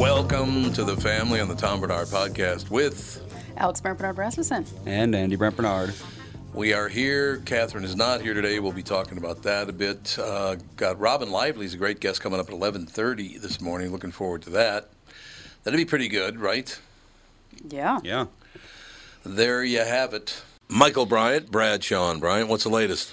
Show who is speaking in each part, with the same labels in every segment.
Speaker 1: Welcome to the family on the Tom Bernard podcast with
Speaker 2: Alex Brent Bernard Rasmussen.
Speaker 3: And Andy Brent Bernard.
Speaker 1: We Are Here. Catherine is not here today. We'll be talking about that a bit. Uh, got Robin Lively's a great guest coming up at 11.30 this morning. Looking forward to that. That'd be pretty good, right?
Speaker 2: Yeah.
Speaker 3: Yeah.
Speaker 1: There you have it. Michael Bryant, Brad Sean Bryant, what's the latest?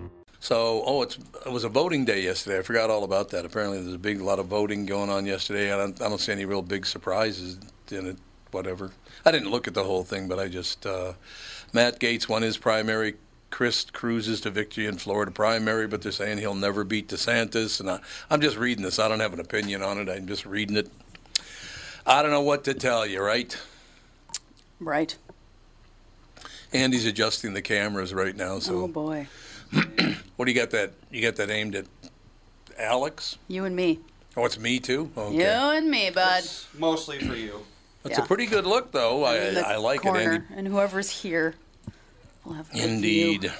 Speaker 1: So, oh, it's, it was a voting day yesterday. I forgot all about that. Apparently, there's a big lot of voting going on yesterday. I don't, I don't see any real big surprises in it, whatever. I didn't look at the whole thing, but I just. Uh, Matt Gates won his primary. Chris cruises to victory in Florida primary, but they're saying he'll never beat DeSantis. And I, I'm just reading this. I don't have an opinion on it. I'm just reading it. I don't know what to tell you, right?
Speaker 2: Right.
Speaker 1: Andy's adjusting the cameras right now. So,
Speaker 2: Oh boy.
Speaker 1: what do you got that? You got that aimed at Alex?
Speaker 2: You and me.
Speaker 1: Oh, it's me too. Okay.
Speaker 2: You and me, bud.
Speaker 3: Mostly for you.
Speaker 1: That's
Speaker 2: Yeah.
Speaker 1: a pretty good look, though. I,
Speaker 2: In the
Speaker 1: I like it.
Speaker 2: corner,
Speaker 1: Andy.
Speaker 2: And whoever's here will have a good
Speaker 1: Indeed.
Speaker 2: view.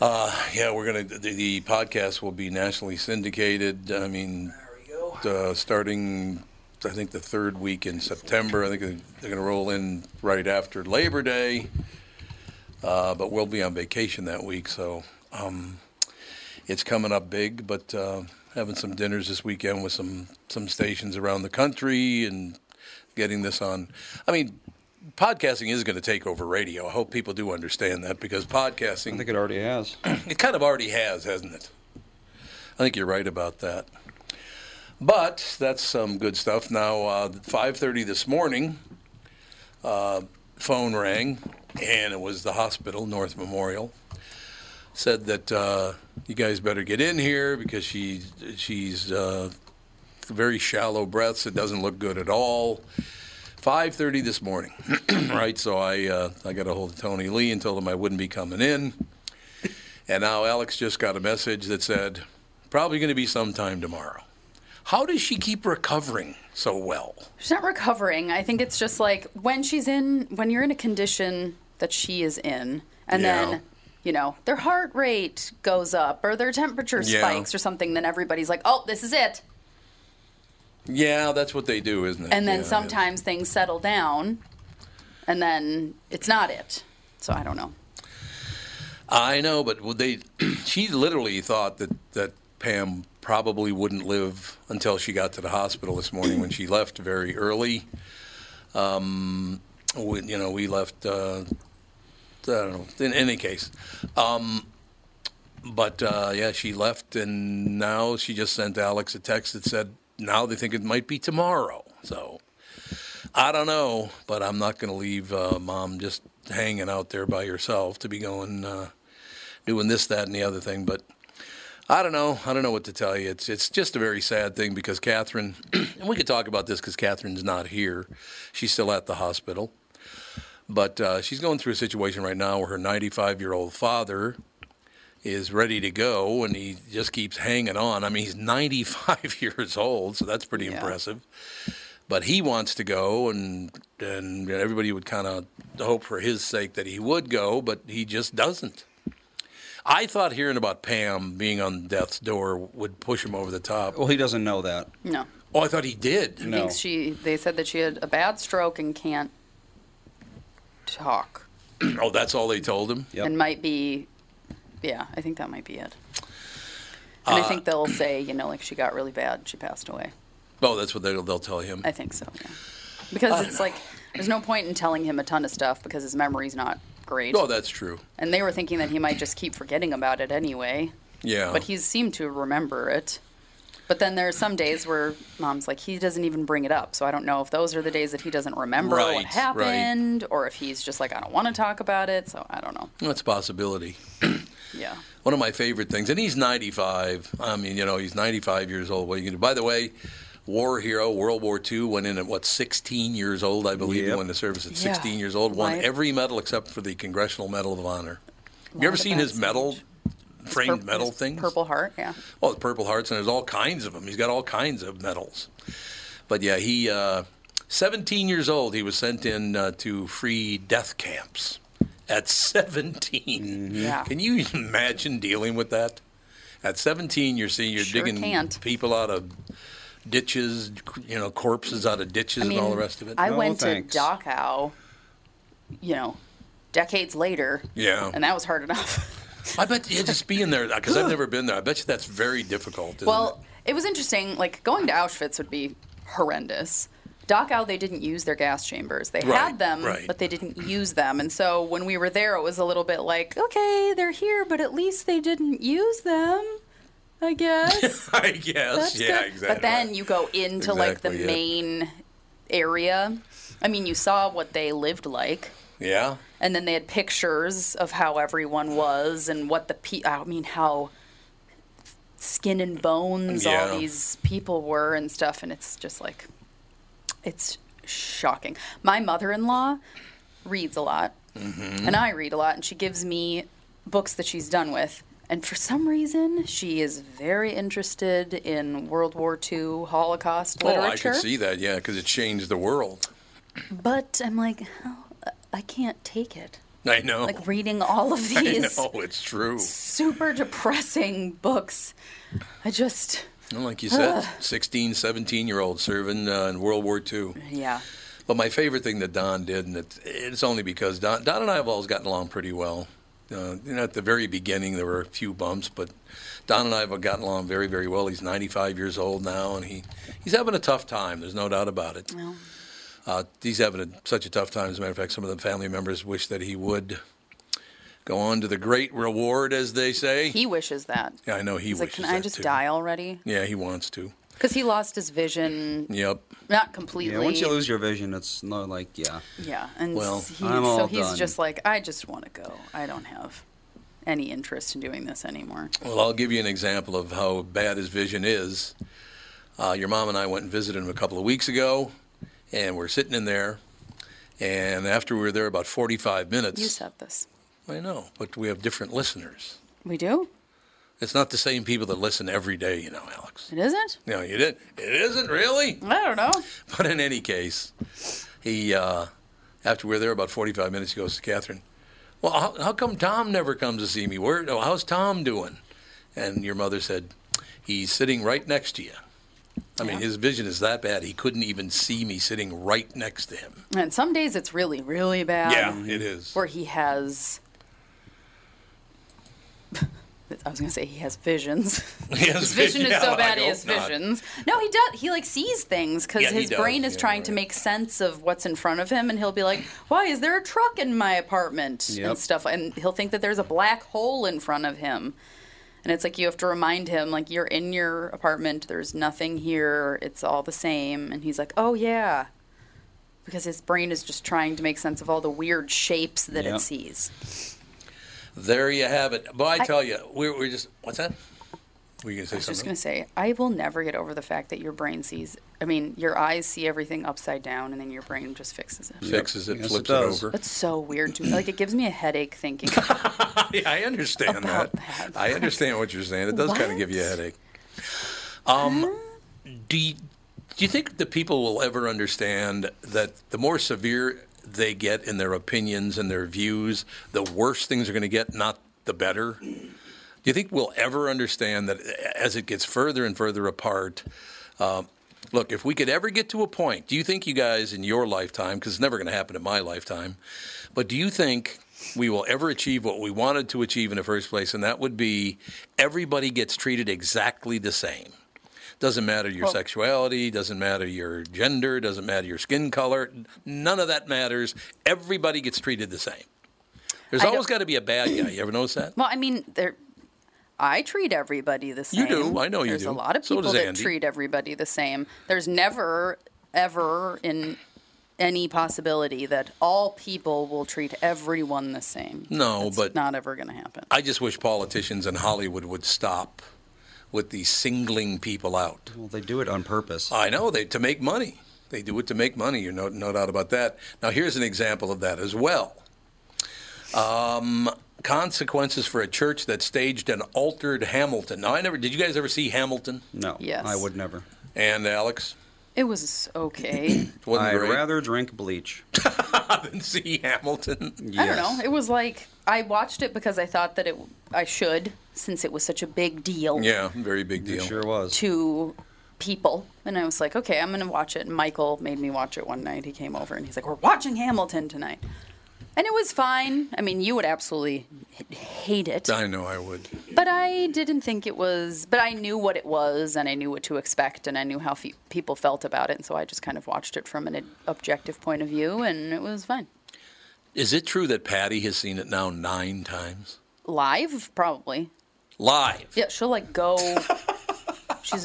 Speaker 1: Uh, yeah, we're gonna. The, the podcast will be nationally syndicated. I mean, uh, starting I think the third week in September. I think they're going to roll in right after Labor Day, uh, but we'll be on vacation that week, so um, it's coming up big. But uh, having some dinners this weekend with some some stations around the country and getting this on. I mean, podcasting is going to take over radio. I hope people do understand that because podcasting
Speaker 3: I think it already has.
Speaker 1: it kind of already has, hasn't it? I think you're right about that. But that's some good stuff. Now, uh, 5:30 this morning, uh, phone rang, and it was the hospital, North Memorial. Said that uh, you guys better get in here because she she's uh, very shallow breaths. It doesn't look good at all. 5:30 this morning, right? So I uh, I got a hold of Tony Lee and told him I wouldn't be coming in. And now Alex just got a message that said, probably going to be sometime tomorrow. How does she keep recovering so well?
Speaker 2: She's not recovering. I think it's just like when she's in, when you're in a condition that she is in, and
Speaker 1: Yeah.
Speaker 2: then, you know, their heart rate goes up or their temperature
Speaker 1: Yeah.
Speaker 2: spikes or something, then everybody's like, oh, this is it.
Speaker 1: Yeah, that's what they do, isn't it?
Speaker 2: And then
Speaker 1: Uh, Yeah,
Speaker 2: sometimes things settle down, and then it's not it. So I don't know.
Speaker 1: yeah. I know, but would they? she literally thought that that Pam probably wouldn't live until she got to the hospital this morning when she left very early. Um, we, you know, we left. Uh, I don't know. In any case, Um, But uh, yeah, she left, and now she just sent Alex a text that said now they think it might be tomorrow. So I don't know, but I'm not going to leave uh, mom just hanging out there by herself to be going uh, doing this, that, and the other thing. But I don't know. I don't know what to tell you. It's it's just a very sad thing because Catherine, and we could talk about this because Catherine's not here. She's still at the hospital, but uh, she's going through a situation right now where her 95 year old father is ready to go and he just keeps hanging on. I mean, he's 95 years old, so that's pretty
Speaker 2: Yeah.
Speaker 1: impressive. But he wants to go, and and everybody would kind of hope for his sake that he would go, but he just doesn't. I thought hearing about Pam being on death's door would push him over the top.
Speaker 3: Well, he doesn't know that.
Speaker 2: No.
Speaker 1: Oh, I thought he did.
Speaker 2: I think she, they said that she had a bad stroke and can't talk.
Speaker 1: Oh, that's all they told him.
Speaker 3: Yep.
Speaker 2: and might be yeah i think that might be it and i think they'll say you know like she got really bad she passed away
Speaker 1: Oh, that's what they'll, they'll tell him.
Speaker 2: i think so yeah. because it's like there's no point in telling him a ton of stuff because his memory's not great
Speaker 1: Oh, that's true.
Speaker 2: and they were thinking that he might just keep forgetting about it anyway
Speaker 1: Yeah.
Speaker 2: but he's seemed to remember it but then there are some days where mom's like he doesn't even bring it up so i don't know if those are the days that he doesn't remember
Speaker 1: Right,
Speaker 2: what
Speaker 1: right.
Speaker 2: happened or if he's just like i don't want to talk about it so i don't know
Speaker 1: that's a possibility.
Speaker 2: yeah
Speaker 1: one of my favorite things. And he's 95. I mean, you know, he's 95 years old. What are you going to do? By the way, war hero, World War II, went in at, what, 16 years old, I believe,
Speaker 3: Yep.
Speaker 1: and went to service at
Speaker 2: Yeah.
Speaker 1: 16 years old, won
Speaker 2: Right.
Speaker 1: every medal except for the Congressional Medal of Honor.
Speaker 2: Lot
Speaker 1: You ever
Speaker 2: of
Speaker 1: seen
Speaker 2: that
Speaker 1: his medal,
Speaker 2: stuff.
Speaker 1: framed
Speaker 2: Purp-
Speaker 1: medal
Speaker 2: his
Speaker 1: things?
Speaker 2: Purple Heart, yeah.
Speaker 1: Well, Oh, the Purple Hearts, and there's all kinds of them. He's got all kinds of medals. But yeah, he, uh, 17 years old, he was sent in uh, to free death camps at 17.
Speaker 2: Mm-hmm. Yeah.
Speaker 1: Can you imagine dealing with that? At 17, you're seeing you're
Speaker 2: Sure
Speaker 1: digging
Speaker 2: can't.
Speaker 1: people out of ditches, you know, corpses out of ditches and all the rest of it.
Speaker 2: I
Speaker 3: No,
Speaker 2: went
Speaker 3: thanks.
Speaker 2: to Dachau, you know, decades later.
Speaker 1: Yeah.
Speaker 2: And that was hard enough.
Speaker 1: I bet you just being there because I've never been there. I bet you that's very difficult. Isn't
Speaker 2: well, it was interesting. Like, going to Auschwitz would be horrendous. Dachau, they didn't use their gas chambers. They
Speaker 1: Right,
Speaker 2: had them,
Speaker 1: right.
Speaker 2: but they didn't use them. And so when we were there, it was a little bit like, okay, they're here, but at least they didn't use them, I guess.
Speaker 1: it? I guess.
Speaker 2: That's
Speaker 1: yeah,
Speaker 2: good.
Speaker 1: exactly.
Speaker 2: But then you go into like the
Speaker 1: Exactly, yeah.
Speaker 2: main area. I mean, you saw what they lived like,
Speaker 1: yeah,
Speaker 2: and then they had pictures of how everyone was and what the pe. I mean, how skin and bones
Speaker 1: Yeah.
Speaker 2: all these people were and stuff, and it's just like, it's shocking. My mother-in-law reads a lot,
Speaker 1: Mm-hmm.
Speaker 2: and I read a lot, and she gives me books that she's done with. And for some reason, she is very interested in World War II Holocaust
Speaker 1: oh, I
Speaker 2: literature.
Speaker 1: can see that. Yeah, because it changed the world.
Speaker 2: But I'm like, how I can't take it.
Speaker 1: I know.
Speaker 2: Like reading all of
Speaker 1: I
Speaker 2: these
Speaker 1: know it's true.
Speaker 2: super depressing books. I just
Speaker 1: And like you said, 16, 17 year olds serving uh, in World War II.
Speaker 2: Yeah.
Speaker 1: But my favorite thing that Don did, and it, it's only because Don, Don and I have always gotten along pretty well. Uh, you know, at the very beginning, there were a few bumps, but Don and I have gotten along very, very well. He's 95 years old now, and he, he's having a tough time. There's no doubt about it. Uh, he's having a, such a tough time. As a matter of fact, some of the family members wish that he would go on to the great reward, as they say.
Speaker 2: He wishes that.
Speaker 1: yeah, I know he
Speaker 2: He's like,
Speaker 1: wishes
Speaker 2: can I
Speaker 1: that,
Speaker 2: just
Speaker 1: too.
Speaker 2: die already?
Speaker 1: Yeah, he wants to.
Speaker 2: Because he lost his vision,
Speaker 1: Yep.
Speaker 2: not completely.
Speaker 3: Yeah, once you lose your vision, it's not like yeah.
Speaker 2: Yeah, and
Speaker 1: Well,
Speaker 2: he,
Speaker 3: I'm
Speaker 2: so
Speaker 3: all
Speaker 2: he's
Speaker 3: done.
Speaker 2: just like, I just want to go. I don't have any interest in doing this anymore.
Speaker 1: Well, I'll give you an example of how bad his vision is. Uh, your mom and I went and visited him a couple of weeks ago, and we're sitting in there. And after we were there about 45 minutes,
Speaker 2: You said this.
Speaker 1: I know, but we have different listeners.
Speaker 2: We do?
Speaker 1: It's not the same people that listen every day, you know, Alex.
Speaker 2: It isn't?
Speaker 1: No, you didn't. It isn't really.
Speaker 2: I don't know.
Speaker 1: But in any case, he uh, after we were there about 45 minutes, he goes to Catherine. Well, how, how come Tom never comes to see me? Where? oh, How's Tom doing? And your mother said, he's sitting right next to you. I mean, his vision is that bad. He couldn't even see me sitting right next to him.
Speaker 2: And some days it's really, really bad.
Speaker 1: it is.
Speaker 2: Where he has. I was gonna say he has visions. His vision is so bad he has visions. No, he does. He like sees things because
Speaker 1: Yeah, he
Speaker 2: his
Speaker 1: does.
Speaker 2: brain is
Speaker 1: Yeah,
Speaker 2: trying to
Speaker 1: right.
Speaker 2: make sense of what's in front of him, and he'll be like, "Why is there a truck in my apartment?"
Speaker 3: Yep.
Speaker 2: and stuff, and he'll think that there's a black hole in front of him. And it's like you have to remind him, like you're in your apartment. There's nothing here. It's all the same. And he's like, "Oh yeah," because his brain is just trying to make sense of all the weird shapes that
Speaker 3: Yep.
Speaker 2: it sees.
Speaker 1: There you have it. But I tell you, we're, we're just, what's that? Were you going to say
Speaker 2: I was just
Speaker 1: something?
Speaker 2: gonna say, I will never get over the fact that your brain sees. I mean, your eyes see everything upside down, and then your brain just fixes it.
Speaker 1: Fixes it,
Speaker 3: Yes, it
Speaker 1: flips it,
Speaker 3: does.
Speaker 1: over.
Speaker 2: That's so weird to me. Like it gives me a headache thinking.
Speaker 1: Yeah, I understand that.
Speaker 2: About that.
Speaker 1: I understand what you're saying. It does kind of give you a
Speaker 2: What?
Speaker 1: headache. Um, do you, do you think the people will ever understand that the more severe they get in their opinions and their views, the worse things are going to get, not the better? Do you think we'll ever understand that as it gets further and further apart? Uh, look, if we could ever get to a point, do you think you guys in your lifetime, because it's never going to happen in my lifetime, but do you think we will ever achieve what we wanted to achieve in the first place? And that would be everybody gets treated exactly the same. Doesn't matter your sexuality, doesn't matter your gender, doesn't matter your skin color. None of that matters. Everybody gets treated the same. There's
Speaker 2: don't-
Speaker 1: always got to be a bad guy. You ever notice that?
Speaker 2: well, I mean, there. I treat everybody the same.
Speaker 1: You do. I know you
Speaker 2: There's
Speaker 1: do.
Speaker 2: a lot of
Speaker 1: So does
Speaker 2: people that
Speaker 1: Andy.
Speaker 2: treat everybody the same. There's never, ever in any possibility that all people will treat everyone the same.
Speaker 1: No,
Speaker 2: That's
Speaker 1: but-
Speaker 2: not ever going to happen.
Speaker 1: I just wish politicians in Hollywood would stop with the singling people out.
Speaker 3: Well, they do it on purpose.
Speaker 1: I know they to make money. They do it to make money. You're no, no doubt about that. Now here's an example of that as well. Um, consequences for a church that staged an altered Hamilton. Now I never. Did you guys ever see Hamilton?
Speaker 3: no,
Speaker 2: Yes.
Speaker 3: I would never.
Speaker 1: And Alex
Speaker 2: It was okay.
Speaker 1: It wasn't
Speaker 3: I'd
Speaker 1: great.
Speaker 3: rather drink bleach.
Speaker 1: than see Hamilton.
Speaker 2: I don't know. It was like I watched it because I thought that it I should since it was such a big deal
Speaker 1: Yeah, very big
Speaker 3: It
Speaker 1: deal.
Speaker 3: sure was.
Speaker 2: Oh. to people. And I was like, okay, I'm going to watch it. And Michael made me watch it one night. He came over and he's like, we're watching Hamilton tonight. And it was fine. I mean, you would absolutely h- hate it.
Speaker 1: I know I would.
Speaker 2: But I didn't think it was, but I knew what it was and I knew what to expect and I knew how fe- people felt about it. And so I just kind of watched it from an ob- objective point of view and it was fine.
Speaker 1: Is it true that Patty has seen it now nine times
Speaker 2: Live, probably.
Speaker 1: live?
Speaker 2: Yeah, she'll like go. she's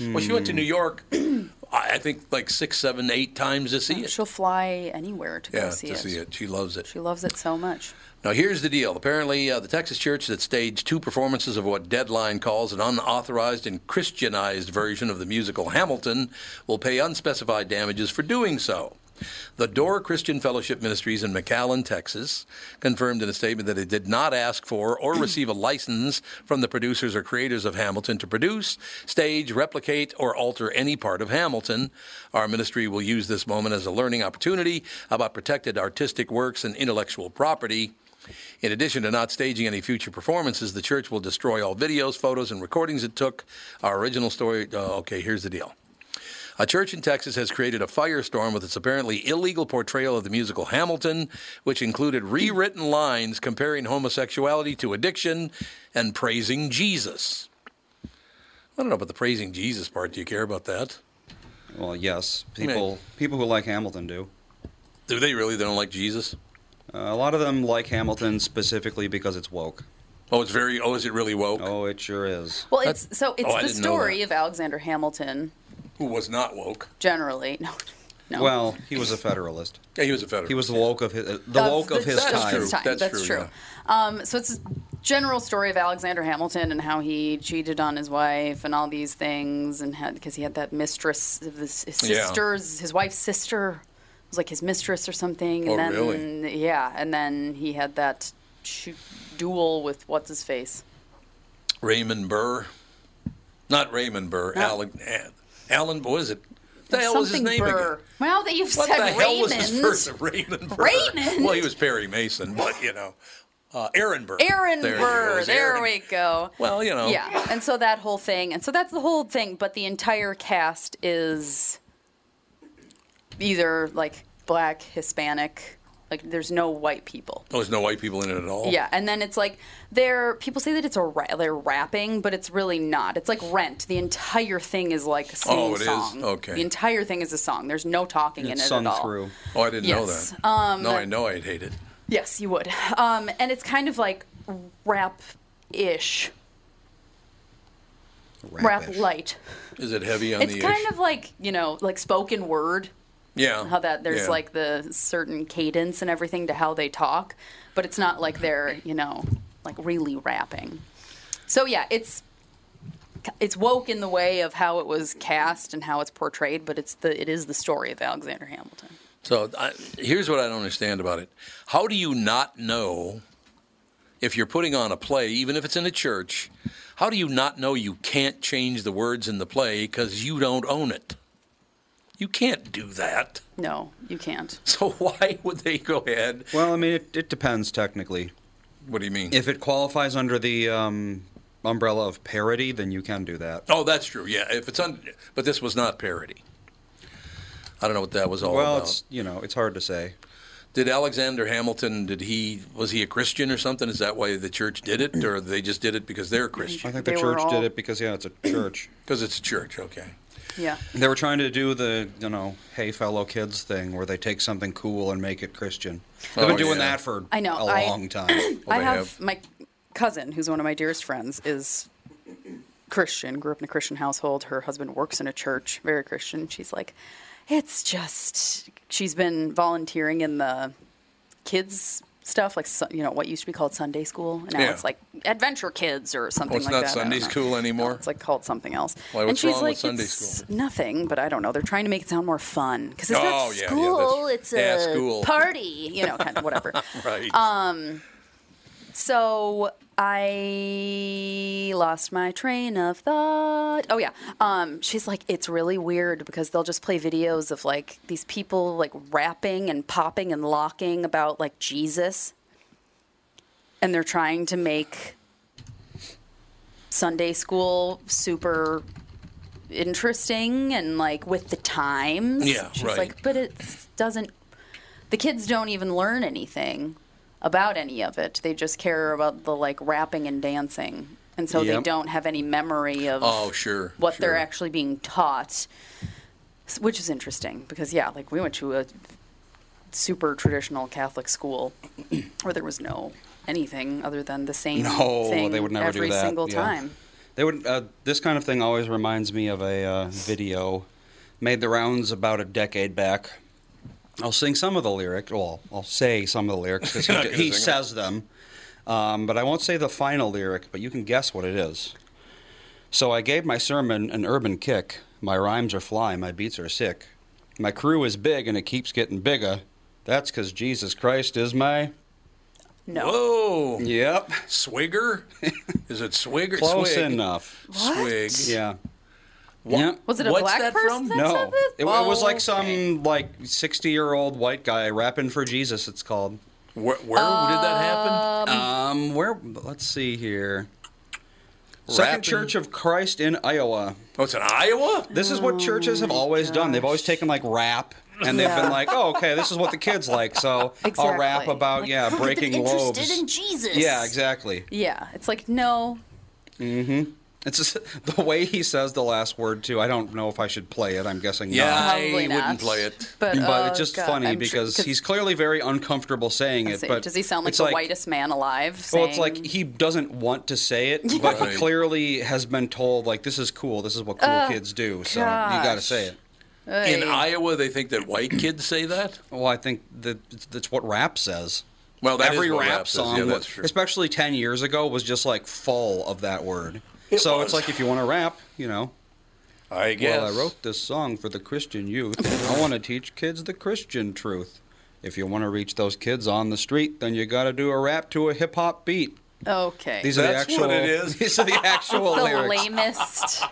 Speaker 1: Well, she went to New York. I I think like six, seven, eight times to see it.
Speaker 2: She'll fly anywhere to
Speaker 1: yeah,
Speaker 2: go see
Speaker 1: to
Speaker 2: it.
Speaker 1: see it. She loves it.
Speaker 2: She loves it so much.
Speaker 1: Now, here's the deal. Apparently, uh, the Texas church that staged two performances of what Deadline calls an unauthorized and Christianized version of the musical Hamilton will pay unspecified damages for doing so. The Door Christian Fellowship Ministries in McAllen, Texas, confirmed in a statement that it did not ask for or receive a license from the producers or creators of Hamilton to produce, stage, replicate, or alter any part of Hamilton. Our ministry will use this moment as a learning opportunity about protected artistic works and intellectual property. In addition to not staging any future performances, the church will destroy all videos, photos, and recordings it took. Our original story. Uh, okay, here's the deal. A church in Texas has created a firestorm with its apparently illegal portrayal of the musical Hamilton, which included rewritten lines comparing homosexuality to addiction and praising Jesus. I don't know about the praising Jesus part. Do you care about that?
Speaker 3: Well, yes,
Speaker 1: mean-
Speaker 3: people people who like Hamilton do.
Speaker 1: Do they really? They don't like Jesus?
Speaker 3: Uh, a lot of them like Hamilton specifically because it's woke.
Speaker 1: Oh, it's very. Oh, is it really woke?
Speaker 3: Oh, it sure is.
Speaker 2: Well, it's so it's
Speaker 1: oh, I
Speaker 2: the
Speaker 1: didn't know
Speaker 2: story
Speaker 1: that.
Speaker 2: of Alexander Hamilton
Speaker 1: Who was not woke?
Speaker 2: generally. No, no.
Speaker 3: Well, he was a federalist.
Speaker 1: Yeah, he was a federal.
Speaker 3: He was the woke of his uh, the woke of his
Speaker 2: that's
Speaker 3: time.
Speaker 2: His time.
Speaker 1: That's
Speaker 2: That's,
Speaker 1: true,
Speaker 2: true. Um, so it's a general story of Alexander Hamilton and how he cheated on his wife and all these things, and because he had that mistress of his, his
Speaker 1: Yeah.
Speaker 2: sister's, his wife's sister was like his mistress or something. And
Speaker 1: Oh,
Speaker 2: then,
Speaker 1: really?
Speaker 2: Yeah, and then he had that shoot, duel with what's his face.
Speaker 1: Raymond Burr. Not Raymond Burr. Alan. Alan. What is it? What the hell is his
Speaker 2: Something
Speaker 1: name
Speaker 2: Burr.
Speaker 1: again?
Speaker 2: Well, that you've
Speaker 1: What
Speaker 2: said
Speaker 1: the hell was
Speaker 2: Raymond.
Speaker 1: his first Raymond Burr?
Speaker 2: Raymond?
Speaker 1: Well, he was Perry Mason, but you know, uh, Aaron Burr.
Speaker 2: Aaron
Speaker 1: There you go. It
Speaker 2: Burr.
Speaker 1: was
Speaker 2: There
Speaker 1: Aaron.
Speaker 2: we go.
Speaker 1: Well, you know.
Speaker 2: Yeah, and so that whole thing, and so that's the whole thing. But the entire cast is either like black, Hispanic, like there's no white people.
Speaker 1: Oh, there's no white people in it at all.
Speaker 2: Yeah, and then it's like they're people say that it's a ra- they're rapping, but it's really not. It's like Rent. The entire thing is like a singing
Speaker 1: Oh, it is?
Speaker 2: song.
Speaker 1: Okay.
Speaker 2: The entire thing is a song. There's no talking in
Speaker 3: It's
Speaker 2: it
Speaker 3: sung
Speaker 2: at all.
Speaker 3: through.
Speaker 1: Oh, I didn't
Speaker 2: Yes. Um,
Speaker 1: know that. no, I know I'd hate it.
Speaker 2: Yes, you would. Um, and it's kind of like rap ish, rap
Speaker 3: Rapish.
Speaker 2: light.
Speaker 1: Is it heavy on
Speaker 2: It's
Speaker 1: the?
Speaker 2: kind
Speaker 1: ish?
Speaker 2: of like you know, like spoken word.
Speaker 1: yeah.
Speaker 2: How that there's
Speaker 1: yeah.
Speaker 2: like the certain cadence and everything to how they talk, but it's not like they're
Speaker 1: Mm-hmm.
Speaker 2: you know like really rapping. So yeah, it's it's woke in the way of how it was cast and how it's portrayed, but it's the it is the story of Alexander Hamilton.
Speaker 1: So I, here's what I don't understand about it. How do you not know if you're putting on a play, even if it's in a church? How do you not know you can't change the words in the play because you don't own it? You can't do that.
Speaker 2: No, you can't.
Speaker 1: So why would they go ahead?
Speaker 3: Well, I mean, it, it depends technically.
Speaker 1: What do you mean?
Speaker 3: If it qualifies under the um, umbrella of parody, then you can do that.
Speaker 1: oh, that's true. Yeah, if it's un, but this was not parody. I don't know what that was all
Speaker 3: well,
Speaker 1: about.
Speaker 3: it's you know, it's hard to say.
Speaker 1: Did Alexander Hamilton? Did he was he a Christian or something? Is that why the church did it, or they just did it because they're
Speaker 3: I
Speaker 1: Christian?
Speaker 3: think the
Speaker 2: They were
Speaker 3: church
Speaker 2: all-
Speaker 3: did it because yeah, it's a church.
Speaker 1: Because it's a church. Okay.
Speaker 2: Yeah.
Speaker 3: They were trying to do the, you know, hey fellow kids thing where they take something cool and make it Christian. They've
Speaker 1: Oh,
Speaker 3: been doing
Speaker 1: yeah.
Speaker 3: that for
Speaker 2: I know,
Speaker 3: a
Speaker 2: I-
Speaker 3: long time.
Speaker 1: Well,
Speaker 2: I
Speaker 1: they
Speaker 2: have,
Speaker 1: have-
Speaker 2: my cousin, who's one of my dearest friends, is Christian, grew up in a Christian household. Her husband works in a church, very Christian. She's like, it's just, she's been volunteering in the kids stuff, like, su- you know, what used to be called Sunday school. And now
Speaker 1: Yeah.
Speaker 2: it's like Adventure Kids or something
Speaker 1: Oh, it's
Speaker 2: like
Speaker 1: not
Speaker 2: that. I don't
Speaker 1: Sunday
Speaker 2: know.
Speaker 1: school anymore?
Speaker 2: No, it's like called something else.
Speaker 1: Why,
Speaker 2: and
Speaker 1: what's
Speaker 2: she's
Speaker 1: wrong with
Speaker 2: like,
Speaker 1: Sunday
Speaker 2: "It's
Speaker 1: school?"
Speaker 2: Nothing, but I don't know. They're trying to make it sound more fun because it's
Speaker 1: Oh,
Speaker 2: not
Speaker 1: yeah, yeah,
Speaker 2: school,
Speaker 1: that's-
Speaker 2: it's
Speaker 1: yeah,
Speaker 2: a
Speaker 1: school.
Speaker 2: party, you know, kind of whatever. Uh,
Speaker 1: Right.
Speaker 2: Um, So I lost my train of thought. Oh yeah. Um, she's like, it's really weird because they'll just play videos of like these people like rapping and popping and locking about like Jesus, and they're trying to make Sunday school super interesting and like with the times.
Speaker 1: Yeah,
Speaker 2: she's
Speaker 1: right.
Speaker 2: like, but it doesn't. The kids don't even learn anything about any of it. They just care about the like rapping and dancing, and so they
Speaker 3: Yep.
Speaker 2: don't have any memory of
Speaker 1: Oh, sure,
Speaker 2: what
Speaker 1: sure.
Speaker 2: they're actually being taught, S- which is interesting because yeah, like we went to a super traditional Catholic school where there was no anything other than the same
Speaker 3: No,
Speaker 2: thing
Speaker 3: they would never do
Speaker 2: every
Speaker 3: that.
Speaker 2: single
Speaker 3: Yeah.
Speaker 2: time.
Speaker 3: They would. Uh, this kind of thing always reminds me of a uh, video made the rounds about a decade back. I'll sing some of the lyrics. Well, I'll say some of the lyrics because
Speaker 1: You're not
Speaker 3: he,
Speaker 1: gonna
Speaker 3: he
Speaker 1: sing 'em.
Speaker 3: says them, um, but I won't say the final lyric. But you can guess what it is. So I gave my sermon an urban kick. My rhymes are fly. My beats are sick. My crew is big and it keeps getting bigger. That's because Jesus Christ is my.
Speaker 2: No.
Speaker 1: Whoa.
Speaker 3: Yep.
Speaker 1: Swigger? Is it Swigger?
Speaker 3: Close
Speaker 1: Swig.
Speaker 3: enough.
Speaker 1: Swig.
Speaker 3: Yeah.
Speaker 1: Wha-
Speaker 3: Yep.
Speaker 2: Was it a
Speaker 1: What's
Speaker 2: black
Speaker 1: that from?
Speaker 2: person that
Speaker 3: no,
Speaker 2: said this? Oh,
Speaker 3: It, it was like
Speaker 2: Okay.
Speaker 3: some like sixty year old white guy rapping for Jesus. It's called.
Speaker 1: Where, where did that happen? Uh,
Speaker 3: Um, where? Let's see here.
Speaker 1: Rapping.
Speaker 3: Second Church of Christ in Iowa.
Speaker 1: Oh, it's in Iowa.
Speaker 3: This is what churches have always done. They've always taken like rap, and they've
Speaker 2: Oh Yeah.
Speaker 3: been like, "Oh, okay, this is what the kids like." So I'll rap
Speaker 2: Exactly.
Speaker 3: about
Speaker 4: Like,
Speaker 3: yeah,
Speaker 4: look, they're
Speaker 3: breaking
Speaker 4: interested
Speaker 3: loaves.
Speaker 4: in Jesus.
Speaker 3: Yeah, exactly.
Speaker 2: Yeah, it's like no.
Speaker 3: It's just, the way he says the last word too. I don't know if I should play it. I'm guessing
Speaker 1: Yeah,
Speaker 3: not.
Speaker 1: I
Speaker 2: Probably not.
Speaker 1: wouldn't play it.
Speaker 2: But,
Speaker 3: But
Speaker 2: oh,
Speaker 3: it's just
Speaker 2: God,
Speaker 3: funny
Speaker 2: I'm tr-
Speaker 3: because
Speaker 2: 'cause
Speaker 3: he's clearly very uncomfortable saying it.
Speaker 2: say-
Speaker 3: But
Speaker 2: does he sound like
Speaker 3: it's
Speaker 2: the whitest man alive?
Speaker 3: Well, it's like
Speaker 2: saying-
Speaker 3: he doesn't want to say it, but
Speaker 1: Right.
Speaker 3: he clearly has been told like this is cool. This is what cool
Speaker 2: Uh,
Speaker 3: kids do. So you got to say it.
Speaker 1: In Iowa, they think that white kids say that.
Speaker 3: Well, I think that that's what rap says.
Speaker 1: Well, that is
Speaker 3: every
Speaker 1: what
Speaker 3: rap,
Speaker 1: rap says.
Speaker 3: song,
Speaker 1: Yeah,
Speaker 3: was-
Speaker 1: that's true.
Speaker 3: especially ten years ago, was just like full of that word. so
Speaker 1: was.
Speaker 3: it's like if you want to rap, you know.
Speaker 1: I guess.
Speaker 3: Well, I wrote this song for the Christian youth. I want to teach kids the Christian truth. If you want to reach those kids on the street, then you got to do a rap to a hip hop beat.
Speaker 2: okay,
Speaker 3: These are the
Speaker 1: That's
Speaker 3: actual.
Speaker 1: what it is.
Speaker 3: These are the actual
Speaker 2: the
Speaker 3: lyrics.
Speaker 2: lamest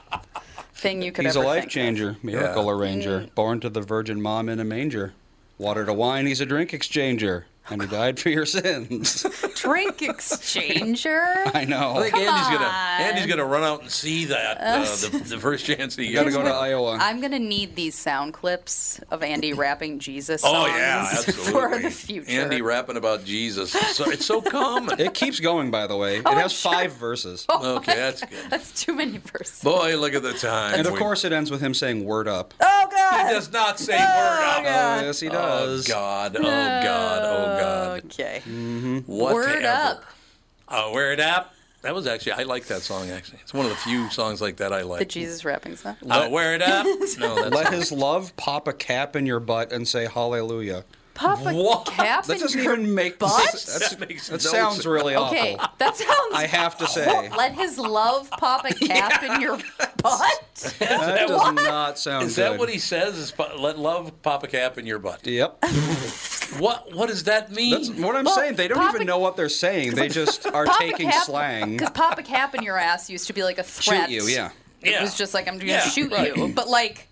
Speaker 2: thing you could
Speaker 3: He's a
Speaker 2: ever
Speaker 3: life
Speaker 2: think.
Speaker 3: changer, miracle
Speaker 1: Yeah.
Speaker 3: arranger, born to the virgin mom in a manger. Water to wine, he's a drink exchanger, and he died for your sins.
Speaker 2: Drink exchanger.
Speaker 3: I know.
Speaker 1: I think Andy's gonna Andy's gonna run out and see that uh, the, the first chance he
Speaker 3: gotta
Speaker 1: gets.
Speaker 3: go to Iowa.
Speaker 2: I'm gonna need these sound clips of Andy rapping Jesus
Speaker 1: Oh
Speaker 2: songs
Speaker 1: yeah, absolutely.
Speaker 2: for the future.
Speaker 1: Andy rapping about Jesus. So, it's so common.
Speaker 3: it keeps going, by the
Speaker 2: Oh,
Speaker 3: way. it has five verses.
Speaker 1: okay, that's good.
Speaker 2: That's too many verses.
Speaker 1: Boy, look at the time.
Speaker 3: and of
Speaker 1: We-
Speaker 3: course, it ends with him saying "Word up."
Speaker 2: oh God.
Speaker 1: he does not say
Speaker 2: Ah.
Speaker 1: word up.
Speaker 3: Oh, yes, he
Speaker 1: Oh
Speaker 3: does.
Speaker 1: God! Oh God! Oh God!
Speaker 2: Okay.
Speaker 3: Mm-hmm.
Speaker 1: Whatever.
Speaker 2: Word up.
Speaker 1: Oh, word up. That was actually I like that song. Actually, it's one of the few songs like that I like.
Speaker 2: The Jesus rapping song.
Speaker 1: Oh, word up. No, that's
Speaker 3: Let his love pop a cap in your butt and say "Hallelujah."
Speaker 2: Papa
Speaker 1: What?
Speaker 2: Cap
Speaker 3: That
Speaker 2: in
Speaker 3: doesn't
Speaker 2: your
Speaker 3: even make
Speaker 2: butt?
Speaker 3: That's,
Speaker 1: That makes
Speaker 3: that
Speaker 1: no
Speaker 3: sounds
Speaker 1: sense.
Speaker 3: really
Speaker 2: Okay,
Speaker 3: awful.
Speaker 2: that sounds.
Speaker 3: I have to say,
Speaker 2: Let his love pop a cap in your butt.
Speaker 3: that does not sound.
Speaker 1: Is that
Speaker 3: good.
Speaker 1: what he says? Is po- let love pop a cap in your butt?
Speaker 3: Yep.
Speaker 1: What What does that mean?
Speaker 3: That's what I'm
Speaker 2: Well,
Speaker 3: saying. They don't
Speaker 2: Papa-
Speaker 3: even know what they're saying. They just are taking slang.
Speaker 2: Because pop a cap in your ass used to be like a threat.
Speaker 3: Shoot you, yeah.
Speaker 2: It
Speaker 1: Yeah.
Speaker 2: was just like I'm going to
Speaker 1: Yeah,
Speaker 2: shoot
Speaker 1: right.
Speaker 2: you, but like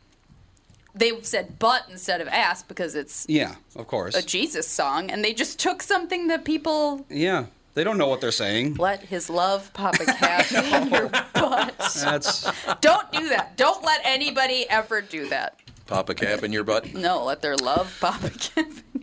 Speaker 2: they said butt instead of ass because it's
Speaker 3: Yeah, of course.
Speaker 2: a Jesus song, and they just took something that people
Speaker 3: yeah. They don't know what they're saying.
Speaker 2: let his love pop a cap in your butt.
Speaker 3: That's
Speaker 2: Don't do that. Don't let anybody ever do that.
Speaker 1: Pop a cap in your butt.
Speaker 2: No, let their love pop a cap in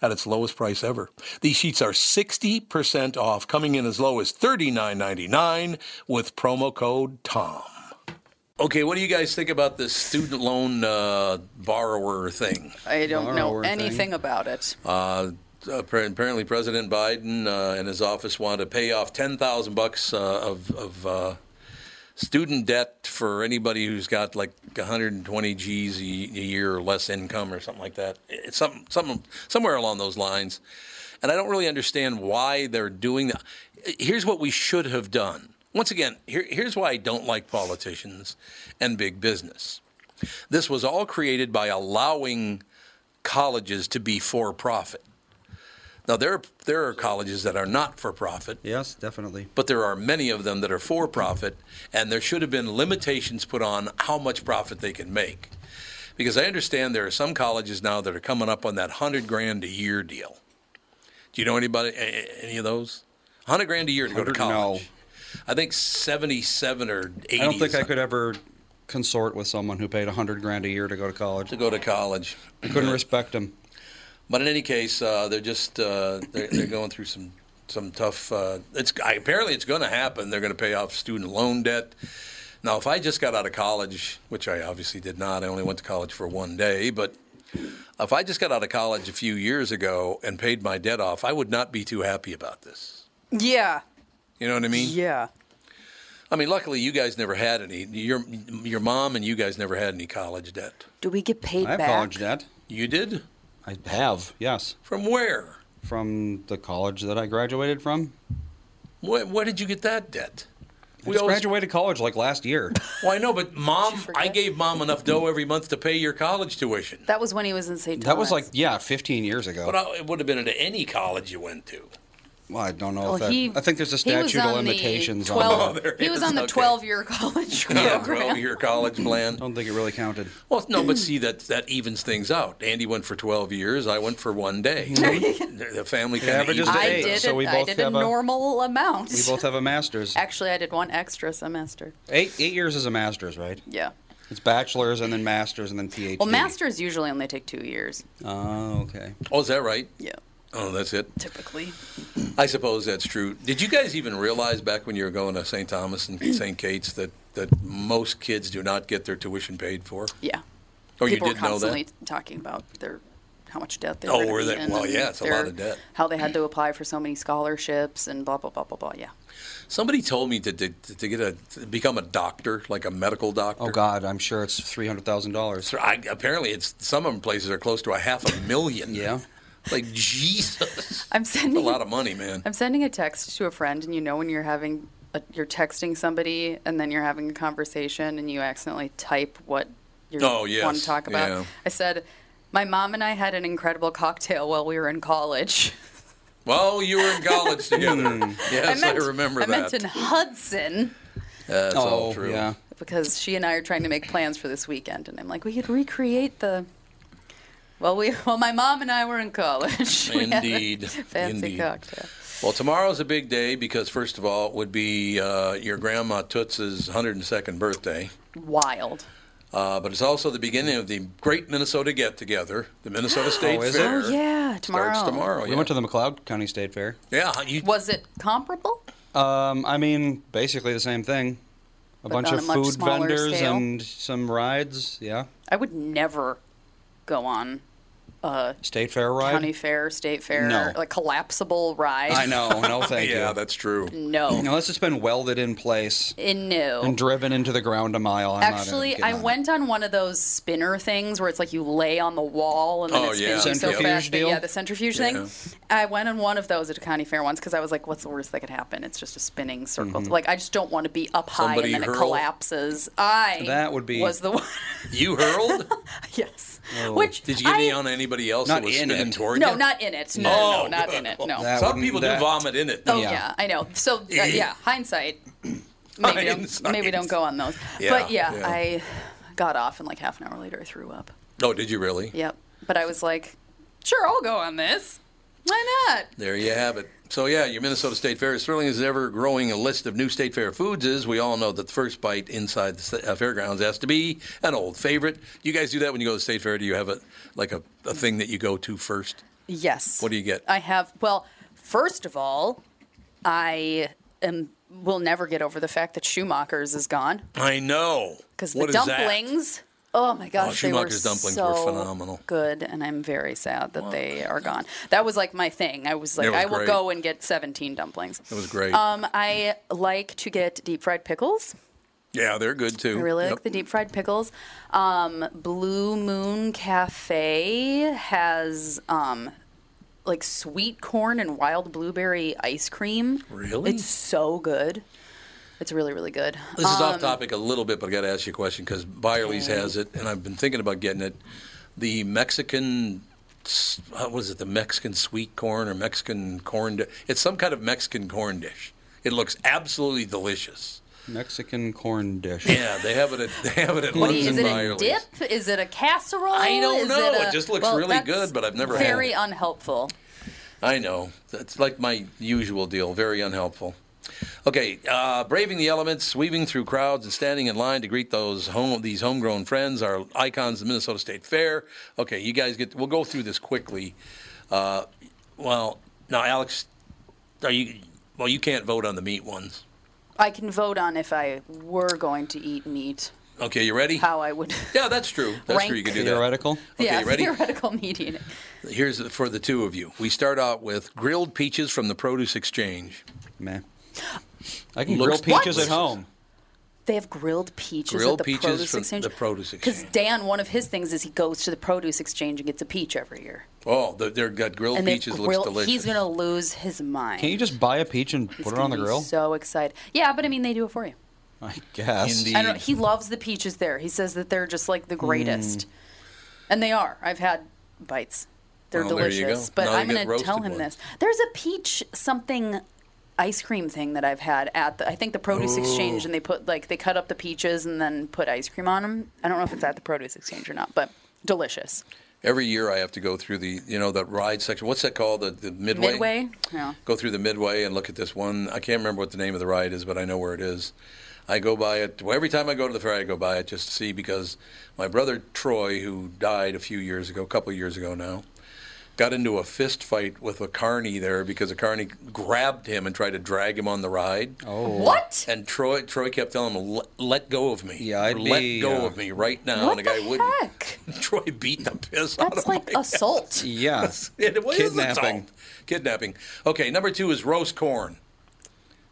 Speaker 1: at its lowest price ever. These sheets are 60% off, coming in as low as $39.99 with promo code TOM. Okay, what do you guys think about this student loan uh, borrower thing?
Speaker 2: I don't know
Speaker 3: Borrower thing.
Speaker 2: anything about it.
Speaker 1: Uh, appar- apparently, President Biden uh, and his office want to pay off ten thousand bucks uh, of, of uh, student debt for anybody who's got like 120 G's a, a year or less income or something like that. It's some, some, somewhere along those lines. And I don't really understand why they're doing that. Here's what we should have done. Once again, here, here's why I don't like politicians and big business. This was all created by allowing colleges to be for profit. Now there are, there are colleges that are not for profit.
Speaker 3: Yes, definitely.
Speaker 1: But there are many of them that are for profit, and there should have been limitations put on how much profit they can make. Because I understand there are some colleges now that are coming up on that 100 grand a year deal. Do you know anybody a- any of those? 100 grand a year to go to
Speaker 3: 100, no.
Speaker 1: college. I think 77 or 80
Speaker 3: I don't think
Speaker 1: is
Speaker 3: I could ever consort with someone who paid a hundred grand a year to go to college.
Speaker 1: to go to college.
Speaker 3: I couldn't respect them.
Speaker 1: But in any case, uh, they're just uh, they're, they're going through some some tough. Uh, it's I, apparently it's going to happen. They're going to pay off student loan debt. Now, if I just got out of college, which I obviously did not, I only went to college for one day, but if I just got out of college a few years ago and paid my debt off, I would not be too happy about this.
Speaker 2: Yeah.
Speaker 1: You know what I mean?
Speaker 2: Yeah.
Speaker 1: I mean, luckily you guys never had any. Your your mom and you guys never had any college debt.
Speaker 2: Do we get paid
Speaker 3: I have
Speaker 2: back?
Speaker 3: college debt.
Speaker 1: You did?
Speaker 3: I have, yes,
Speaker 1: From where?
Speaker 3: from the college that I graduated from.
Speaker 1: Where, where did you get that debt?
Speaker 3: I just graduated college like last year.
Speaker 1: Well, I know, but mom, I
Speaker 2: forget?
Speaker 1: gave mom enough dough every month to pay your college tuition.
Speaker 2: That was when he was in St. Thomas.
Speaker 3: that was like yeah, 15 years ago.
Speaker 1: But I, it would have been at any college you went to.
Speaker 3: Well, I don't know.
Speaker 2: Well,
Speaker 3: if that,
Speaker 2: Oh, he-
Speaker 3: I think there's a
Speaker 2: he was
Speaker 3: statute of
Speaker 2: on the
Speaker 3: limitations on
Speaker 2: 12
Speaker 3: that.
Speaker 1: there
Speaker 2: he was
Speaker 1: is,
Speaker 2: on the
Speaker 1: okay.
Speaker 2: 12 year college
Speaker 1: Yeah,
Speaker 2: program.
Speaker 1: your college
Speaker 3: I
Speaker 1: plan.
Speaker 3: don't think it really counted.
Speaker 1: Well, no, but see that that evens things out. Andy went for twelve years. I went for one day. the the family kind of
Speaker 3: averages to
Speaker 2: I
Speaker 3: eight.
Speaker 2: did,
Speaker 3: So
Speaker 2: it,
Speaker 3: we
Speaker 2: I
Speaker 3: both
Speaker 2: did a
Speaker 3: have a-
Speaker 2: normal amount.
Speaker 3: We both have a master's.
Speaker 2: Actually, I did one extra semester.
Speaker 3: Eight eight years is a master's, right?
Speaker 2: Yeah.
Speaker 3: It's bachelor's and then master's and then PhD.
Speaker 2: Well, masters usually only take two years.
Speaker 3: Oh, okay.
Speaker 1: Oh, is that right?
Speaker 2: Yeah.
Speaker 1: Oh, that's it.
Speaker 2: Typically.
Speaker 1: I suppose that's true. Did you guys even realize back when you were going to St. Thomas
Speaker 2: Mm.
Speaker 1: and St. Kate's that that most kids do not get their tuition paid for?
Speaker 2: Yeah.
Speaker 1: Or Oh,
Speaker 2: People
Speaker 1: you did
Speaker 2: were
Speaker 1: know that?
Speaker 2: constantly talking about their how much debt they
Speaker 1: Oh,
Speaker 2: were gonna
Speaker 1: were
Speaker 2: be
Speaker 1: they?
Speaker 2: in
Speaker 1: Well,
Speaker 2: and
Speaker 1: yeah, it's a lot
Speaker 2: their-
Speaker 1: of debt.
Speaker 2: How they had to apply for so many scholarships and blah blah blah blah blah. Yeah.
Speaker 1: Somebody told me to, to, to get a to become a doctor, like a medical doctor.
Speaker 3: Oh God, I'm sure it's three hundred thousand dollars.
Speaker 1: So I, apparently, it's some of them places are close to a half a million.
Speaker 3: Yeah.
Speaker 1: like Jesus,
Speaker 2: I'm
Speaker 1: a
Speaker 2: sending
Speaker 1: lot of money, man.
Speaker 2: I'm sending a text to a friend, and you know when you're having a, you're texting somebody, and then you're having a conversation, and you accidentally type what you
Speaker 1: Oh, yes.
Speaker 2: want to talk about.
Speaker 1: Yeah.
Speaker 2: I said, "My mom and I had an incredible cocktail while we were in college."
Speaker 1: Well, you were in college together.
Speaker 3: Hmm.
Speaker 1: yes, I, remember
Speaker 2: I
Speaker 1: that.
Speaker 2: meant in Hudson
Speaker 1: That's all true.
Speaker 3: Oh, yeah.
Speaker 2: because she and I are trying to make plans for this weekend, and I'm like, we could recreate the. Well, we well, my mom and I were in college. We had a
Speaker 1: Indeed.
Speaker 2: fancy
Speaker 1: Indeed.
Speaker 2: cocktail.
Speaker 1: Well, tomorrow's a big day because first of all, it would be uh, your grandma Toots's 102nd birthday.
Speaker 2: Wild.
Speaker 1: Uh, but it's also the beginning of the Great Minnesota Get Together, the Minnesota State
Speaker 3: Oh, is it?
Speaker 1: Fair.
Speaker 2: Oh, yeah,
Speaker 1: Starts
Speaker 2: tomorrow.
Speaker 1: tomorrow.
Speaker 3: We
Speaker 1: yeah.
Speaker 3: went to the McLeod County State Fair.
Speaker 1: Yeah, you,
Speaker 2: Was it comparable?
Speaker 3: Um, I mean, basically the same thing. A
Speaker 2: But
Speaker 3: bunch
Speaker 2: on
Speaker 3: of
Speaker 2: a much
Speaker 3: food
Speaker 2: smaller
Speaker 3: vendors
Speaker 2: scale?
Speaker 3: and some rides. Yeah,
Speaker 2: I would never go on a
Speaker 3: state fair ride.
Speaker 2: county fair, state fair,
Speaker 3: No.
Speaker 2: like collapsible ride.
Speaker 3: I know. No, thank
Speaker 1: yeah,
Speaker 3: you.
Speaker 1: that's true.
Speaker 2: No. no.
Speaker 3: Unless it's been welded in place
Speaker 2: No.
Speaker 3: and driven into the ground a mile. I'm not
Speaker 2: Actually,
Speaker 3: getting
Speaker 2: I
Speaker 3: on it.
Speaker 2: went on one of those spinner things where it's like you lay on the wall and then
Speaker 1: Oh,
Speaker 2: it
Speaker 1: yeah.
Speaker 2: spins you so
Speaker 3: Centrifuge
Speaker 2: fast. That,
Speaker 3: deal?
Speaker 2: yeah, the centrifuge thing. I went on one of those at a county fair once because I was like, "What's the worst that could happen? It's just a spinning circle.
Speaker 3: Mm-hmm.
Speaker 2: Like I just don't want to be up high
Speaker 1: Somebody
Speaker 2: and then it
Speaker 1: hurl?
Speaker 2: collapses." I
Speaker 3: That would be- Oh.
Speaker 2: was the one.
Speaker 1: You hurled?
Speaker 2: yes. Which
Speaker 1: Did you get any
Speaker 2: I-
Speaker 1: on anybody else
Speaker 3: Not
Speaker 1: that was
Speaker 3: in
Speaker 1: spinning
Speaker 3: it.
Speaker 1: toward
Speaker 2: No,
Speaker 1: you?
Speaker 2: not in it. No, no,
Speaker 1: Oh,
Speaker 2: no, not
Speaker 1: good.
Speaker 2: in it. No.
Speaker 3: That
Speaker 1: Some
Speaker 3: wouldn't-
Speaker 1: people
Speaker 3: that-
Speaker 1: do vomit in it.
Speaker 2: Oh
Speaker 3: Yeah.
Speaker 2: yeah, I know. So uh, yeah, hindsight. Maybe
Speaker 1: Hindsight.
Speaker 2: don't maybe don't go on those.
Speaker 1: Yeah,
Speaker 2: but yeah,
Speaker 1: yeah.
Speaker 2: I got off and like half an hour later I threw up.
Speaker 1: Oh, did you really?
Speaker 2: Yep. But I was like, sure, I'll go on this. Why not?
Speaker 1: There you have it. So yeah, your Minnesota State Fair is thrilling as ever. Growing a list of new state fair foods is. We all know that the first bite inside the sta- uh, fairgrounds has to be an old favorite. Do you guys do that when you go to the state fair? Do you have a like a, a thing that you go to first?
Speaker 2: Yes.
Speaker 1: What do you get?
Speaker 2: I have well, first of all, I am will never get over the fact that Schumacher's is gone
Speaker 1: I know.
Speaker 2: because the
Speaker 1: What is that?
Speaker 2: dumplings. Oh my gosh,
Speaker 1: Schumacher's
Speaker 2: they were
Speaker 1: dumplings
Speaker 2: so
Speaker 1: were phenomenal.
Speaker 2: good, and I'm very sad that they are gone. That was like my thing. I was like,
Speaker 1: It was
Speaker 2: I will
Speaker 1: great.
Speaker 2: go and get 17 dumplings.
Speaker 1: It was great.
Speaker 2: Um, I like to get deep fried pickles.
Speaker 1: Yeah, they're good too.
Speaker 2: I really
Speaker 1: Yep.
Speaker 2: like the deep fried pickles. Um, Blue Moon Cafe has um, like sweet corn and wild blueberry ice cream.
Speaker 1: Really?
Speaker 2: It's so good. It's really, really good.
Speaker 1: This is
Speaker 2: Um,
Speaker 1: off topic a little bit, but I got to ask you a question because Byerly's has it, and I've been thinking about getting it. The Mexican, s- uh, what is it? The Mexican sweet corn or Mexican corn? Di- it's some kind of Mexican corn dish. It looks absolutely delicious.
Speaker 3: Mexican corn dish.
Speaker 1: Yeah, they have it. At, they have it at
Speaker 2: What do
Speaker 1: Lunds
Speaker 2: you- is
Speaker 1: and
Speaker 2: it a
Speaker 1: Byerly's.
Speaker 2: dip? Is it a casserole?
Speaker 1: I don't
Speaker 2: Is
Speaker 1: know.
Speaker 2: It, a,
Speaker 1: It just looks
Speaker 2: well,
Speaker 1: really
Speaker 2: that's
Speaker 1: good, but I've never had
Speaker 2: very
Speaker 1: it.
Speaker 2: unhelpful.
Speaker 1: I know. That's like my usual deal. Very unhelpful. Okay, uh, braving the elements, sweeping through crowds, and standing in line to greet those home these homegrown friends, our icons of the Minnesota State Fair. Okay, you guys get. We'll go through this quickly. Uh, well, now Alex, are you? Well, you can't vote on the meat ones.
Speaker 2: I can vote on if I were going to eat meat.
Speaker 1: Okay, you ready?
Speaker 2: How I would.
Speaker 1: Yeah, that's true. That's true. You
Speaker 2: Rank.
Speaker 1: can do that.
Speaker 3: Theoretical.
Speaker 1: Okay,
Speaker 2: yeah,
Speaker 1: you ready?
Speaker 2: theoretical meat eating.
Speaker 1: Here's for the two of you. We start out with grilled peaches from the Produce Exchange.
Speaker 3: Man. I can
Speaker 1: Looks
Speaker 3: grill peaches
Speaker 1: delicious.
Speaker 3: at home.
Speaker 2: They have grilled peaches
Speaker 1: Grilled
Speaker 2: at the
Speaker 1: peaches
Speaker 2: produce
Speaker 1: from
Speaker 2: exchange.
Speaker 1: the produce
Speaker 2: Because
Speaker 1: exchange.
Speaker 2: Dan, one of his things is he goes to the produce exchange and gets a peach every year.
Speaker 1: Oh, the, they've got grilled
Speaker 2: and they've
Speaker 1: peaches.
Speaker 2: grilled-
Speaker 1: looks delicious.
Speaker 2: He's gonna lose his mind.
Speaker 3: Can you just buy a peach and
Speaker 2: He's
Speaker 3: put it
Speaker 2: gonna
Speaker 3: on the
Speaker 2: be
Speaker 3: grill?
Speaker 2: So excited. Yeah, but I mean, they do it for you.
Speaker 3: I guess. Hmm.
Speaker 1: Indeed.
Speaker 2: I don't know. He loves the peaches there. He says that they're just like the
Speaker 3: Mm.
Speaker 2: greatest, and they are. I've had bites. They're
Speaker 1: Well, there you
Speaker 2: delicious.
Speaker 1: go.
Speaker 2: But
Speaker 1: Now you
Speaker 2: I'm
Speaker 1: get
Speaker 2: going to tell
Speaker 1: roasted
Speaker 2: him
Speaker 1: ones.
Speaker 2: this. There's a peach something ice cream thing that I've had at the I think the produce exchange, and they put like they cut up the peaches and then put ice cream on them. I don't know if it's at the produce exchange or not, but delicious.
Speaker 1: Every year I have to go through the, you know, that ride section. What's that called? The, the midway?
Speaker 2: Midway, yeah.
Speaker 1: Go through the midway and look at this one. I can't remember what the name of the ride is, but I know where it is. I go by it. Well, every time I go to the fair, I go by it just to see because my brother Troy, who died a few years ago, a couple years ago now, got into a fist fight with a carney there because a carney grabbed him and tried to drag him on the ride. Oh.
Speaker 2: What?
Speaker 1: And Troy, Troy kept telling him, "Let, let go of me.
Speaker 3: Yeah, I'd
Speaker 1: let
Speaker 3: be,
Speaker 1: go
Speaker 3: uh,
Speaker 1: of me right now."
Speaker 2: What
Speaker 1: and the guy
Speaker 2: the
Speaker 1: wouldn't.
Speaker 2: heck?
Speaker 1: Troy beat the piss out of
Speaker 2: That's like
Speaker 1: my
Speaker 2: assault.
Speaker 3: Yeah.
Speaker 1: it was
Speaker 3: Kidnapping.
Speaker 1: Kidnapping. Kidnapping. Okay, number two is roast corn.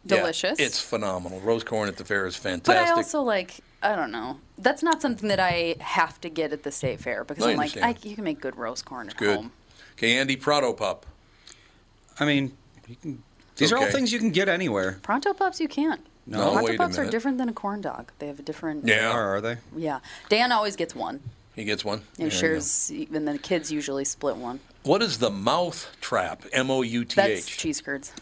Speaker 1: Yeah,
Speaker 2: Delicious.
Speaker 1: it's phenomenal. Roast corn at the fair is
Speaker 2: But
Speaker 1: fantastic.
Speaker 2: I also like I don't know. That's not something that I have to get at the state fair because
Speaker 1: No, I
Speaker 2: I'm like I,
Speaker 1: understand.
Speaker 2: you can make good roast corn at
Speaker 1: Good.
Speaker 2: home.
Speaker 1: Okay, Andy Prado Pup.
Speaker 3: I mean, you can, these are all
Speaker 1: okay.
Speaker 3: things you can get anywhere.
Speaker 2: Pronto pups you can't.
Speaker 1: No,
Speaker 2: Pronto
Speaker 1: wait a
Speaker 2: pups are
Speaker 1: minute.
Speaker 2: different than a corn dog. They have a different
Speaker 1: Yeah.
Speaker 3: Or are they?
Speaker 2: Yeah. Dan always gets one.
Speaker 1: He gets one.
Speaker 2: And
Speaker 1: There you
Speaker 2: shares even the kids usually split one.
Speaker 1: go. What is the mouth trap? M O U T
Speaker 2: That's
Speaker 1: H.
Speaker 2: cheese curds.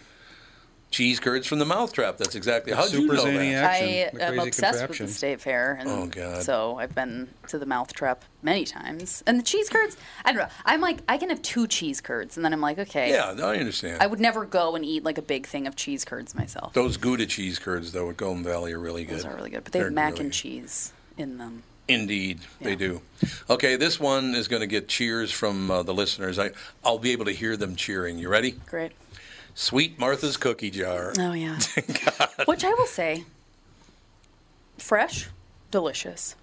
Speaker 1: Cheese curds from the mouth trap. That's exactly how you
Speaker 3: Super
Speaker 1: know
Speaker 3: Zaniac.
Speaker 1: that.
Speaker 2: I
Speaker 3: Action, the
Speaker 2: am
Speaker 3: crazy
Speaker 2: obsessed
Speaker 3: contraption.
Speaker 2: with the state fair, and
Speaker 1: Oh, God.
Speaker 2: so I've been to the mouth trap many times. And the cheese curds, I don't know. I'm like, I can have two cheese curds, and then I'm like, okay,
Speaker 1: Yeah, no, I understand.
Speaker 2: I would never go and eat like a big thing of cheese curds myself.
Speaker 1: Those Gouda cheese curds though at Golden Valley are really good.
Speaker 2: Those are really good, but they
Speaker 1: They're
Speaker 2: have mac
Speaker 1: really
Speaker 2: and
Speaker 1: good.
Speaker 2: cheese in them.
Speaker 1: Indeed, they
Speaker 2: Yeah.
Speaker 1: do. Okay, this one is going to get cheers from uh, the listeners. I, I'll be able to hear them cheering. You ready?
Speaker 2: Great.
Speaker 1: Sweet Martha's cookie jar.
Speaker 2: Oh yeah. Which I will say, fresh, delicious.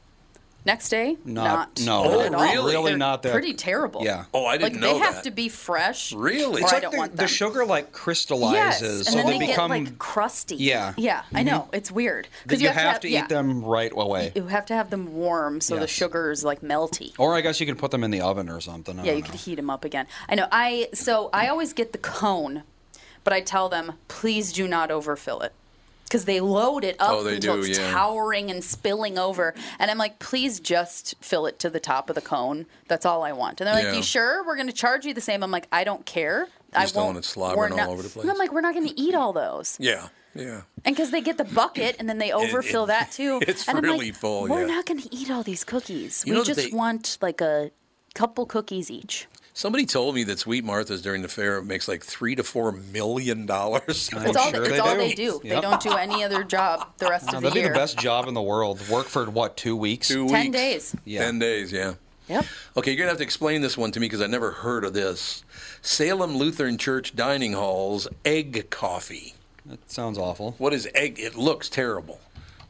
Speaker 2: Next day,
Speaker 3: Not-
Speaker 2: not,
Speaker 3: no,
Speaker 2: good
Speaker 1: Oh,
Speaker 2: at all.
Speaker 1: really? really
Speaker 2: They're
Speaker 3: not that-
Speaker 2: Pretty terrible.
Speaker 3: Yeah.
Speaker 1: Oh, I
Speaker 2: like
Speaker 1: didn't
Speaker 2: they
Speaker 1: know
Speaker 2: have
Speaker 1: that.
Speaker 2: to be fresh.
Speaker 1: Really?
Speaker 2: Or
Speaker 1: It's
Speaker 2: I
Speaker 3: like
Speaker 2: don't
Speaker 3: the,
Speaker 2: want
Speaker 3: the
Speaker 2: them.
Speaker 3: sugar like
Speaker 2: Yes,
Speaker 3: crystallizes,
Speaker 2: and
Speaker 3: so
Speaker 2: then
Speaker 3: they,
Speaker 2: they,
Speaker 3: become
Speaker 2: get like crusty.
Speaker 3: Yeah.
Speaker 2: yeah, I know it's weird
Speaker 3: that
Speaker 2: because
Speaker 3: you, have, to, eat
Speaker 2: yeah.
Speaker 3: them right away.
Speaker 2: You have to have them warm so the
Speaker 3: Yes.
Speaker 2: sugar is like melty.
Speaker 3: Or I guess you can put them in the oven or something. I
Speaker 2: Yeah,
Speaker 3: don't
Speaker 2: you
Speaker 3: know.
Speaker 2: could heat them up again. I know. I so I always get the cone, but I tell them please do not overfill it because they load it up
Speaker 1: Oh, they
Speaker 2: until
Speaker 1: do,
Speaker 2: it's
Speaker 1: yeah.
Speaker 2: towering and spilling over. And I'm like, please just fill it to the top of the cone. That's all I want. And they're like,
Speaker 1: Yeah.
Speaker 2: you sure? We're going to charge you the same. I'm like, I don't care. I
Speaker 1: just don't
Speaker 2: won't-
Speaker 1: want it slobbering
Speaker 2: we're
Speaker 1: all
Speaker 2: not-
Speaker 1: over the
Speaker 2: And I'm
Speaker 1: place.
Speaker 2: like, we're not going to eat all those.
Speaker 1: Yeah, yeah.
Speaker 2: And because they get the bucket and then they overfill
Speaker 1: it-
Speaker 2: that too.
Speaker 1: it's
Speaker 2: and I'm
Speaker 1: really
Speaker 2: like,
Speaker 1: full, yeah.
Speaker 2: We're not going to eat all these cookies.
Speaker 1: You
Speaker 2: we
Speaker 1: know that
Speaker 2: just
Speaker 1: they-
Speaker 2: want like a couple cookies each.
Speaker 1: Somebody told me that Sweet Martha's during the fair makes like three to four million dollars.
Speaker 2: It's all,
Speaker 3: sure
Speaker 2: it's
Speaker 3: they
Speaker 2: all
Speaker 3: do.
Speaker 2: they do. They
Speaker 3: Yep.
Speaker 2: don't do any other job the rest
Speaker 3: No,
Speaker 2: of the
Speaker 3: that'd be
Speaker 2: year.
Speaker 3: the best job in the world. Work for what? Two weeks.
Speaker 1: Two
Speaker 2: Ten
Speaker 1: weeks.
Speaker 2: days.
Speaker 3: Yeah.
Speaker 1: Ten days. Yeah.
Speaker 2: Yep.
Speaker 1: Okay, you're gonna have to explain this one to me because I never heard of this. Salem Lutheran Church dining halls egg coffee.
Speaker 3: That sounds awful.
Speaker 1: What is egg? It looks terrible.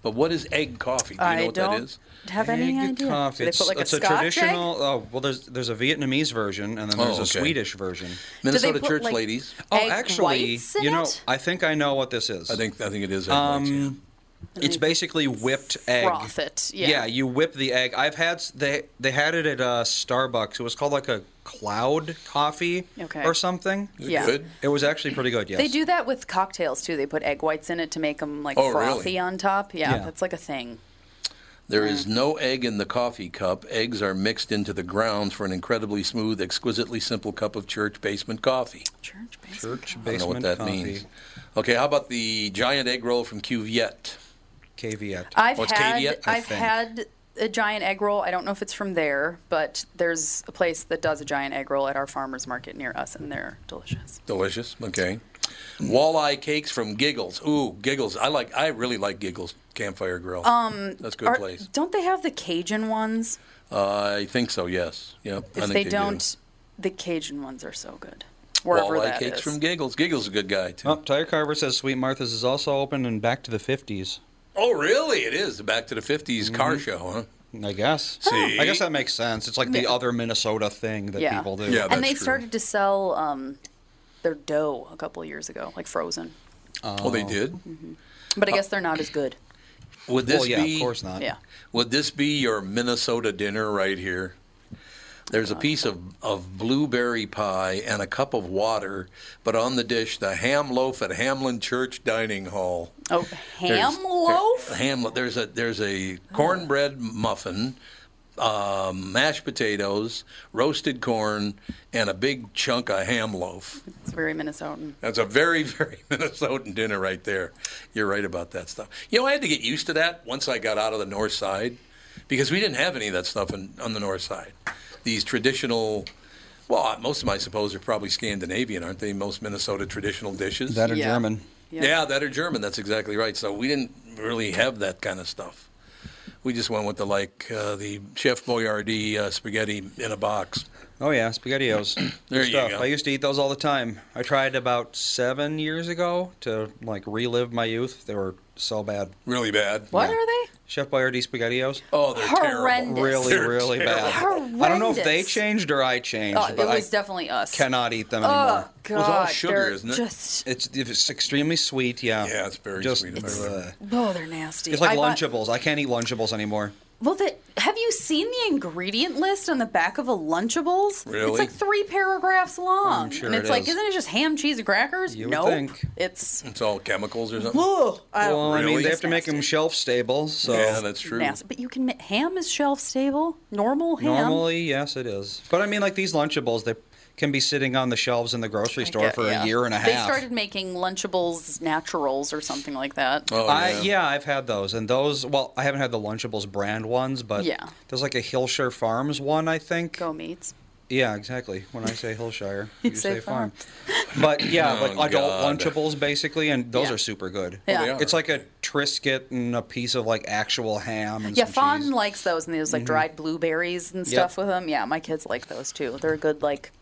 Speaker 1: But what is egg coffee? Do you
Speaker 2: I
Speaker 1: know what
Speaker 2: don't
Speaker 1: that is?
Speaker 2: have any
Speaker 3: Egg
Speaker 2: idea.
Speaker 3: coffee.
Speaker 2: Do they
Speaker 3: It's,
Speaker 2: put like
Speaker 3: it's
Speaker 2: a,
Speaker 3: a,
Speaker 2: scotch egg?
Speaker 3: traditional. Oh, well, there's there's a Vietnamese version and then
Speaker 1: Oh,
Speaker 3: there's
Speaker 1: okay.
Speaker 3: a Swedish version.
Speaker 2: Do they
Speaker 1: Minnesota
Speaker 2: put,
Speaker 1: church
Speaker 2: like,
Speaker 1: ladies.
Speaker 3: Oh,
Speaker 2: egg
Speaker 3: actually,
Speaker 2: whites in
Speaker 3: you know,
Speaker 2: it?
Speaker 3: I think I know what this is.
Speaker 1: I think I think it is. egg whites,
Speaker 3: Um, It's basically whipped egg.
Speaker 2: Froth it, yeah.
Speaker 3: you whip the egg. I've had s- they they had it at uh, Starbucks. It was called like a cloud coffee
Speaker 2: Okay.
Speaker 3: or something.
Speaker 2: Is it Yeah. good?
Speaker 3: It was actually pretty good. Yes.
Speaker 2: They do that with cocktails too. They put egg whites in it to make them like
Speaker 3: Oh, really?
Speaker 2: frothy on top. Yeah,
Speaker 1: Yeah.
Speaker 2: that's like a thing.
Speaker 1: There
Speaker 2: Mm.
Speaker 1: is no egg in the coffee cup. Eggs are mixed into the grounds for an incredibly smooth, exquisitely simple cup of church basement coffee.
Speaker 2: Church basement,
Speaker 3: Church
Speaker 1: I don't know what
Speaker 3: basement
Speaker 1: that
Speaker 3: coffee.
Speaker 1: means. Okay, how about the giant egg roll from Cuviette?
Speaker 3: Caveat.
Speaker 2: I've had I've had a giant egg roll. I don't know if it's from there, but there's a place that does a giant egg roll at our farmers market near us, and they're delicious.
Speaker 1: Delicious. Okay. Walleye cakes from Giggles. Ooh, Giggles. I like. I really like Giggles Campfire
Speaker 3: Oh,
Speaker 1: Grill.
Speaker 2: Um,
Speaker 1: that's a good
Speaker 2: are-
Speaker 1: place.
Speaker 2: Don't they have the Cajun ones?
Speaker 1: Uh, I think so. Yes. Yep. I
Speaker 2: If
Speaker 1: think
Speaker 2: they,
Speaker 1: do.
Speaker 2: don't, the Cajun ones are so good. Wherever
Speaker 1: Walleye
Speaker 2: that
Speaker 1: cakes
Speaker 2: is.
Speaker 1: from Giggles. Giggles is a good guy too.
Speaker 3: Oh, Tire Carver says Sweet Martha's is also open and back to the fifties.
Speaker 1: Oh, really? It is the Back to the '50s car
Speaker 3: Mm-hmm.
Speaker 1: show, huh?
Speaker 3: I guess.
Speaker 1: See?
Speaker 3: I guess that makes sense. It's like the
Speaker 2: Yeah.
Speaker 3: other Minnesota thing that
Speaker 2: yeah.
Speaker 3: people do.
Speaker 2: and they started to sell um, their dough a couple years ago, like frozen.
Speaker 1: Oh, they did.
Speaker 2: But I guess they're not as good.
Speaker 1: Would this
Speaker 2: Well, yeah, of
Speaker 1: be?
Speaker 2: course not. Yeah.
Speaker 1: Would this be your Minnesota dinner right here? There's
Speaker 2: Uh,
Speaker 1: a piece of, of blueberry pie and a cup of water, but on the dish, the ham loaf at Hamlin Church Dining Hall.
Speaker 2: Oh, ham
Speaker 1: There's-
Speaker 2: loaf?
Speaker 1: there- ham lo- There's a there's a cornbread muffin, um, mashed potatoes, roasted corn, and a big chunk of ham loaf.
Speaker 2: It's very Minnesotan.
Speaker 1: That's a very very Minnesotan dinner right there. You're right about that stuff. You know, I had to get used to that once I got out of the north side, because we didn't have any of that stuff in, on the north side. These traditional. Well, uh, most of them, I suppose, are probably Scandinavian, aren't they? Most Minnesota traditional dishes.
Speaker 3: That are German.
Speaker 1: Yeah, that are German. That's exactly right. So we didn't really have that kind of stuff. We just went with the like uh, the Chef Boyardee uh, spaghetti in a box.
Speaker 3: Oh yeah, spaghettios.
Speaker 1: There
Speaker 3: Good
Speaker 1: you
Speaker 3: stuff.
Speaker 1: go.
Speaker 3: I used to eat those all the time. I tried about seven years ago to like relive my youth. They were so bad.
Speaker 1: Really bad.
Speaker 2: What are they?
Speaker 3: Chef Boyardee spaghettios.
Speaker 1: Oh,
Speaker 2: they're terrible. Horrendous.
Speaker 3: Really,
Speaker 2: They're
Speaker 3: really bad.
Speaker 2: terrible.
Speaker 3: I don't know if they
Speaker 2: Horrendous.
Speaker 3: changed or I changed,
Speaker 2: Oh, it
Speaker 3: but
Speaker 2: was
Speaker 3: I
Speaker 2: definitely us.
Speaker 3: cannot eat them
Speaker 2: Oh,
Speaker 3: anymore.
Speaker 2: Well, it's all God, sugar, they're isn't it? just-
Speaker 3: It's, it's extremely sweet. Yeah. Yeah, it's very
Speaker 1: sweet,
Speaker 3: It's, uh,
Speaker 2: Oh, they're nasty.
Speaker 3: it's like
Speaker 2: I bought-
Speaker 3: Lunchables. I can't eat Lunchables anymore.
Speaker 2: Well, the, have you seen the ingredient list on the back of a Lunchables?
Speaker 3: Really?
Speaker 2: It's like three paragraphs long.
Speaker 1: sure
Speaker 2: and
Speaker 1: it
Speaker 2: it's like,
Speaker 1: is.
Speaker 2: isn't it just ham, cheese, and crackers?
Speaker 3: You would
Speaker 2: no.
Speaker 3: think.
Speaker 2: It's
Speaker 1: It's all chemicals or something.
Speaker 2: Whoa, I don't
Speaker 3: well, I mean,
Speaker 1: Really?
Speaker 3: they have to make them shelf stable. So
Speaker 1: Yeah, that's true.
Speaker 2: nasty. But you can ma- ham is shelf stable. Normal ham.
Speaker 3: Normally, yes, it is. But I mean, like these Lunchables, they can be sitting on the shelves in the grocery store
Speaker 2: Yeah,
Speaker 3: for
Speaker 2: yeah.
Speaker 3: a year and a
Speaker 2: They
Speaker 3: half.
Speaker 2: started making Lunchables naturals or something like that.
Speaker 3: I, Oh, yeah, I've had those, and those. Well, I haven't had the Lunchables brand ones, but
Speaker 2: Yeah.
Speaker 3: there's like a Hillshire Farms one, I think.
Speaker 2: Go meats.
Speaker 3: Yeah, exactly. When I say Hillshire,
Speaker 2: You
Speaker 3: you,
Speaker 2: say
Speaker 3: say, farm. But yeah,
Speaker 1: Oh,
Speaker 3: like adult
Speaker 1: God.
Speaker 3: Lunchables, basically, and those
Speaker 2: Yeah.
Speaker 3: are super good.
Speaker 2: Yeah. Oh, they are.
Speaker 3: It's like a Triscuit and a piece of like actual ham. And
Speaker 2: Yeah,
Speaker 3: some
Speaker 2: Fawn likes those, and
Speaker 3: Mm-hmm.
Speaker 2: there's like dried blueberries and
Speaker 3: Yep.
Speaker 2: stuff with them. Yeah, my kids like those too. They're a good like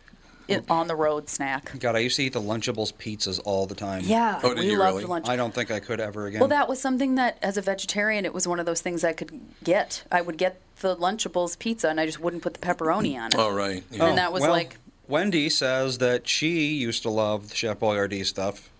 Speaker 2: i on the road snack.
Speaker 3: God, I used to eat the Lunchables pizzas all the time.
Speaker 2: Yeah, Oh, did we you loved really? Lunch-
Speaker 3: I don't think I could ever again.
Speaker 2: Well, that was something that as a vegetarian, it was one of those things I could get. I would get the Lunchables pizza, and I just wouldn't put the pepperoni on it.
Speaker 1: All right.
Speaker 2: And that was
Speaker 3: well,
Speaker 2: like
Speaker 3: Wendy says that she used to love the Chef Boyardee stuff.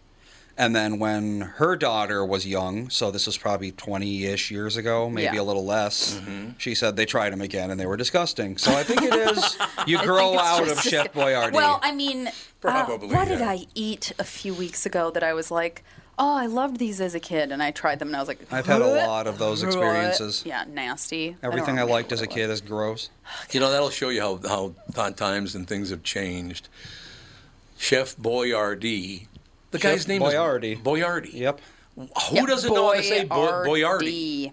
Speaker 3: And then when her daughter was young, so this is probably 20 ish years ago, maybe
Speaker 2: Yeah.
Speaker 3: a little less,
Speaker 1: Mm-hmm.
Speaker 3: she said they tried them again and they were disgusting. So I think it is you
Speaker 2: I
Speaker 3: grow
Speaker 2: think it's
Speaker 3: out
Speaker 2: just
Speaker 3: of
Speaker 2: disgu-
Speaker 3: Chef Boyardee.
Speaker 2: Well, I mean, uh,
Speaker 3: Probably,
Speaker 2: what did
Speaker 3: yeah.
Speaker 2: I eat a few weeks ago that I was like, oh, I loved these as a kid, and I tried them, and I was like,
Speaker 3: I've had a lot of those
Speaker 2: "What?"
Speaker 3: experiences.
Speaker 2: Yeah, nasty. I don't
Speaker 3: Everything I
Speaker 2: remember.
Speaker 3: liked as a kid is gross.
Speaker 1: You know, that'll show you how, how ti- times and things have changed. Chef Boyardee. The
Speaker 3: Chef
Speaker 1: guy's name
Speaker 3: Boyardee.
Speaker 1: is Boyardee.
Speaker 3: Yep.
Speaker 1: Who
Speaker 2: Yeah,
Speaker 1: doesn't know how to say Bo- Boyardee?
Speaker 2: Boyardee.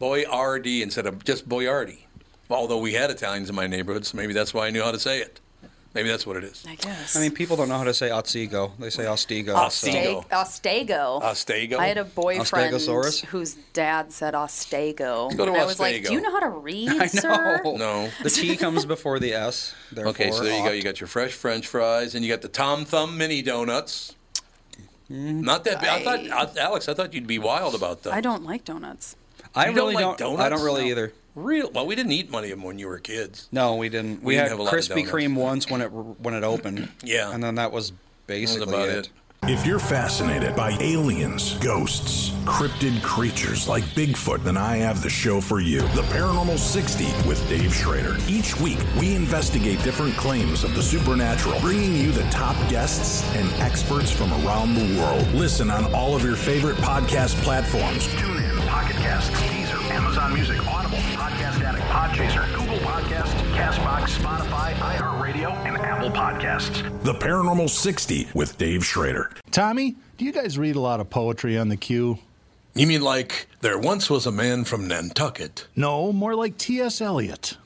Speaker 1: Boyardee instead of just Boyardee. Although we had Italians in my neighborhood, so maybe that's why I knew how to say it. Maybe that's what it is.
Speaker 2: I guess.
Speaker 3: I mean, people don't know how to say Otsego. They say Ostego. so-
Speaker 2: Osteg- Ostego.
Speaker 3: Ostego?
Speaker 2: I had a boyfriend
Speaker 3: Ostegosaurus?
Speaker 2: whose dad said Ostego.
Speaker 3: Let's go to
Speaker 2: and I was like,
Speaker 3: Ostego.
Speaker 2: do you know how to read,
Speaker 3: I
Speaker 2: sir?
Speaker 3: know.
Speaker 1: No.
Speaker 3: The T comes before the S. Therefore,
Speaker 1: Okay, so there you go.
Speaker 3: ought.
Speaker 1: You got your fresh French fries, and you got the Tom Thumb mini donuts.
Speaker 3: Mm-hmm.
Speaker 1: Not that big. I thought, Alex, I thought you'd be wild about that.
Speaker 2: I don't like donuts.
Speaker 3: I
Speaker 1: You
Speaker 3: really
Speaker 1: like
Speaker 3: don't.
Speaker 1: donuts?
Speaker 3: I don't really either.
Speaker 1: Real? Well, we didn't eat money of them when you were kids.
Speaker 3: No, we didn't.
Speaker 1: We
Speaker 3: We,
Speaker 1: didn't
Speaker 3: had
Speaker 1: have a lot of
Speaker 3: Krispy
Speaker 1: donuts.
Speaker 3: Kreme once when it when it opened.
Speaker 1: Yeah.
Speaker 3: and then that was basically
Speaker 1: about
Speaker 3: it.
Speaker 1: it.
Speaker 5: If you're fascinated by aliens, ghosts, cryptid creatures like Bigfoot, then I have the show for you The Paranormal 60 with Dave Schrader. Each week, we investigate different claims of the supernatural, bringing you the top guests and experts from around the world. Listen on all of your favorite podcast platforms.
Speaker 6: Tune in, Pocket Casts, Deezer, Amazon Music, Audible, Podcast Addict, Podchaser, Google Podcast, Castbox, Spotify, iHeartRadio, and Apple Podcasts.
Speaker 5: The Paranormal 60 with Dave Schrader.
Speaker 7: Tommy, do you guys read a lot of poetry on the queue?
Speaker 1: You mean like there once was a man from Nantucket?
Speaker 7: No, more like T.S. Eliot.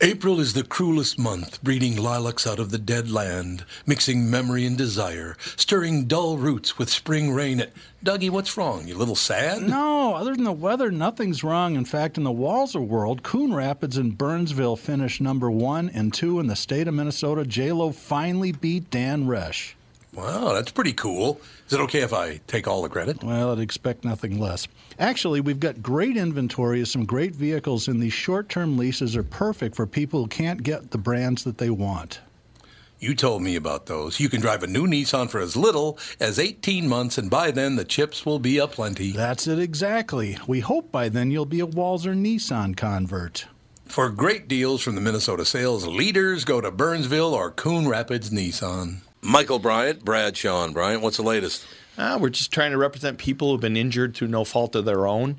Speaker 1: April is the cruelest month, breeding lilacs out of the dead land, mixing memory and desire, stirring dull roots with spring rain. At Dougie, what's wrong? You a little sad?
Speaker 7: No, other than the weather, nothing's wrong. In fact, in the Walzer world, Coon Rapids and Burnsville finished number one and two in the state of Minnesota. J-Lo finally beat Dan Resch.
Speaker 1: Wow, that's pretty cool. Is it okay if I take all the credit?
Speaker 7: Well, I'd expect nothing less. Actually, we've got great inventory of some great vehicles, and these short term leases are perfect for people who can't get the brands that they want.
Speaker 1: You told me about those. You can drive a new Nissan for as little as 18 months, and by then the chips will be aplenty.
Speaker 7: That's it exactly. We hope by then you'll be a Walzer Nissan convert.
Speaker 1: For great deals from the Minnesota sales leaders, go to Burnsville or Coon Rapids Nissan.
Speaker 4: Michael Bryant, Brad Sean Bryant, what's the latest?
Speaker 8: Ah, we're just trying to represent people who've been injured through no fault of their own.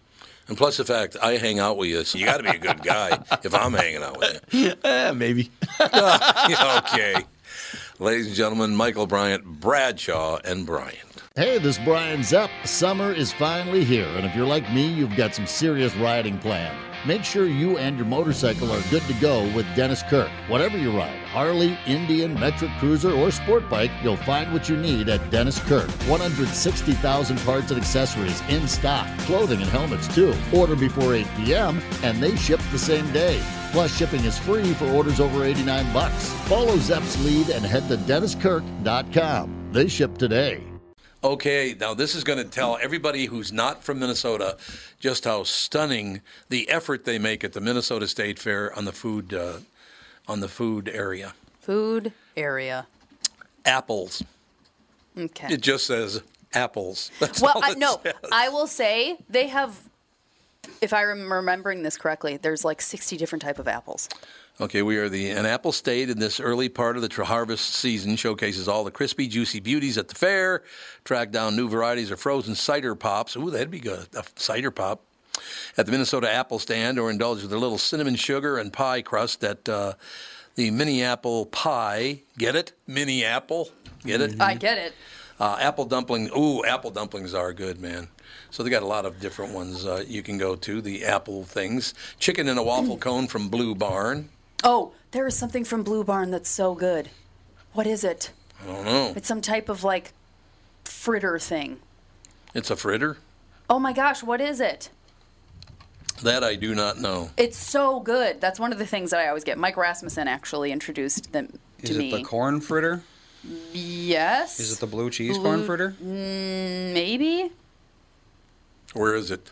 Speaker 4: And plus the fact I hang out with you, so you got to be a good guy if I'm hanging out with you.
Speaker 8: Eh, maybe.
Speaker 4: okay. Ladies and gentlemen, Michael Bryant, Bradshaw, and Bryant.
Speaker 9: Hey, this is Brian Zepp. Summer is finally here, and if you're like me, you've got some serious riding planned. Make sure you and your motorcycle are good to go with Dennis Kirk. Whatever you ride Harley, Indian, Metric Cruiser, or Sport Bike you'll find what you need at Dennis Kirk. 160,000 parts and accessories in stock, clothing and helmets too. Order before 8 p.m., and they ship the same day. Plus, shipping is free for orders over 89 bucks. Follow Zepp's lead and head to DennisKirk.com. They ship today.
Speaker 1: Okay, now this is going to tell everybody who's not from Minnesota just how stunning the effort they make at the Minnesota State Fair on the food uh, on the food area.
Speaker 2: Food area.
Speaker 1: Apples.
Speaker 2: Okay.
Speaker 1: It just says apples. That's
Speaker 2: well,
Speaker 1: all
Speaker 2: I,
Speaker 1: it
Speaker 2: no,
Speaker 1: says.
Speaker 2: I will say they have. If I'm remembering this correctly, there's like 60 different type of apples.
Speaker 1: Okay, we are the an apple state in this early part of the tr- harvest season showcases all the crispy, juicy beauties at the fair. Track down new varieties of frozen cider pops. Ooh, that'd be good. A cider pop at the Minnesota Apple Stand, or indulge with a little cinnamon sugar and pie crust at uh, the mini apple pie. Get it? Mini apple. Get it?
Speaker 2: I get it.
Speaker 1: Uh, apple dumpling. Ooh, apple dumplings are good, man. So they got a lot of different ones uh, you can go to. The apple things, chicken in a waffle cone from Blue Barn.
Speaker 2: Oh, there is something from Blue Barn that's so good. What is it?
Speaker 1: I don't
Speaker 3: Oh.
Speaker 1: know.
Speaker 2: It's some type of like fritter thing.
Speaker 1: It's a fritter?
Speaker 2: Oh my gosh, what is it?
Speaker 1: That I do not know.
Speaker 2: It's so good. That's one of the things that I always get. Mike Rasmussen actually introduced them to
Speaker 3: Is
Speaker 2: me.
Speaker 3: it the corn fritter?
Speaker 2: yes. Mm,
Speaker 3: Is it the blue cheese corn fritter?
Speaker 2: Maybe.
Speaker 1: Where is it?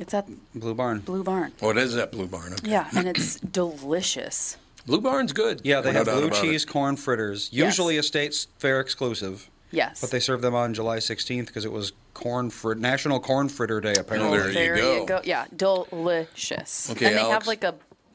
Speaker 2: It's at
Speaker 3: Blue Barn.
Speaker 2: Blue Barn.
Speaker 1: What is that Blue Barn? Okay.
Speaker 2: Yeah, and it's delicious.
Speaker 1: Blue Barn's good.
Speaker 3: Yeah, they
Speaker 1: No
Speaker 3: have
Speaker 1: doubt
Speaker 3: blue
Speaker 1: about it.
Speaker 3: cheese corn fritters,
Speaker 2: Yes.
Speaker 3: usually a state fair exclusive.
Speaker 2: Yes.
Speaker 3: But they served them on July 16th because it was corn frit- National Corn Fritter Day,
Speaker 1: Oh,
Speaker 3: apparently.
Speaker 1: there you go.
Speaker 2: Yeah, delicious.
Speaker 1: Okay,
Speaker 2: and they
Speaker 1: Alex.
Speaker 2: have like a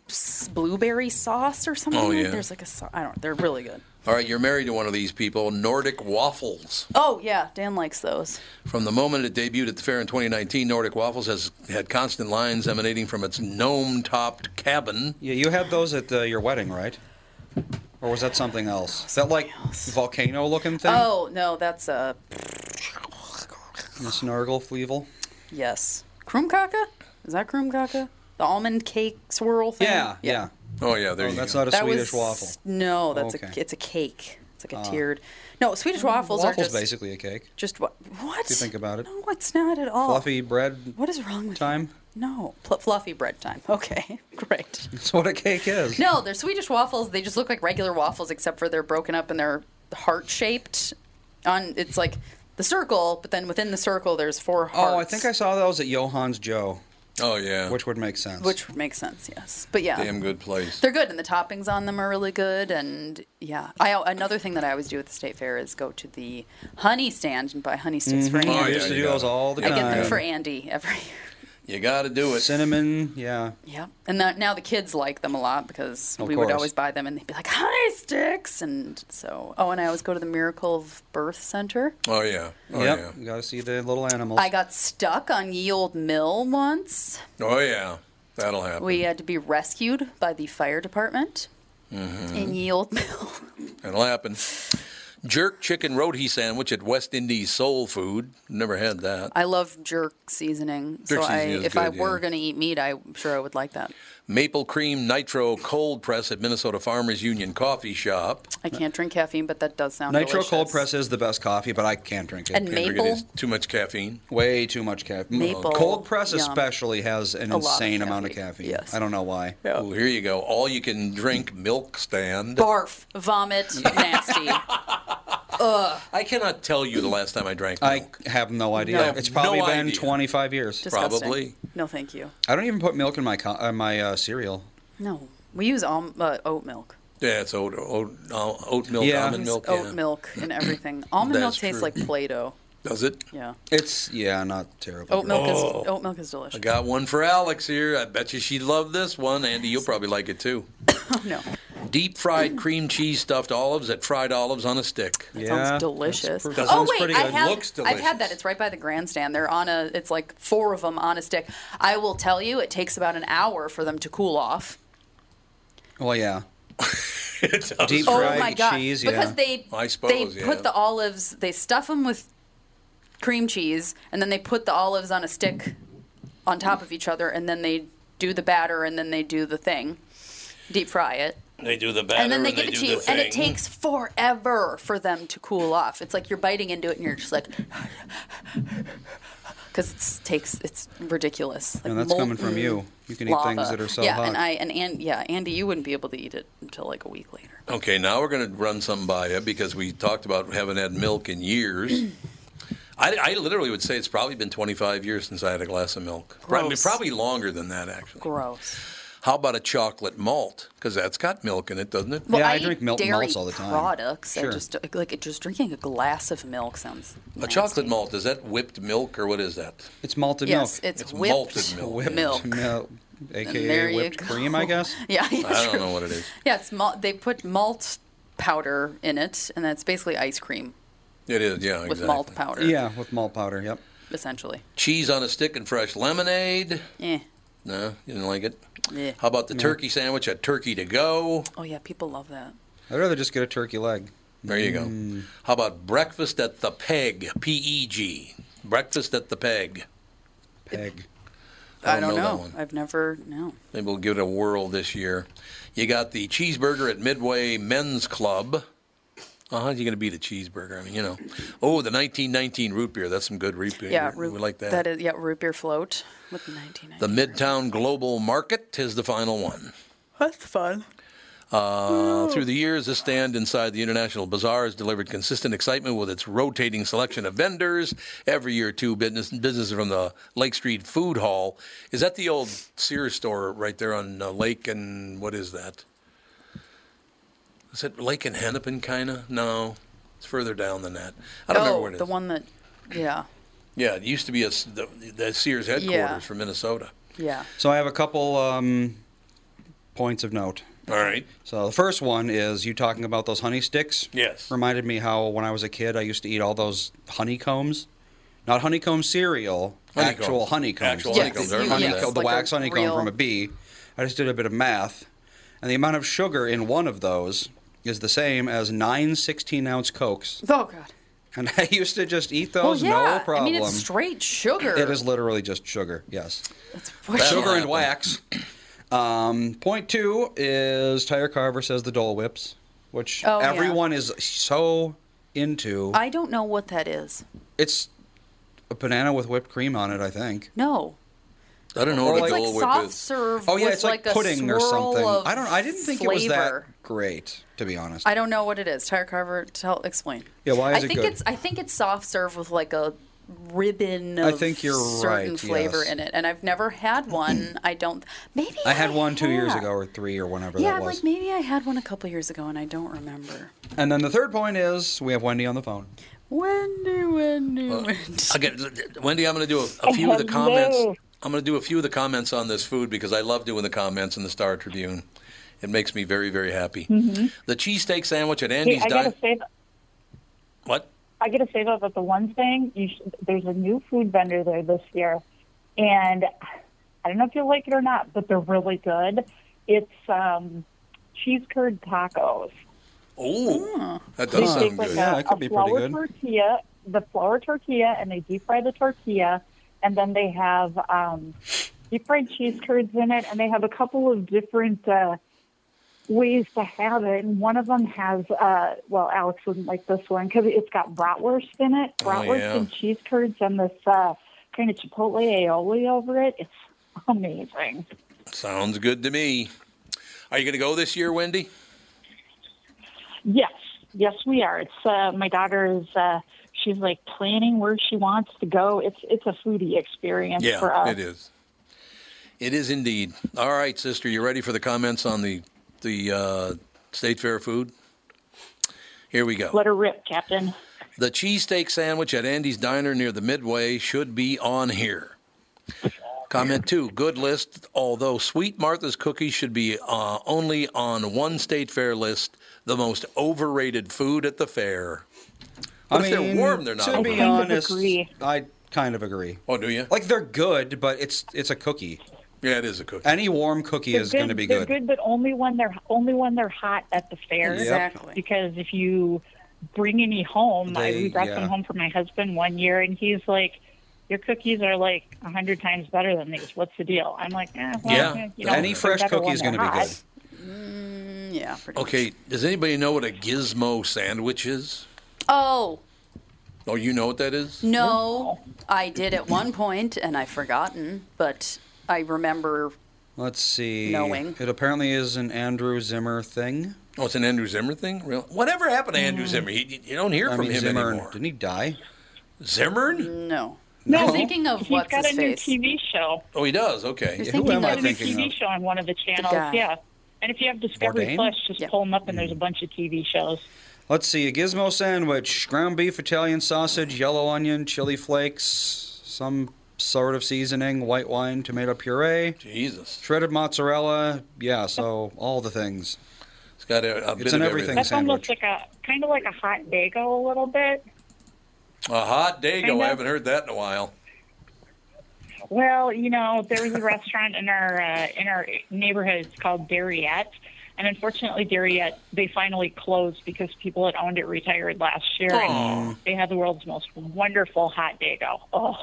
Speaker 2: s- blueberry sauce or something.
Speaker 1: Oh, yeah.
Speaker 2: There's like a sau- I don't. They're really good.
Speaker 1: All right, you're married to one of these people. Nordic Waffles.
Speaker 2: Oh yeah, Dan likes those.
Speaker 1: From the moment it debuted at the fair in 2019, Nordic Waffles has had constant lines emanating from its gnome topped cabin.
Speaker 3: Yeah, you had those at uh your wedding, right? Or was that something else? Is that like volcano looking thing?
Speaker 2: Oh no, that's a
Speaker 3: The snargle fleevel?
Speaker 2: yes. Krumkaka? Is that Krumkaka? The almond cake swirl thing.
Speaker 3: Yeah, yeah.
Speaker 1: Oh yeah, there you
Speaker 3: That's
Speaker 1: go.
Speaker 3: not a
Speaker 2: That
Speaker 3: Swedish
Speaker 2: was-
Speaker 3: waffle.
Speaker 2: No, that's
Speaker 3: Okay.
Speaker 2: a it's a cake. It's like a
Speaker 3: Ah. Mm,
Speaker 2: tiered. No, Swedish waffles,
Speaker 3: Waffle's
Speaker 2: are just
Speaker 3: basically a cake.
Speaker 2: just what? What?
Speaker 3: If you think about it,
Speaker 2: No, it's not at all.
Speaker 3: fluffy bread.
Speaker 2: What is wrong with
Speaker 3: time?
Speaker 2: No, pl- fluffy bread time. Okay, great.
Speaker 3: That's what a cake is.
Speaker 2: No, they're Swedish waffles. They just look like regular waffles, except for they're broken up and they're heart shaped. On it's like the circle, but then within the circle, there's four hearts.
Speaker 3: Oh, I think I saw those at Johann's Joe.
Speaker 1: Oh yeah,
Speaker 3: which would make sense.
Speaker 2: which would make sense. Yes, but yeah,
Speaker 1: Damn good place.
Speaker 2: They're good, and the toppings on them are really good. And yeah, I another thing that I always do at the state fair is go to the honey stand and buy honey sticks for
Speaker 3: Mhm.
Speaker 2: Andy.
Speaker 3: Oh, I used to do those all the
Speaker 2: I get them
Speaker 3: time.
Speaker 2: for Andy every year.
Speaker 1: You got to do it.
Speaker 3: Cinnamon, yeah.
Speaker 2: Yeah, and that, now the kids like them a lot because
Speaker 3: Of
Speaker 2: we would
Speaker 3: course.
Speaker 2: always buy them, and they'd be like honey sticks. And so, oh, and I always go to the Miracle of Birth Center.
Speaker 1: Oh yeah. Oh
Speaker 3: yep.
Speaker 1: yeah.
Speaker 3: You got to see the little animals.
Speaker 2: I got stuck on Ye Old Mill once.
Speaker 1: Oh yeah. That'll happen.
Speaker 2: We had to be rescued by the fire department
Speaker 1: Mhm.
Speaker 2: in Ye Old Mill.
Speaker 1: It'll happen. Jerk chicken roti sandwich at West Indies Soul Food. Never had that.
Speaker 2: I love jerk seasoning, so
Speaker 1: Jerk
Speaker 2: I,
Speaker 1: seasoning is
Speaker 2: if I
Speaker 1: good,
Speaker 2: were
Speaker 1: yeah.
Speaker 2: going to eat meat, I'm sure I would like that.
Speaker 1: Maple cream nitro cold press at Minnesota Farmers Union Coffee Shop.
Speaker 2: I can't drink caffeine, but that does sound
Speaker 3: Nitro
Speaker 2: delicious.
Speaker 3: cold press is the best coffee, but I can't drink it.
Speaker 2: And Can't drink it. maple? It's
Speaker 1: too much caffeine.
Speaker 3: Way too much caffeine. Mm-hmm.
Speaker 2: Maple,
Speaker 3: Cold press
Speaker 2: yum.
Speaker 3: especially has an
Speaker 2: A lot of
Speaker 3: insane amount of caffeine. Yes. I don't know why.
Speaker 1: Oh, here you go. All you can drink milk stand.
Speaker 2: Barf, vomit, nasty. Ugh.
Speaker 1: I cannot tell you the last time I drank
Speaker 3: I
Speaker 1: milk.
Speaker 3: have no idea.
Speaker 1: No.
Speaker 3: It's probably
Speaker 1: No
Speaker 3: been
Speaker 1: idea.
Speaker 3: 25 years.
Speaker 2: Disgusting. No, thank you.
Speaker 3: I don't even put milk in my co- uh, my uh, cereal.
Speaker 2: No, we use alm- uh, oat milk.
Speaker 1: Yeah, it's oat, oat, uh, oat milk,
Speaker 3: Yeah.
Speaker 1: almond
Speaker 2: Use
Speaker 1: milk.
Speaker 2: oat
Speaker 1: yeah.
Speaker 2: milk, and everything. Almond milk
Speaker 1: That's
Speaker 2: tastes
Speaker 1: true.
Speaker 2: like Play-Doh.
Speaker 1: Does it?
Speaker 2: Yeah,
Speaker 3: It's yeah, not terrible.
Speaker 2: oat milk
Speaker 1: Oh.
Speaker 2: is oat milk is delicious.
Speaker 1: I got one for Alex here. I bet you she'd love this one. Andy, you'll probably like it too.
Speaker 2: Oh, no.
Speaker 1: Deep fried cream cheese stuffed olives at Fried Olives on a Stick.
Speaker 2: That sounds delicious.
Speaker 1: That
Speaker 2: oh
Speaker 1: sounds
Speaker 2: wait,
Speaker 1: pretty
Speaker 2: I
Speaker 1: good.
Speaker 2: have
Speaker 1: Looks delicious.
Speaker 2: I've had that. It's right by the grandstand. They're on a. It's like four of them on a stick. I will tell you, it takes about an hour for them to cool off.
Speaker 3: Well, yeah.
Speaker 1: Deep
Speaker 2: oh my god! Because they
Speaker 1: I
Speaker 2: they
Speaker 1: suppose, yeah.
Speaker 2: put the olives. They stuff them with cream cheese, and then they put the olives on a stick on top of each other, and then they do the batter, and then they do the thing, deep fry it.
Speaker 1: They do the
Speaker 2: and then they give it to you, and it takes forever for them to cool off. It's like you're biting into it, and you're just like, because it takes it's ridiculous. Like
Speaker 3: and that's coming from
Speaker 2: molten
Speaker 3: you. You can eat
Speaker 2: lava.
Speaker 3: things that are so
Speaker 2: yeah,
Speaker 3: hot.
Speaker 2: and I and, and yeah, Andy, you wouldn't be able to eat it until like a week later.
Speaker 1: Okay, now we're going to run some by you because we talked about haven't had milk in years. I, I literally would say it's probably been 25 years since I had a glass of milk. Probably,
Speaker 2: Gross.
Speaker 1: probably longer than that, actually.
Speaker 2: Gross.
Speaker 1: How about a chocolate malt? Because that's got milk in it, doesn't it?
Speaker 2: Well, I, eat dairy Products. I just like just drinking a glass of milk sounds.
Speaker 1: a chocolate malt is that whipped milk or what is that?
Speaker 3: It's malted
Speaker 2: Yes,
Speaker 3: milk.
Speaker 2: it's whipped
Speaker 3: Whipped
Speaker 2: milk.
Speaker 3: milk, aka
Speaker 2: there you
Speaker 3: whipped
Speaker 2: go.
Speaker 3: cream, I guess.
Speaker 2: Yeah, yeah,
Speaker 1: I don't
Speaker 2: true.
Speaker 1: know what it is.
Speaker 2: Yeah, it's malt. They put malt powder in it, and that's basically ice cream
Speaker 1: It is, yeah,
Speaker 2: with
Speaker 1: exactly.
Speaker 2: malt powder.
Speaker 3: Yeah, with malt powder. Yep.
Speaker 2: essentially.
Speaker 1: Cheese on a stick and fresh lemonade.
Speaker 2: Eh.
Speaker 1: No, you didn't like it.
Speaker 2: Yeah.
Speaker 1: How about the
Speaker 3: No.
Speaker 1: turkey sandwich at Turkey to Go?
Speaker 2: Oh yeah, people love that.
Speaker 3: I'd rather just get a turkey leg.
Speaker 1: There you go.
Speaker 3: Mm.
Speaker 1: How about breakfast at the Peg? P E G. Breakfast at the Peg.
Speaker 3: Peg.
Speaker 2: I don't,
Speaker 1: that
Speaker 2: know.
Speaker 1: one.
Speaker 2: I've never no.
Speaker 1: Maybe we'll give it a whirl this year. You got the cheeseburger at Midway Men's Club. Oh, how's you going to beat a cheeseburger? I mean, you know. Oh, the 1919 root beer. That's some good root beer.
Speaker 2: Yeah,
Speaker 1: we like that.
Speaker 2: That is yeah, root beer float with nineteen.
Speaker 1: the Midtown Global Market is the final one.
Speaker 2: That's fun.
Speaker 1: Uh, through the years, this stand inside the International Bazaar has delivered consistent excitement with its rotating selection of vendors. Every year, two business businesses from the Lake Street Food Hall is that the old Sears store right there on uh, Lake and what is that? Is it Lake and Hennepin, kinda? No, it's further down than that. I don't
Speaker 2: oh,
Speaker 1: remember what it is.
Speaker 2: the one that. Yeah,
Speaker 1: yeah, it used to be a s the, the Sears headquarters for Minnesota.
Speaker 2: yeah.
Speaker 3: So I have a couple um, points of note.
Speaker 1: All right.
Speaker 3: So the first one is you talking about those honey sticks.
Speaker 1: Yes.
Speaker 3: Reminded me how when I was a kid I used to eat all those honeycombs, not honeycomb cereal,
Speaker 1: Honeycombs.
Speaker 3: actual honeycombs.
Speaker 1: Actual Yes, honeycombs, I you- remember
Speaker 3: Honeycomb-
Speaker 1: that.
Speaker 3: the
Speaker 1: like a
Speaker 3: wax honeycomb
Speaker 1: real-
Speaker 3: from a bee. I just did a bit of math, and the amount of sugar in one of those is the same as nine 16 ounce Cokes.
Speaker 2: Oh God.
Speaker 3: And I used to just eat
Speaker 2: Well,
Speaker 3: those,
Speaker 2: yeah.
Speaker 3: no problem.
Speaker 2: I mean, it's straight sugar.
Speaker 3: It is literally just sugar, yes.
Speaker 2: what
Speaker 3: sugar
Speaker 2: should
Speaker 3: and wax. Um, point two is Tire Carver says the Dole Whips, which
Speaker 2: Oh, yeah.
Speaker 3: everyone is so into.
Speaker 2: I don't know what that is.
Speaker 3: it's a banana with whipped cream on it, I think.
Speaker 2: No.
Speaker 3: I don't
Speaker 2: it's like soft serve.
Speaker 3: Oh yeah,
Speaker 2: with
Speaker 3: it's like,
Speaker 2: a
Speaker 3: pudding or
Speaker 2: swirl
Speaker 3: something.
Speaker 2: of
Speaker 3: I don't. I didn't think it was
Speaker 2: flavor.
Speaker 3: that great, to be honest.
Speaker 2: I don't know what it is. Tire Carver, tell explain.
Speaker 3: Yeah, why is
Speaker 2: I
Speaker 3: it
Speaker 2: think
Speaker 3: good?
Speaker 2: it's I think it's soft serve with like a ribbon
Speaker 3: I
Speaker 2: of
Speaker 3: think you're
Speaker 2: certain
Speaker 3: right,
Speaker 2: flavor
Speaker 3: yes.
Speaker 2: in it, and I've never had one. I don't. Maybe
Speaker 3: I had one two years
Speaker 2: have.
Speaker 3: ago or three or whenever
Speaker 2: yeah,
Speaker 3: that
Speaker 2: I'm
Speaker 3: was.
Speaker 2: like maybe I had one a couple years ago, and I don't remember.
Speaker 3: and then the third point is we have Wendy on the phone.
Speaker 2: Wendy, Wendy, Wendy.
Speaker 1: Again, Wendy, I'm going to do a,
Speaker 10: Oh,
Speaker 1: a few of the
Speaker 2: Hello.
Speaker 1: comments. I'm going to do a few of the comments on this food because I love doing the comments in the Star Tribune. It makes me very, very happy.
Speaker 10: Mhm.
Speaker 1: The cheesesteak sandwich at
Speaker 10: Hey,
Speaker 1: Andy's
Speaker 10: I gotta
Speaker 1: Diner.
Speaker 10: say, th-
Speaker 1: What?
Speaker 10: I gotta say though that the one thing you sh- there's a new food vendor there this year, and I don't know if you'll like it or not, but they're really good. It's um, cheese curd tacos.
Speaker 1: Oh, that
Speaker 10: They
Speaker 1: does
Speaker 10: take
Speaker 1: sound
Speaker 10: like
Speaker 1: good.
Speaker 10: a, a flour tortilla, the flour tortilla, and they deep fry the tortilla, and then they have um, deep fried cheese curds in it, and they have a couple of different uh, ways to have it. And one of them has, uh, well, Alex wouldn't like this one because it's got bratwurst in it,
Speaker 1: Oh,
Speaker 10: bratwurst
Speaker 1: yeah.
Speaker 10: and cheese curds, and this uh, kind of chipotle aioli over it. It's amazing.
Speaker 1: Sounds good to me. Are you going to go this year, Wendy?
Speaker 10: Yes, yes, we are. It's uh, my daughter is. Uh, she's like planning where she wants to go. It's it's a foodie experience for
Speaker 1: yeah,
Speaker 10: us.
Speaker 1: it is. It is indeed. All right, sister, you ready for the comments on the the uh, state fair food? Here we go.
Speaker 10: Let her rip, Captain.
Speaker 1: The cheesesteak sandwich at Andy's Diner near the Midway should be on here. Comment two, good list, although Sweet Martha's cookies should be uh, only on one state fair list, the most overrated food at the fair.
Speaker 3: I
Speaker 1: But if
Speaker 3: mean,
Speaker 1: they're warm, they're not
Speaker 3: To be
Speaker 1: overrated.
Speaker 3: honest, I kind of agree.
Speaker 1: Oh, do you?
Speaker 3: Like they're good, but it's it's a cookie.
Speaker 1: Yeah, it is a cookie.
Speaker 3: Any warm cookie is going to be
Speaker 10: they're
Speaker 3: good.
Speaker 10: good, but only when they're only when they're hot at the fair.
Speaker 3: Yep. Exactly.
Speaker 10: Because if you bring any home, I
Speaker 3: They-
Speaker 10: we brought
Speaker 3: yeah.
Speaker 10: some home for my husband one year, and he's like, "Your cookies are like a hundred times better than these. What's the deal?" I'm like, eh, well, eh, you know,
Speaker 1: Any
Speaker 10: they're
Speaker 1: fresh
Speaker 10: better
Speaker 1: cookie
Speaker 10: when
Speaker 1: is
Speaker 10: they're
Speaker 1: going to be
Speaker 10: hot."
Speaker 1: good.
Speaker 2: Mm, yeah. pretty much.
Speaker 1: Okay, does anybody know what a gizmo sandwich is?
Speaker 2: Oh
Speaker 1: Oh, you know what that is?
Speaker 2: no, I did at one point, and I've forgotten, but I remember.
Speaker 3: Let's see.
Speaker 2: Knowing.
Speaker 3: It apparently is an Andrew Zimmer thing.
Speaker 1: Oh, it's an Andrew Zimmer thing? Real? Whatever happened to Andrew Zimmer? He, you don't hear
Speaker 3: Mm. I
Speaker 1: from
Speaker 3: mean,
Speaker 1: him
Speaker 3: Zimmern-
Speaker 1: anymore.
Speaker 3: Didn't he die?
Speaker 1: Zimmern?
Speaker 2: No.
Speaker 10: No,
Speaker 1: No.
Speaker 2: thinking of
Speaker 10: he's
Speaker 2: what's
Speaker 10: got
Speaker 2: his
Speaker 10: a new
Speaker 2: face.
Speaker 10: TV show.
Speaker 1: Oh, he does. Okay.
Speaker 10: He's got a new TV show on one of the channels.
Speaker 3: guy.
Speaker 10: yeah, and if you have Discovery
Speaker 3: Bourdain?
Speaker 10: Plus, just pull them up, and there's
Speaker 1: Mm-hmm.
Speaker 10: a bunch of TV shows.
Speaker 3: Let's see. A gizmo sandwich, ground beef, Italian sausage, yellow onion, chili flakes, some sort of seasoning, white wine, tomato puree.
Speaker 1: Jesus.
Speaker 3: Shredded mozzarella. Yeah, so all the things.
Speaker 1: It's got a,
Speaker 3: It's an everything,
Speaker 10: That's
Speaker 3: sandwich.
Speaker 10: almost like a kind of like a hot bagel a little bit.
Speaker 1: A hot dago.
Speaker 10: Kinda.
Speaker 1: I haven't heard that in a while.
Speaker 10: Well, you know, there was a restaurant in our uh, in our neighborhood. It's called Dariette, and unfortunately, Dariette they finally closed because people that owned it retired last year.
Speaker 1: Aw.
Speaker 10: And they had the world's most wonderful hot dago. Oh,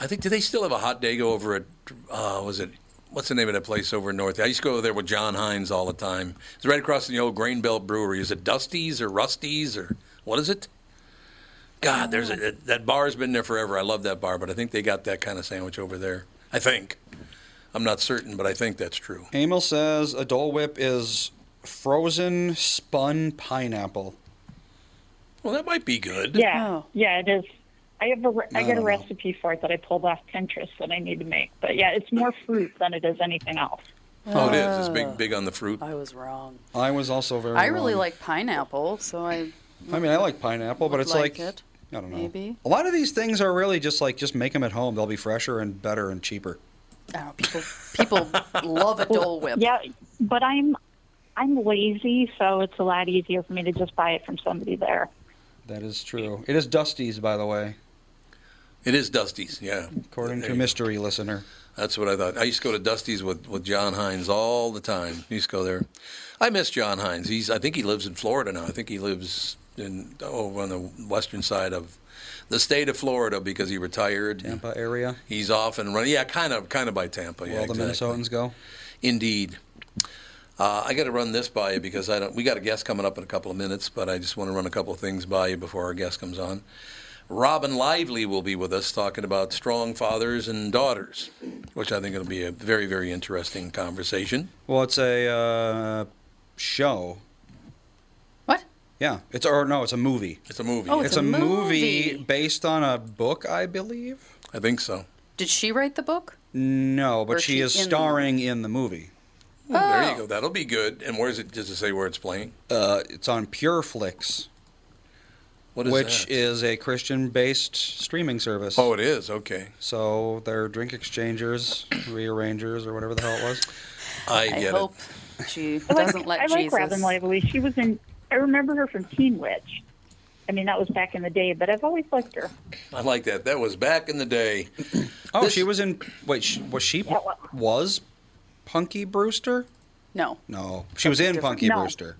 Speaker 1: I think, do they still have a hot dago over at, uh, was it, what's the name of that place over in North? I used to go over there with John Hines all the time. It's right across from the old Grain Belt Brewery. Is it Dusty's or Rusty's or what is it? God, there's a, that bar's been there forever. I love that bar, but I think they got that kind of sandwich over there. I think. I'm not certain, but I think that's true.
Speaker 3: Emil says a Dole Whip is frozen spun pineapple.
Speaker 1: Well, that might be good.
Speaker 10: yeah, yeah, it is. I have a re- I
Speaker 3: I
Speaker 10: got a
Speaker 2: Oh.
Speaker 3: don't know.
Speaker 10: recipe for it that I pulled off Pinterest that I need to make. But yeah, it's more fruit than it is anything else.
Speaker 1: Oh, it is. It's big, big on the fruit.
Speaker 2: I was wrong.
Speaker 3: I was also very.
Speaker 2: I really
Speaker 3: wrong.
Speaker 2: like pineapple, so I.
Speaker 3: I mean, I like pineapple, but
Speaker 2: would
Speaker 3: it's
Speaker 2: like
Speaker 3: like,
Speaker 2: it,
Speaker 3: I don't know.
Speaker 2: maybe.
Speaker 3: A lot of these things are really just like just make them at home. They'll be fresher and better and cheaper.
Speaker 2: I don't know, Oh, people people love a Dole Whip.
Speaker 10: Yeah, but I'm I'm lazy, so it's a lot easier for me to just buy it from somebody there.
Speaker 3: That is true. It is Dusty's, by the way.
Speaker 1: It is Dusty's, yeah.
Speaker 3: According to
Speaker 1: There you go. Oh,
Speaker 3: mystery listener.
Speaker 1: That's what I thought. I used to go to Dusty's with, with John Hines all the time. I used to go there. I miss John Hines. He's I think he lives in Florida now. I think he lives in over on the western side of the state of Florida because he retired.
Speaker 3: Tampa area.
Speaker 1: He's off and running. Yeah, kind of kind of by Tampa.
Speaker 3: Where
Speaker 1: yeah,
Speaker 3: all the
Speaker 1: exactly.
Speaker 3: Minnesotans go.
Speaker 1: Indeed. Uh, I got to run this by you because I don't. We got a guest coming up in a couple of minutes, but I just want to run a couple of things by you before our guest comes on. Robin Lively will be with us talking about strong fathers and daughters, which I think will be a very, very interesting conversation.
Speaker 3: Well, it's a uh, show.
Speaker 2: What?
Speaker 3: Yeah, it's or no, it's a movie.
Speaker 1: It's a movie.
Speaker 2: Oh,
Speaker 3: It's,
Speaker 2: it's
Speaker 3: a,
Speaker 2: a
Speaker 3: movie.
Speaker 2: movie.
Speaker 3: based on a book, I believe.
Speaker 1: I think so.
Speaker 2: Did she write the book?
Speaker 3: No, but
Speaker 2: Or
Speaker 3: she,
Speaker 2: she
Speaker 3: is
Speaker 2: in the
Speaker 3: starring in the movie.
Speaker 1: Ooh,
Speaker 2: Oh,
Speaker 1: There you go. That'll be good. And where is it? Does it say where it's playing?
Speaker 3: Uh, it's on Pureflix,
Speaker 1: What is
Speaker 3: which
Speaker 1: that?
Speaker 3: is a Christian-based streaming service.
Speaker 1: Oh, it is. Okay.
Speaker 3: So they're drink exchangers, rearrangers, or whatever the hell it was.
Speaker 1: I
Speaker 2: I
Speaker 1: get it.
Speaker 2: hope she
Speaker 10: I like,
Speaker 2: doesn't let
Speaker 10: I like
Speaker 2: Jesus.
Speaker 10: Robin Lively. She was in. I remember her from Teen Witch. I mean, that was back in the day, but I've always liked her.
Speaker 1: I like that. That was back in the day.
Speaker 3: Oh, she was in. Wait, she, was she was Punky Brewster?
Speaker 2: No,
Speaker 3: No, she was in Punky
Speaker 10: No.
Speaker 3: Brewster.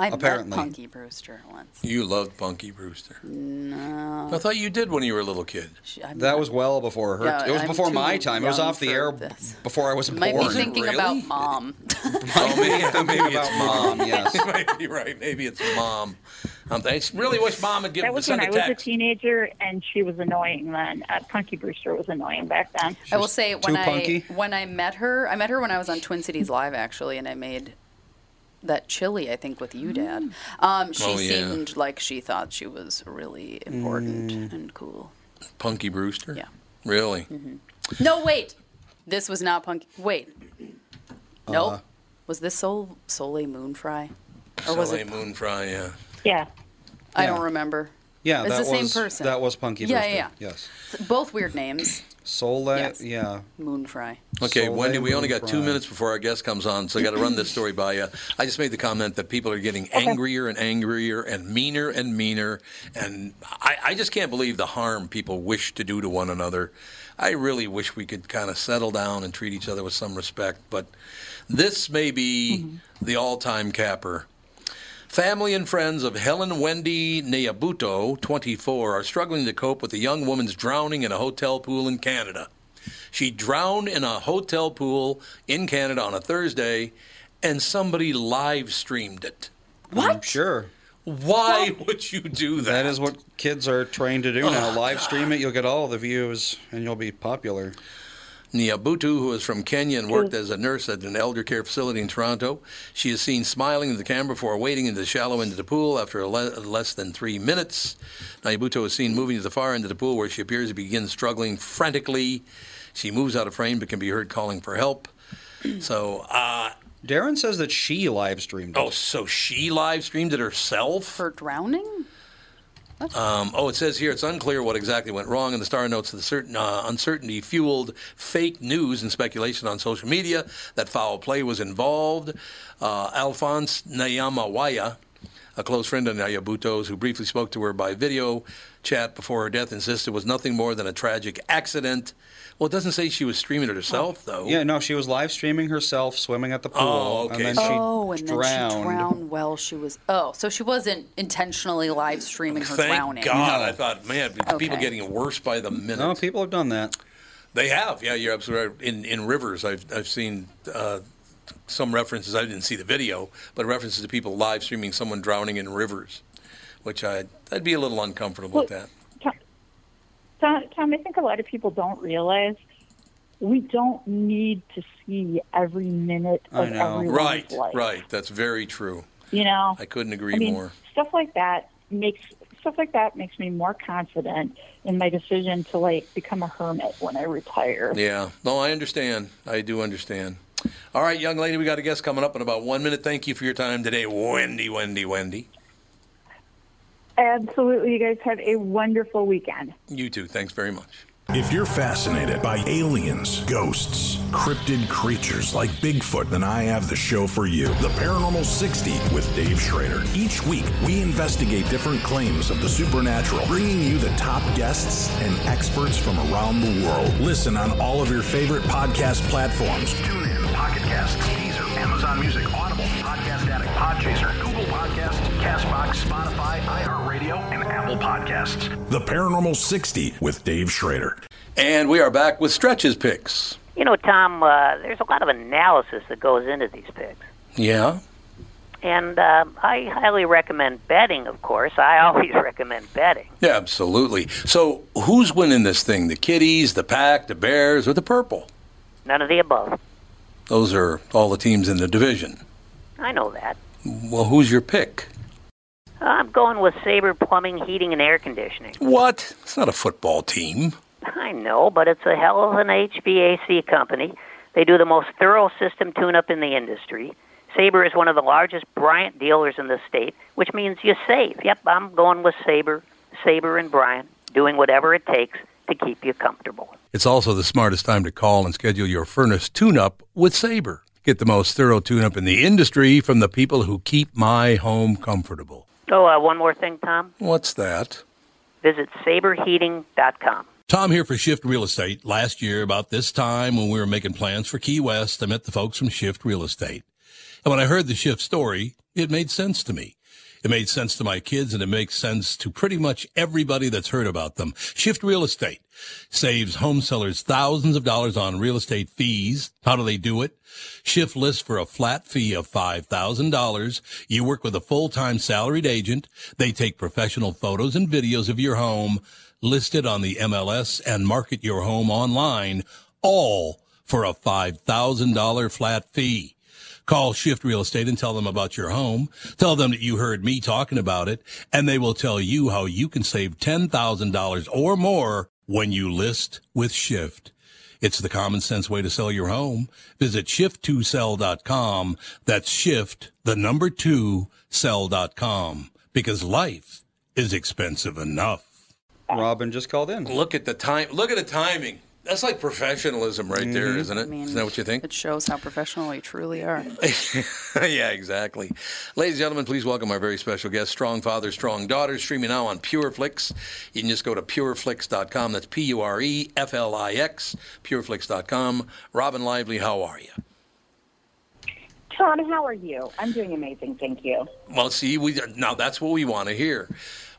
Speaker 2: I
Speaker 3: Apparently.
Speaker 2: met Punky Brewster once.
Speaker 1: You loved Punky Brewster. No. I thought you did when you were a little kid.
Speaker 2: She, I
Speaker 3: That
Speaker 2: met-
Speaker 3: was well before her.
Speaker 2: Yeah,
Speaker 3: it was
Speaker 2: I'm
Speaker 3: before
Speaker 2: too
Speaker 3: my time. It was
Speaker 2: young
Speaker 3: off the
Speaker 2: for
Speaker 3: air
Speaker 2: this.
Speaker 3: before I was
Speaker 2: Might
Speaker 3: born.
Speaker 2: be thinking
Speaker 1: Really?
Speaker 2: about mom.
Speaker 1: Oh, maybe, maybe
Speaker 3: Thinking about mom. Yes.
Speaker 1: you might be right. Maybe it's mom. Um, I really wish mom had
Speaker 10: That
Speaker 1: given
Speaker 10: was
Speaker 1: send
Speaker 10: when I
Speaker 1: a
Speaker 10: was a
Speaker 1: text.
Speaker 10: teenager, and she was annoying then. Uh, Punky Brewster was annoying back then.
Speaker 2: I will say when
Speaker 3: too
Speaker 2: I
Speaker 3: punky?
Speaker 2: when I met her, I met her when I was on Twin Cities Live actually, and I made that chili I think with you,
Speaker 10: Mm.
Speaker 2: Dad. Um, she
Speaker 1: Oh, yeah. Mm.
Speaker 2: seemed like she thought she was really important Mm. and cool.
Speaker 1: Punky Brewster.
Speaker 2: Yeah. Mm-hmm.
Speaker 1: Really?
Speaker 2: No, wait, this was not punk. Wait, nope. was this Sol Soleil Moon Fry?
Speaker 3: Uh-huh.
Speaker 2: Or was
Speaker 1: Soleil
Speaker 2: it?
Speaker 1: Moon Fry? Yeah.
Speaker 10: Yeah.
Speaker 2: I
Speaker 3: Yeah.
Speaker 2: don't remember.
Speaker 3: Yeah,
Speaker 2: It's
Speaker 3: that
Speaker 2: the same
Speaker 3: was,
Speaker 2: person.
Speaker 3: That was Punky
Speaker 2: Yeah,
Speaker 3: Brewster.
Speaker 2: yeah, yeah.
Speaker 3: Yes.
Speaker 2: Both weird names.
Speaker 3: Soleil.
Speaker 2: Yes.
Speaker 3: Yeah.
Speaker 2: Moon Fry.
Speaker 1: Okay,
Speaker 3: Soleil
Speaker 1: Wendy, we only
Speaker 3: Moon
Speaker 1: got two
Speaker 3: Frye.
Speaker 1: minutes before our guest comes on, so I got to run this story by you. I just made the comment that people are getting angrier and angrier and meaner and meaner, and I, I just can't believe the harm people wish to do to one another. I really wish we could kind of settle down and treat each other with some respect, but this may be the all time capper. Family and friends of Helen Wendy Neabuto, 24, are struggling to cope with a young woman's drowning in a hotel pool in Canada. She drowned in a hotel pool in Canada on a Thursday, and somebody live streamed it.
Speaker 3: What? Sure.
Speaker 1: Why would you do that?
Speaker 3: That is what kids are trained to do now. Live stream it. You'll get all the views, and you'll be popular.
Speaker 1: Niabutu, who is from Kenya and worked as a nurse at an elder care facility in Toronto, she is seen smiling at the camera before wading into the shallow end of the pool after le- less than three minutes. Niabutu is seen moving to the far end of the pool where she appears to begin struggling frantically. She moves out of frame but can be heard calling for help. So, uh,
Speaker 3: Darren says that she live streamed. it.
Speaker 1: oh, so she live streamed it herself?
Speaker 2: For drowning?
Speaker 1: Um, oh, it says here it's unclear what exactly went wrong, and the star notes the certain uh, uncertainty fueled fake news and speculation on social media that foul play was involved. Uh, Alphonse Nyamawaya, a close friend of Nyabuto's, who briefly spoke to her by video chat before her death, insisted it was nothing more than a tragic accident. Well, it doesn't say she was streaming it herself, though.
Speaker 3: Oh. Yeah, no, she was live streaming herself swimming at the pool,
Speaker 1: Oh, okay.
Speaker 3: and then she
Speaker 2: oh, and
Speaker 3: drowned.
Speaker 2: then she drowned while she was. Oh, so she wasn't intentionally live streaming her
Speaker 1: Thank
Speaker 2: drowning.
Speaker 1: God. I thought, man, people
Speaker 2: Okay.
Speaker 1: getting worse by the minute.
Speaker 3: No, people have done that.
Speaker 1: They have, yeah, you're absolutely right. In in rivers, I've I've seen uh, some references. I didn't see the video, but references to people live streaming someone drowning in rivers, which I I'd be a little uncomfortable with that.
Speaker 10: Tom, Tom, Tom, I think a lot of people don't realize we don't need to see every minute
Speaker 3: I
Speaker 10: of
Speaker 3: know.
Speaker 10: everyone's
Speaker 1: Right,
Speaker 10: life.
Speaker 1: right. That's very true.
Speaker 10: You know,
Speaker 1: I couldn't agree
Speaker 10: I mean,
Speaker 1: more.
Speaker 10: stuff like that makes stuff like that makes me more confident in my decision to like become a hermit when I retire.
Speaker 1: Yeah. No, I understand. I do understand. All right, young lady, we got a guest coming up in about one minute. Thank you for your time today, Wendy, Wendy, Wendy.
Speaker 10: Absolutely, you guys have a wonderful weekend.
Speaker 1: You too. Thanks very much.
Speaker 5: If you're fascinated by aliens, ghosts, cryptid creatures like Bigfoot, then I have the show for you The Paranormal 60 with Dave Schrader. Each week, we investigate different claims of the supernatural, bringing you the top guests and experts from around the world. Listen on all of your favorite podcast platforms.
Speaker 6: Tune in, Pocket Casts, Deezer, Amazon Music, Audible, Podcast Addict, Podchaser, Google Podcasts, Castbox, Spotify, iHeartRadio, and Apple Podcasts.
Speaker 5: The Paranormal 60 with Dave Schrader.
Speaker 1: And we are back with stretches picks.
Speaker 11: You know, Tom, uh, there's a lot of analysis that goes into these picks.
Speaker 1: Yeah.
Speaker 11: And uh, I highly recommend betting, of course. I always recommend betting.
Speaker 1: Yeah, absolutely. So, who's winning this thing? The Kitties, the Pack, the Bears, or the Purple?
Speaker 11: None of the above.
Speaker 1: Those are all the teams in the division.
Speaker 11: I know that.
Speaker 1: Well, who's your pick?
Speaker 11: I'm going with Sabre Plumbing, Heating, and Air Conditioning.
Speaker 1: What? It's not a football team.
Speaker 11: I know, but it's a hell of an HVAC company. They do the most thorough system tune up in the industry. Sabre is one of the largest Bryant dealers in the state, which means you save. Yep, I'm going with Sabre, Sabre and Bryant, doing whatever it takes to keep you comfortable.
Speaker 1: It's also the smartest time to call and schedule your furnace tune up with Sabre. Get the most thorough tune up in the industry from the people who keep my home comfortable.
Speaker 11: Oh, uh, one more thing, Tom.
Speaker 1: What's that?
Speaker 11: Visit saberheating.com.
Speaker 12: Tom here for Shift Real Estate. Last year, about this time when we were making plans for Key West, I met the folks from Shift Real Estate. And when I heard the Shift story, it made sense to me. It made sense to my kids and it makes sense to pretty much everybody that's heard about them. Shift Real Estate saves home sellers thousands of dollars on real estate fees. How do they do it? Shift lists for a flat fee of $5,000. You work with a full-time salaried agent. They take professional photos and videos of your home listed on the MLS and market your home online all for a $5,000 flat fee. Call Shift Real Estate and tell them about your home. Tell them that you heard me talking about it and they will tell you how you can save $10,000 or more when you list with Shift. It's the common sense way to sell your home. Visit shift2sell.com. That's shift, the number two, sell.com because life is expensive enough.
Speaker 13: Robin just called in.
Speaker 1: Look at the time. Look at the timing. That's like professionalism right there,
Speaker 13: Mm-hmm.
Speaker 2: Mhm.
Speaker 1: isn't it?
Speaker 2: I mean,
Speaker 1: not that what you think?
Speaker 2: It shows how professional we truly are.
Speaker 1: yeah, exactly. Ladies and gentlemen, please welcome our very special guest, Strong Father, Strong Daughter, streaming now on PureFlix. You can just go to pureflix.com. That's P U R E F L I X, pureflix.com. Robin Lively, how are you?
Speaker 14: Tom, how are you? I'm doing amazing, thank you.
Speaker 1: Well, see, we now that's what we want to hear.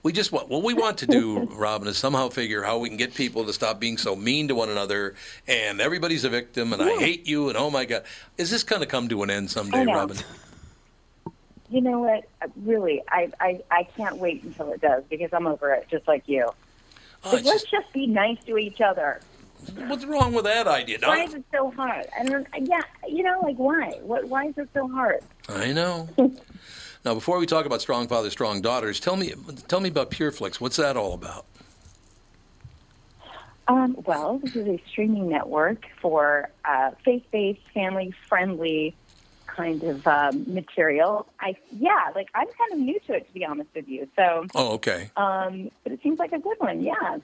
Speaker 1: We just want what we want to do, Robin, is somehow figure how we can get people to stop being so mean to one another. And everybody's a victim, and I hate you, and oh my God, is this going to come to an end someday,
Speaker 14: know.
Speaker 1: Robin?
Speaker 14: You know what? Uh, Really, I, I, I can't wait until it does because I'm over it, just like
Speaker 1: Oh,
Speaker 14: you. Like, let's just be nice to each other.
Speaker 1: What's wrong with that idea? No,
Speaker 14: Why is it so hard? I don't. Yeah, you know, like why? What? Why is it so hard?
Speaker 1: I know. now, before we talk about strong fathers, strong daughters, tell me tell me about PureFlix. What's that all about?
Speaker 14: Um, well, this is a streaming network for uh, faith-based, family-friendly kind of um, material. I yeah, like I'm kind of new to it, to be honest with you. So,
Speaker 1: Oh, okay.
Speaker 14: um, but it seems like a good one. Yeah.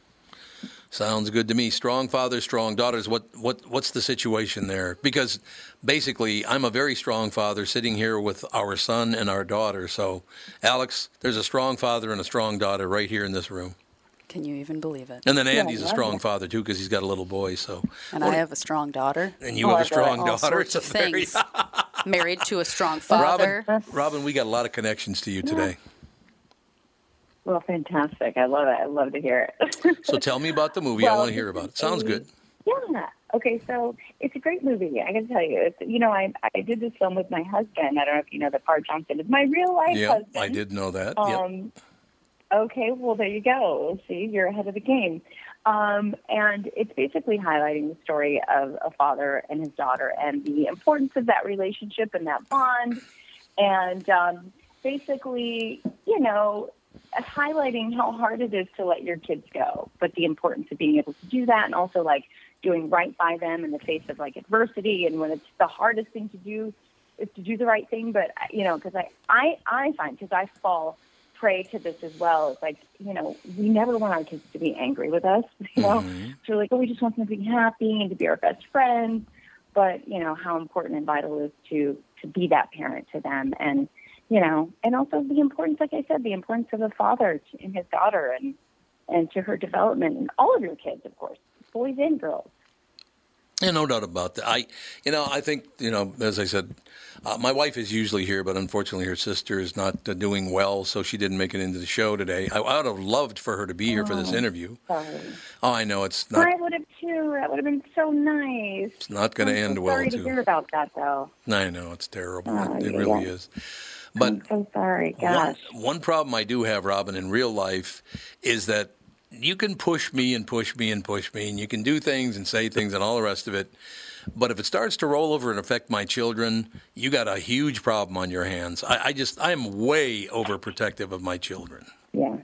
Speaker 1: Sounds good to me. Strong fathers, strong daughters. What what what's the situation there? Because basically, I'm a very strong father sitting here with our son and our daughter. So, Alex, there's a strong father and a strong daughter right here in this room.
Speaker 2: Can you even believe it?
Speaker 1: And then Andy's a strong father too because he's got a little boy. So,
Speaker 2: And I have a strong daughter. Oh,
Speaker 1: And you have a strong
Speaker 2: All
Speaker 1: daughter.
Speaker 2: sorts of
Speaker 1: It's a very-
Speaker 2: things. Married to a strong father.
Speaker 1: Robin, Robin, we got a lot of connections to you today.
Speaker 14: Well, fantastic. I love it. I love to hear it.
Speaker 1: So, tell me about the movie. I
Speaker 14: Well,
Speaker 1: want to hear about it. Sounds
Speaker 14: a-
Speaker 1: good.
Speaker 14: Yeah. Okay. So it's a great movie. I can tell you. It's, you know, I I did this film with my husband. I don't know if you know that Park Johnson is my real life
Speaker 1: Yeah,
Speaker 14: husband.
Speaker 1: I did know that. Yep.
Speaker 14: Um, Okay, well, there you go. See, you're ahead of the game. Um, and it's basically highlighting the story of a father and his daughter and the importance of that relationship and that bond. And um, basically, you know, highlighting how hard it is to let your kids go, but the importance of being able to do that and also like doing right by them in the face of like adversity and when it's the hardest thing to do is to do the right thing. But, you know, because I, I, I find, because I fall prey to this as well. It's like, you know, we never want our kids to be angry with us. You know,
Speaker 1: Mm-hmm.
Speaker 14: so we're like, oh, we just want them to be happy and to be our best friends. But, you know, how important and vital it is to, to be that parent to them. And, you know, and also the importance, like I said, the importance of the father to- and his daughter and, and to her development and all of your kids, of course, boys and girls.
Speaker 1: Yeah, no doubt about that. I, you know, I think you know, as I said, uh, my wife is usually here, but unfortunately, her sister is not uh, doing well, so she didn't make it into the show today. I, I would have loved for her to be here for this
Speaker 14: Oh.
Speaker 1: interview.
Speaker 14: Sorry.
Speaker 1: Oh, I know it's not
Speaker 14: I would have too. That would have been so nice.
Speaker 1: it's not going to end well.
Speaker 14: Sorry to
Speaker 1: too.
Speaker 14: hear about that, though.
Speaker 1: I know it's terrible.
Speaker 14: Oh,
Speaker 1: it, it
Speaker 14: yeah.
Speaker 1: really is. But
Speaker 14: So sorry, gosh.
Speaker 1: One, one problem I do have, Robin, in real life is that you can push me and push me and push me, and you can do things and say things and all the rest of it. But if it starts to roll over and affect my children, you got a huge problem on your hands. I, I just, I am way overprotective of my children.
Speaker 14: Yeah.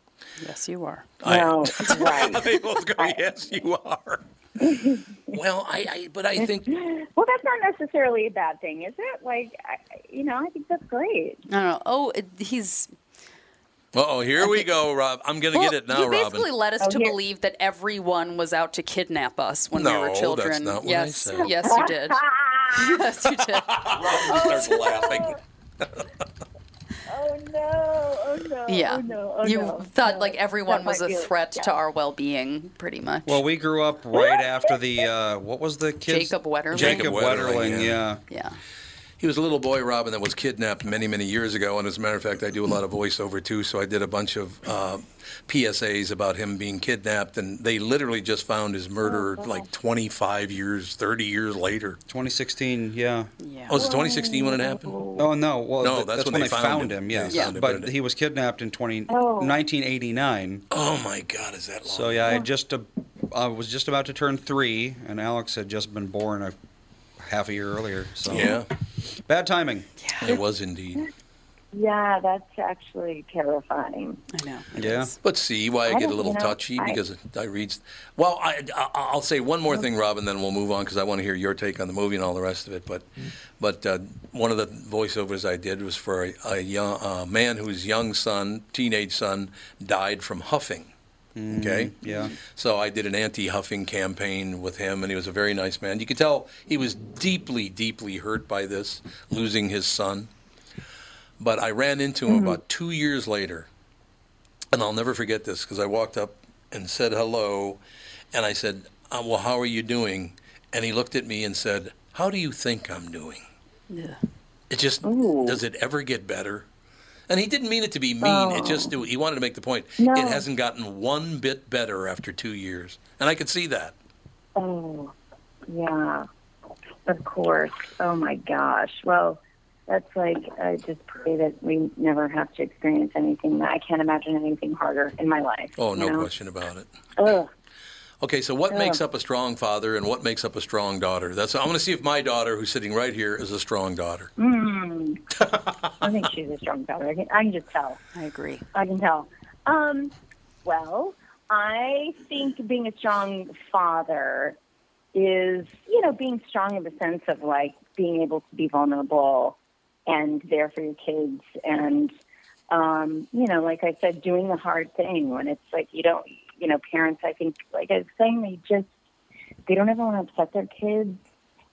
Speaker 2: Yes, you are.
Speaker 1: No,
Speaker 14: right.
Speaker 1: they both go, yes, you are. well, Oh, I, I, but I think
Speaker 14: Well, that's not necessarily a bad thing, is it? Like, I, you know, I think that's great.
Speaker 2: I don't know. Oh, it- he's
Speaker 1: Oh, here we go, Rob. I'm going to
Speaker 2: well,
Speaker 1: get it now,
Speaker 2: He basically
Speaker 1: Robin.
Speaker 2: led us
Speaker 14: Oh,
Speaker 2: to
Speaker 14: here.
Speaker 2: believe that everyone was out to kidnap us when we
Speaker 1: No,
Speaker 2: were
Speaker 1: that's
Speaker 2: children.
Speaker 1: not what I
Speaker 2: yes,
Speaker 1: said.
Speaker 2: yes, you did. yes, you did.
Speaker 1: Starts laughing.
Speaker 14: Oh no! Oh no!
Speaker 2: Yeah,
Speaker 14: Oh, no. Oh,
Speaker 2: you
Speaker 14: no.
Speaker 2: thought like everyone
Speaker 14: That
Speaker 2: was
Speaker 14: might
Speaker 2: a
Speaker 14: be-
Speaker 2: threat to
Speaker 14: yeah.
Speaker 2: our well-being, pretty much.
Speaker 3: Well, we grew up right after the uh, what was the kid?
Speaker 2: Jacob Wetterling.
Speaker 3: Jacob Wetterling.
Speaker 1: Wetterling,
Speaker 3: Yeah.
Speaker 2: yeah.
Speaker 1: He was a little boy, Robin, that was kidnapped many, many years ago. And as a matter of fact, I do a lot of voiceover too. So I did a bunch of uh, PSAs about him being kidnapped, and they literally just found his murderer like 25 years, 30 years later.
Speaker 3: 2016. Yeah.
Speaker 2: Yeah.
Speaker 1: Oh, was it 2016 when it happened?
Speaker 3: Oh no! Well,
Speaker 1: No,
Speaker 3: th-
Speaker 1: that's when
Speaker 3: when
Speaker 1: they
Speaker 3: they
Speaker 1: found
Speaker 3: found
Speaker 1: him.
Speaker 3: him.
Speaker 1: They
Speaker 3: Yes.
Speaker 1: found him,
Speaker 3: But
Speaker 1: but-
Speaker 3: he was kidnapped in 20,
Speaker 14: Oh.
Speaker 3: 1989.
Speaker 1: Oh my God, is that long?
Speaker 3: So yeah, I just uh, I was just about to turn three, and Alex had just been born a half a year earlier. So
Speaker 1: yeah,
Speaker 3: bad timing.
Speaker 1: it was indeed.
Speaker 14: Yeah, that's actually terrifying.
Speaker 2: I know.
Speaker 3: Yeah.
Speaker 1: But see why I,
Speaker 14: I
Speaker 1: get a
Speaker 14: don't-
Speaker 1: little
Speaker 14: you know,
Speaker 1: touchy
Speaker 14: I-
Speaker 1: because I read. Well, I, I, I'll say one more thing, Rob, and then we'll move on because I want to hear your take on the movie and all the rest of it. But, but uh, one of the voiceovers I did was for a, a young a man whose young son, teenage son, died from huffing. Okay.
Speaker 3: yeah.
Speaker 1: So I did an anti-huffing campaign with him, and he was a very nice man. You could tell he was deeply, deeply hurt by this losing his son. But I ran into
Speaker 14: Mm-hmm.
Speaker 1: him about two years later, and I'll never forget this because I walked up and said hello, and I said, uh, "Well, how are you doing?" And he looked at me and said, "How do you think I'm doing?"
Speaker 2: Yeah.
Speaker 1: It just does it ever get better? And he didn't mean it to be mean. It just he wanted to make the point.
Speaker 14: Oh. No.
Speaker 1: It hasn't gotten one bit better after two years, and I could see that.
Speaker 14: Oh, yeah. Of course. Oh my gosh. Well, that's like I just pray that we never have to experience anything. I can't imagine anything harder in my life.
Speaker 1: Oh, no
Speaker 14: you know?
Speaker 1: question about it.
Speaker 14: Ugh.
Speaker 1: Okay, so what
Speaker 14: Yeah.
Speaker 1: makes up a strong father and what makes up a strong daughter? That's I'm going to see if my daughter, who's sitting right here, is a strong daughter.
Speaker 14: Mm. I think she's a strong daughter. I can, I can just tell.
Speaker 2: I agree.
Speaker 14: I can tell. Um, well, I think being a strong father is, you know, being strong in the sense of like being able to be vulnerable and there for your kids and um, you know, like I said, doing the hard thing when it's like you don't you know, parents I think like I was saying, they just they don't ever want to upset their kids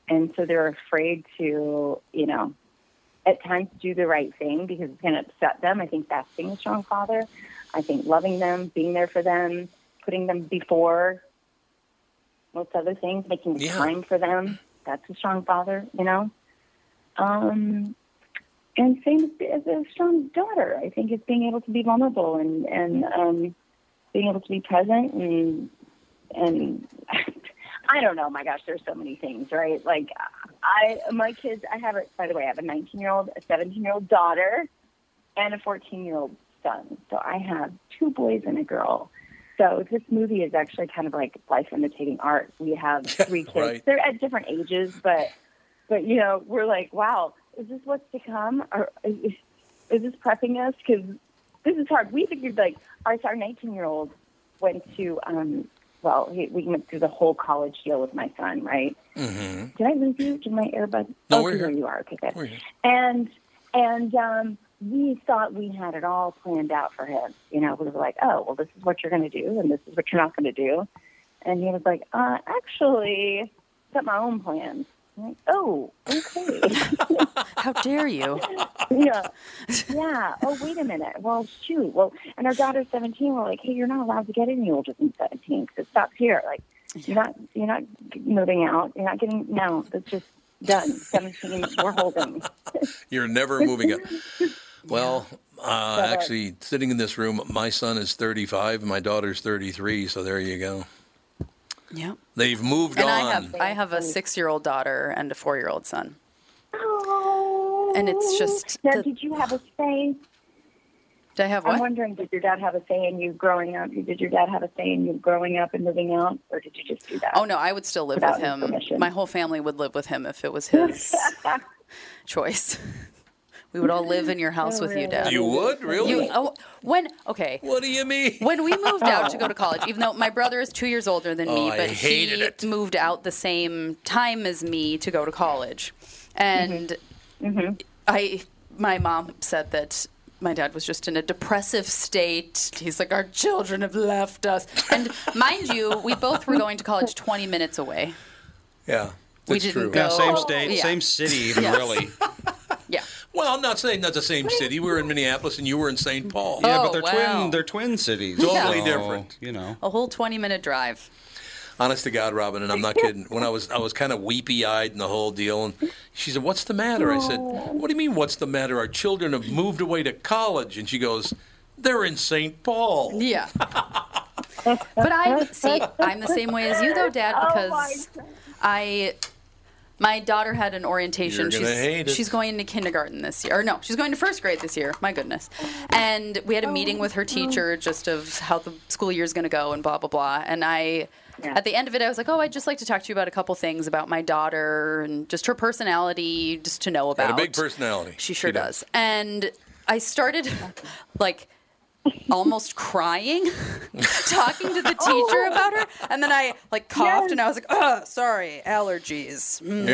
Speaker 14: and so they're afraid to, you know, at times do the right thing because it's going to upset them. I think that's being a strong father. I think loving them, being there for them, putting them before most other things, making
Speaker 1: Yeah.
Speaker 14: time for them. That's a strong father, you know. Um, and same as a strong daughter, I think is being able to be vulnerable and and um, being able to be present and and I don't know. My gosh, there's so many things, right? Like I, my kids. I have. A, by the way, I have a 19 year old, a 17 year old daughter, and a 14 year old son. So I have two boys and a girl. So this movie is actually kind of like life imitating art. We have three kids.
Speaker 1: Right.
Speaker 14: They're at different ages, but but you know, we're like, wow, is this what's to come? Or is, is this prepping us? Because this is hard. We figured like, all right, so our 19 year old went to, um, well, he, we went through the whole college deal with my son, right?
Speaker 1: Mm-hmm.
Speaker 14: Did I lose you? Did my earbud?
Speaker 1: No,
Speaker 14: oh,
Speaker 1: we're
Speaker 14: there
Speaker 1: here.
Speaker 14: you are. Okay, good.
Speaker 1: We're here.
Speaker 14: And and um, we thought we had it all planned out for him. You know, we were like, oh, well, this is what you're going to do, and this is what you're not going to do. And he was like, uh, actually, I've got my own plans. I'm like, oh, okay.
Speaker 2: How dare you?
Speaker 14: yeah. Yeah. Oh, wait a minute. Well, shoot. Well, and our daughter's 17. We're like, hey, you're not allowed to get any older than 17 because it stops here. Like, you're not, you're not moving out. You're not getting, no, that's just done. 17, we're holding.
Speaker 1: You're never moving up. Well, uh, actually, sitting in this room, my son is 35 and my daughter's 33. So there you go.
Speaker 2: Yeah.
Speaker 1: They've moved
Speaker 2: And
Speaker 1: on.
Speaker 2: I have I have a six year old daughter and a four year old son. Oh. And it's just
Speaker 14: Now, did you have a say?
Speaker 2: Did I have
Speaker 14: I'm
Speaker 2: what?
Speaker 14: wondering, did your dad have a say in you growing up? Did your dad have a say in you growing up and moving out, or did you just do that?
Speaker 2: Oh no, I would still live with
Speaker 14: Without
Speaker 2: him.
Speaker 14: his permission.
Speaker 2: My whole family would live with him if it was his choice. We would all live in your house
Speaker 1: Oh,
Speaker 2: with you,
Speaker 1: really?
Speaker 2: Dad.
Speaker 1: You would? Really?
Speaker 2: You- oh, when? Okay.
Speaker 1: What do you mean?
Speaker 2: When we moved out to go to college, even though my brother is two years older than
Speaker 1: Oh,
Speaker 2: me,
Speaker 1: I
Speaker 2: but
Speaker 1: hated
Speaker 2: he moved out the same time as me to go to college, and
Speaker 14: Mm-hmm.
Speaker 10: Mm-hmm.
Speaker 2: I, my mom said that. My dad was just in a depressive state. He's like, our children have left us. And mind you, we both were going to college 20 minutes away.
Speaker 1: Yeah.
Speaker 2: We
Speaker 1: that's
Speaker 2: didn't
Speaker 1: true.
Speaker 2: go-
Speaker 3: Yeah, same state,
Speaker 2: Yeah.
Speaker 3: same city, even
Speaker 2: Yes.
Speaker 3: really.
Speaker 1: Well, I'm not saying that's the same city. We were in Minneapolis and you were in St. Paul.
Speaker 3: Yeah, but they're
Speaker 2: Oh, wow.
Speaker 3: twin. They're twin cities.
Speaker 1: Totally
Speaker 3: so,
Speaker 1: different.
Speaker 3: You know.
Speaker 2: A whole 20 minute drive.
Speaker 1: Honest to God, Robin, and I'm not kidding. When I was I was kind of weepy eyed and the whole deal, and she said, "What's the matter?" I said, "What do you mean, what's the matter? Our children have moved away to college," and she goes, "They're in St. Paul."
Speaker 2: Yeah. but I see I'm the same way as you though, Dad,
Speaker 14: Oh,
Speaker 2: because I my daughter had an orientation.
Speaker 1: You're gonna
Speaker 2: she's
Speaker 1: hate it.
Speaker 2: she's going into kindergarten this year. Or no, she's going to first grade this year. My goodness. And we had a meeting with her teacher just of how the school year's going to go and blah blah blah. And I at the end of it I was like, "Oh, I'd just like to talk to you about a couple things about my daughter and just her personality, just to know about."
Speaker 1: Got a big personality.
Speaker 2: She sure does. And I started like almost crying talking to the
Speaker 14: Oh.
Speaker 2: teacher about her and then I like coughed and I was like, "Oh, sorry, allergies." Mm.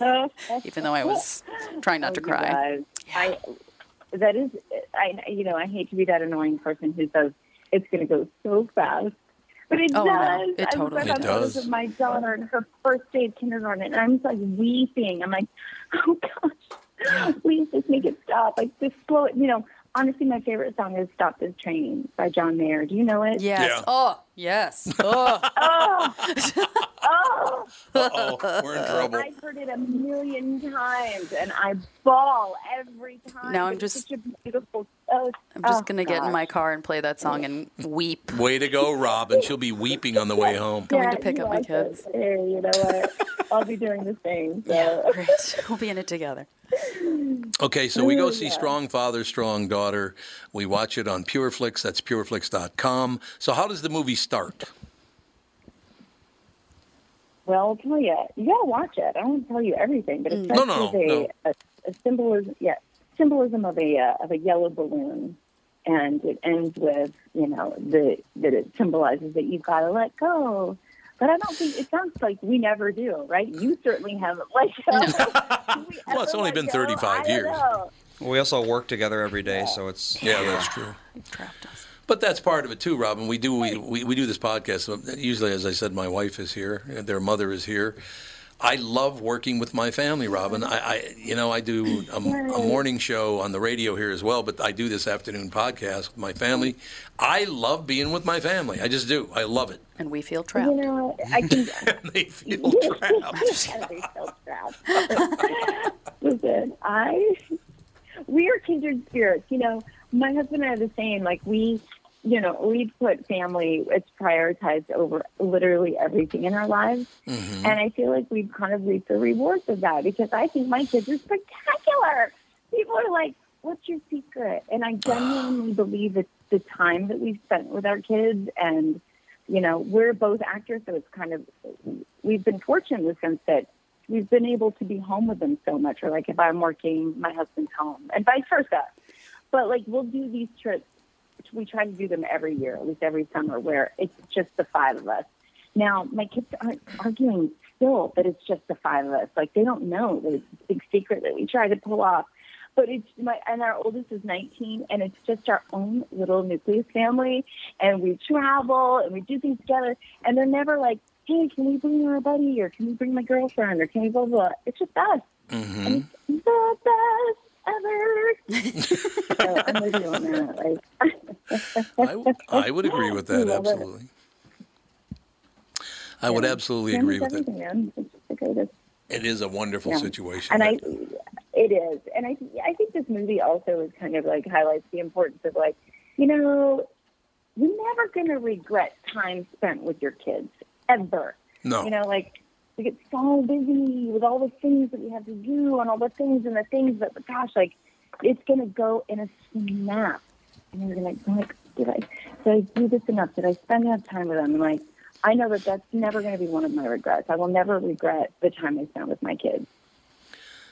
Speaker 1: Yes.
Speaker 2: Even though I was trying not to cry.
Speaker 14: Oh, guys. I that is I you know I hate to be that annoying person who says it's going to go so fast, but it
Speaker 2: Oh,
Speaker 14: does.
Speaker 2: I know. It
Speaker 14: I
Speaker 2: totally
Speaker 14: look back on
Speaker 2: does.
Speaker 14: photos of my daughter and her first day of kindergarten, and I'm just like weeping. I'm like, oh gosh, please just make it stop. Like just slow it. You know, honestly, my favorite song is "Stop This Train" by John Mayer. Do you know it?
Speaker 2: Yes.
Speaker 1: Yeah.
Speaker 2: Oh, yes. Oh.
Speaker 14: Oh, oh.
Speaker 1: Uh oh, we're in trouble.
Speaker 14: I've heard it a million times, and I bawl every time.
Speaker 2: Now I'm
Speaker 14: It's
Speaker 2: just-
Speaker 14: such a beautiful. Oh,
Speaker 2: I'm just
Speaker 14: oh,
Speaker 2: going to get in
Speaker 14: gosh.
Speaker 2: my car and play that song and weep.
Speaker 1: Way to go, Robin. She'll be weeping on the way home.
Speaker 2: Going
Speaker 14: Yeah,
Speaker 2: to pick
Speaker 14: you
Speaker 2: up my
Speaker 14: guys are
Speaker 2: kids.
Speaker 14: fair, you know what? I'll be doing the same. So.
Speaker 2: Yeah, great. We'll be in it together.
Speaker 1: Okay, so we go
Speaker 14: Ooh,
Speaker 1: see
Speaker 14: yeah.
Speaker 1: Strong Father, Strong Daughter. We watch it on PureFlix. That's pureflix.com. So, how does the movie start?
Speaker 14: Well, I'll tell you, you gotta watch it. I won't tell you everything, but it's
Speaker 1: No, no,
Speaker 14: actually
Speaker 1: no,
Speaker 14: a, A, a symbolism, yeah, symbolism of a uh, of a yellow balloon, and it ends with you know the that it symbolizes that you've got to let go. But I don't think it sounds like we never do, right? You certainly haven't let go. Do we
Speaker 1: Well, it's
Speaker 14: ever
Speaker 1: only
Speaker 14: let
Speaker 1: been
Speaker 14: go?
Speaker 1: 35
Speaker 14: I don't
Speaker 1: years.
Speaker 14: know.
Speaker 3: We also work together every day, so it's
Speaker 1: Yeah, that's true.
Speaker 2: Trapped us.
Speaker 1: But that's part of it too, Robin. We do we, we, we do this podcast. Usually, as I said, my wife is here, their mother is here. I love working with my family, Robin. I, I you know I do a, a morning show on the radio here as well, but I do this afternoon podcast with my family.
Speaker 14: Mm-hmm.
Speaker 1: I love being with my family. I just do. I love it.
Speaker 2: And we feel trapped.
Speaker 14: You know, I can.
Speaker 1: And they feel trapped.
Speaker 14: Everybody feels trapped. Listen, I we are kindred spirits. You know, my husband and I are the same. Like we, you know, we put family. It's prioritized over literally everything in our lives,
Speaker 1: Mm-hmm.
Speaker 11: Mm-hmm.
Speaker 14: and I feel like we've kind of reaped the rewards of that because I think my kids are spectacular. People are like, "What's your secret?" And I genuinely believe it's the time that we've spent with our kids and you know, we're both actors, so it's kind of we've been fortunate in the sense that we've been able to be home with them so much. Or like if I'm working, my husband's home, and vice versa. But like we'll do these trips. We try to do them every year, at least every summer, where it's just the five of us. Now my kids aren't arguing still that it's just the five of us. Like they don't know that it's a big secret that we try to pull off. But it's my and our oldest is 19, and it's just our own little nucleus family, and we travel and we do things together, and they're never like, hey, can we bring our buddy or can we bring my girlfriend or can we blah blah. blah. It's just us.
Speaker 1: Mm-hmm.
Speaker 14: The best ever. so I'm with you on that. Like,
Speaker 1: I, I would agree with that
Speaker 14: I love it.
Speaker 1: absolutely. I would absolutely
Speaker 14: Family's
Speaker 1: agree with that.
Speaker 14: everything, man. It's just the greatest.
Speaker 1: It is a wonderful
Speaker 14: Yeah.
Speaker 1: situation.
Speaker 14: And I, it is, and I, I think this movie also is kind of like highlights the importance of like, you know, you're never going to regret time spent with your kids ever.
Speaker 1: No.
Speaker 14: you know, like we get so busy with all the things that we have to do and all the things and the things that, gosh, like it's going to go in a snap. And you're going to like, "Oh did I, did I do this enough? Did I spend enough time with them? And like, I know that that's never going to be one of my regrets. I will never regret the time I spent with my kids.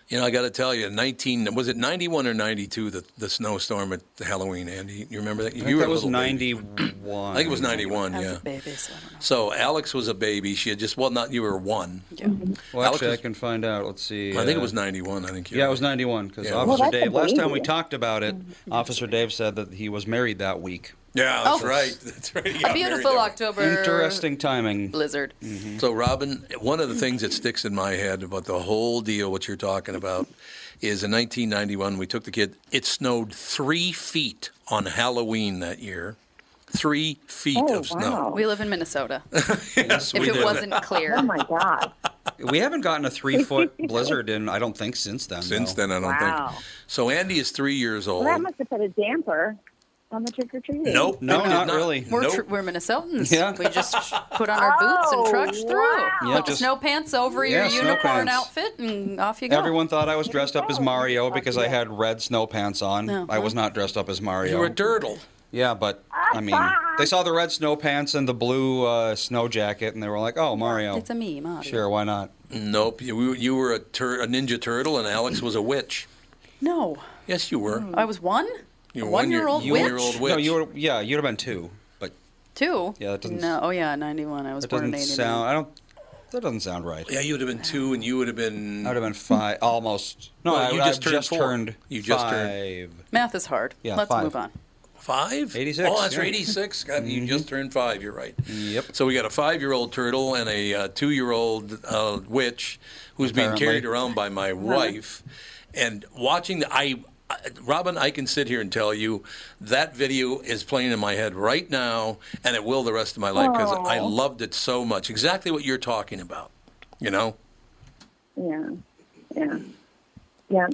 Speaker 1: You know, I got to tell you, nineteen was it ninety one or ninety two? The the snowstorm at Halloween, Andy. You remember that?
Speaker 3: I
Speaker 1: You
Speaker 3: think
Speaker 1: were
Speaker 3: that
Speaker 1: a
Speaker 3: was
Speaker 1: little baby.
Speaker 3: 91.
Speaker 1: I think it was ninety one.
Speaker 2: I was
Speaker 1: Yeah.
Speaker 2: a baby, so I don't know.
Speaker 1: So Alex was a baby. She had just well, not you were one.
Speaker 3: Well,
Speaker 1: Alex
Speaker 3: actually,
Speaker 1: was-
Speaker 3: I can find out. Let's see.
Speaker 1: I think it
Speaker 3: uh,
Speaker 1: was ninety one. I think. you're
Speaker 3: Yeah, it
Speaker 1: right.
Speaker 3: was 91 because
Speaker 1: Yeah. Well,
Speaker 3: Officer
Speaker 14: that's a
Speaker 3: Dave. Last time
Speaker 14: baby.
Speaker 3: we talked about it, Officer Dave said that he was married that week.
Speaker 1: Yeah, that's
Speaker 2: Oh.
Speaker 1: right. That's right. He
Speaker 2: A
Speaker 1: got
Speaker 2: beautiful
Speaker 1: married
Speaker 2: October
Speaker 3: Interesting timing. Mm-hmm.
Speaker 2: blizzard.
Speaker 1: that way. So, Robin, one of the things that sticks in my head about the whole deal, what you're talking about, is in 1991 we took the kid. It snowed three feet on Halloween that year. Three feet
Speaker 14: Oh,
Speaker 1: of
Speaker 14: wow.
Speaker 1: snow.
Speaker 2: We live in Minnesota.
Speaker 3: Yes,
Speaker 2: if
Speaker 3: we
Speaker 2: it
Speaker 3: did.
Speaker 2: wasn't clear.
Speaker 14: Oh my God.
Speaker 3: We haven't gotten a three foot blizzard in, I don't think, since then.
Speaker 1: Since
Speaker 3: no.
Speaker 1: then, I don't
Speaker 14: Wow.
Speaker 1: think. So Andy is three years old.
Speaker 14: Well, that must have put a damper on the trick or treating.
Speaker 1: Nope.
Speaker 3: No,
Speaker 1: it did
Speaker 3: not really.
Speaker 2: We're,
Speaker 1: Nope.
Speaker 2: tr- we're Minnesotans.
Speaker 3: Yeah.
Speaker 2: We just put on our boots and
Speaker 14: Oh,
Speaker 2: trudge
Speaker 14: wow.
Speaker 2: through.
Speaker 3: Yeah,
Speaker 2: Put the
Speaker 3: just-
Speaker 2: snow pants over
Speaker 3: Yeah,
Speaker 2: your
Speaker 3: snow
Speaker 2: unicorn
Speaker 3: pants.
Speaker 2: outfit, and off you go.
Speaker 3: Everyone thought I was dressed up as Mario because I had red snow pants on.
Speaker 2: No.
Speaker 3: I was not dressed up as Mario.
Speaker 1: You were a dirtle.
Speaker 3: yeah, but I mean, they saw the red snow pants and the blue uh, snow jacket, and they were like, "Oh, Mario."
Speaker 2: It's a meme. Huh?
Speaker 3: Sure, why not?
Speaker 1: Nope. You, you were a, tur- a ninja turtle, and Alex was a witch.
Speaker 2: No.
Speaker 1: Yes, you were.
Speaker 2: I was one?
Speaker 1: You
Speaker 2: A
Speaker 1: were
Speaker 2: one-year-old
Speaker 1: you
Speaker 2: witch?
Speaker 1: year old witch.
Speaker 3: No, you were. Yeah, you'd have been two, but
Speaker 2: Two?
Speaker 3: Yeah, that doesn't-
Speaker 2: No. Oh, yeah, 91. I was
Speaker 3: that
Speaker 2: born in
Speaker 3: doesn't
Speaker 2: 89.
Speaker 3: sound. I don't. That doesn't sound right.
Speaker 1: Yeah, you would have been two, and you would have been.
Speaker 3: I would have been five, almost. No,
Speaker 1: Well,
Speaker 3: I,
Speaker 1: you
Speaker 3: I
Speaker 1: just turned four.
Speaker 3: turned
Speaker 1: You just turned-
Speaker 3: five.
Speaker 2: Math is hard.
Speaker 3: Yeah,
Speaker 2: Let's
Speaker 3: five.
Speaker 2: move on.
Speaker 1: Five?
Speaker 3: 86,
Speaker 1: Oh, that's
Speaker 3: yeah. Mm-hmm.
Speaker 1: 86. God, you just turned five. You're right.
Speaker 3: Yep.
Speaker 1: So we got a five year old turtle and a uh, two year old uh, witch who's being
Speaker 3: Apparently.
Speaker 1: carried around by my wife. And watching the. I, I- Robin, I can sit here and tell you that video is playing in my head right now, and it will the rest of my life because I loved it so much. Exactly what you're talking about, you know?
Speaker 14: Yeah. Yeah. Yeah.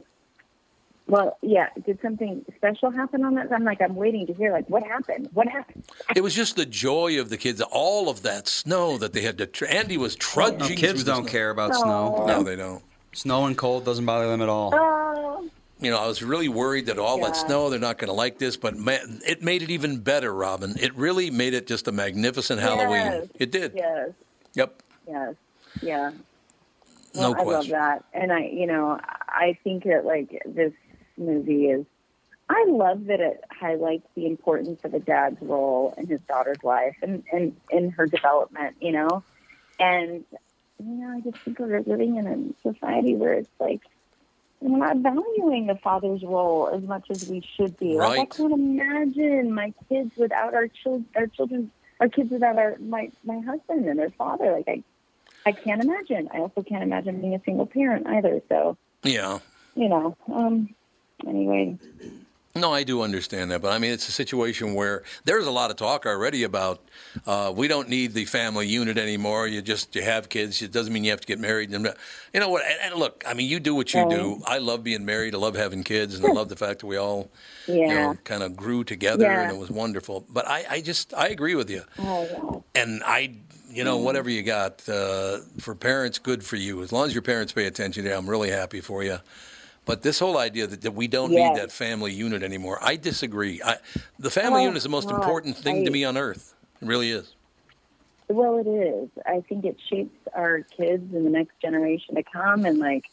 Speaker 14: Well, yeah. Did something special happen on that? I'm like, I'm waiting to hear, like, what happened? What happened?
Speaker 1: It was just the joy of the kids, all of that snow that they had to. Tr- Andy was trudging.
Speaker 3: No,
Speaker 1: through
Speaker 3: kids
Speaker 1: the
Speaker 3: don't
Speaker 1: snow.
Speaker 3: care about snow.
Speaker 1: No, they don't.
Speaker 3: Snow and cold doesn't bother them at all.
Speaker 14: Oh,
Speaker 1: You know, I was really worried that all that
Speaker 14: Yeah.
Speaker 1: snow, they're not going to like this, but man, it made it even better, Robin. It really made it just a magnificent
Speaker 14: Yes.
Speaker 1: Halloween. It did.
Speaker 14: yes.
Speaker 1: Yep.
Speaker 14: Yes. Yeah.
Speaker 1: No
Speaker 14: Well, I love
Speaker 1: question.
Speaker 14: that. And I, you know, I think that, like, this movie is, I love that it highlights the importance of a dad's role in his daughter's life and, and in her development, you know? And, you know, I just think we're living in a society where it's like, we're not valuing the father's role as much as we should be. Like, I
Speaker 1: Right.
Speaker 14: can't imagine my kids without our children, our children, our kids without our my my husband and their father. Like I, I can't imagine. I also can't imagine being a single parent either. So
Speaker 1: Yeah.
Speaker 14: you know, um, anyway,
Speaker 1: No, I do understand that, but I mean, it's a situation where there's a lot of talk already about uh, we don't need the family unit anymore. You just you have kids. It doesn't mean you have to get married. And, You know what? And, and look, I mean, you do what you do. I love being married. I love having kids, and I love the fact that we all, you
Speaker 14: Yeah.
Speaker 1: know, kind of grew together,
Speaker 14: Yeah.
Speaker 1: and it was wonderful. But I, I just I agree with you.
Speaker 14: oh
Speaker 1: and I, you
Speaker 14: Hmm.
Speaker 1: know, whatever you got uh, for parents, good for you. As long as your parents pay attention to you, I'm really happy for you. But this whole idea that, that we don't
Speaker 14: Yes.
Speaker 1: need that family unit anymore, I disagree. I, the family
Speaker 14: Oh,
Speaker 1: unit is the most
Speaker 14: God,
Speaker 1: important thing to
Speaker 14: I-
Speaker 1: me on earth. It really is.
Speaker 14: well, it is. I think it shapes our kids and the next generation to come, and like,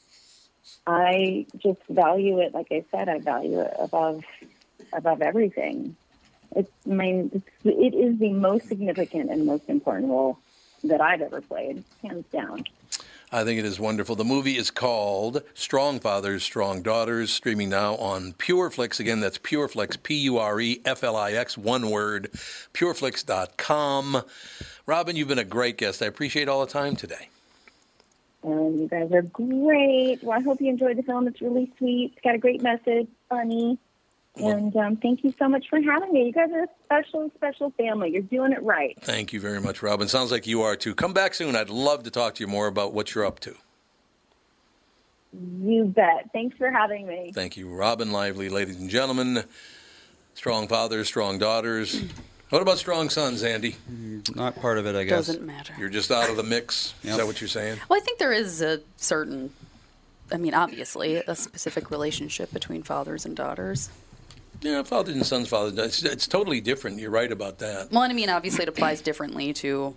Speaker 14: I just value it. Like I said, I value it above above everything. It's I mean, it's, it is the most significant and most important role that I've ever played, hands down.
Speaker 1: I think it is wonderful. The movie is called Strong Fathers, Strong Daughters, streaming now on PureFlix. Again, that's PureFlix, P U R E F L I X, one word, pureflix.com. Robin, you've been a great guest. I appreciate all the time today.
Speaker 14: And you guys are great. Well, I hope you enjoyed the film. It's really sweet. It's got a great message, funny. And um, thank you so much for having me. You guys are a special, special family. You're doing it right.
Speaker 1: Thank you very much, Robin. Sounds like you are too. Come back soon. I'd love to talk to you more about what you're up to.
Speaker 14: You bet. Thanks for having me.
Speaker 1: Thank you, Robin Lively, ladies and gentlemen. Strong fathers, strong daughters. What about strong sons, Andy?
Speaker 3: Mm, Not part of it, I guess.
Speaker 2: Doesn't matter.
Speaker 1: You're just out of the mix. Is that what you're saying?
Speaker 2: Well, I think there is a certain, I mean, obviously, a specific relationship between fathers and daughters.
Speaker 1: Yeah, fathers and sons, fathers. It's, it's totally different. You're right about that.
Speaker 2: Well, and I mean, obviously, it applies differently to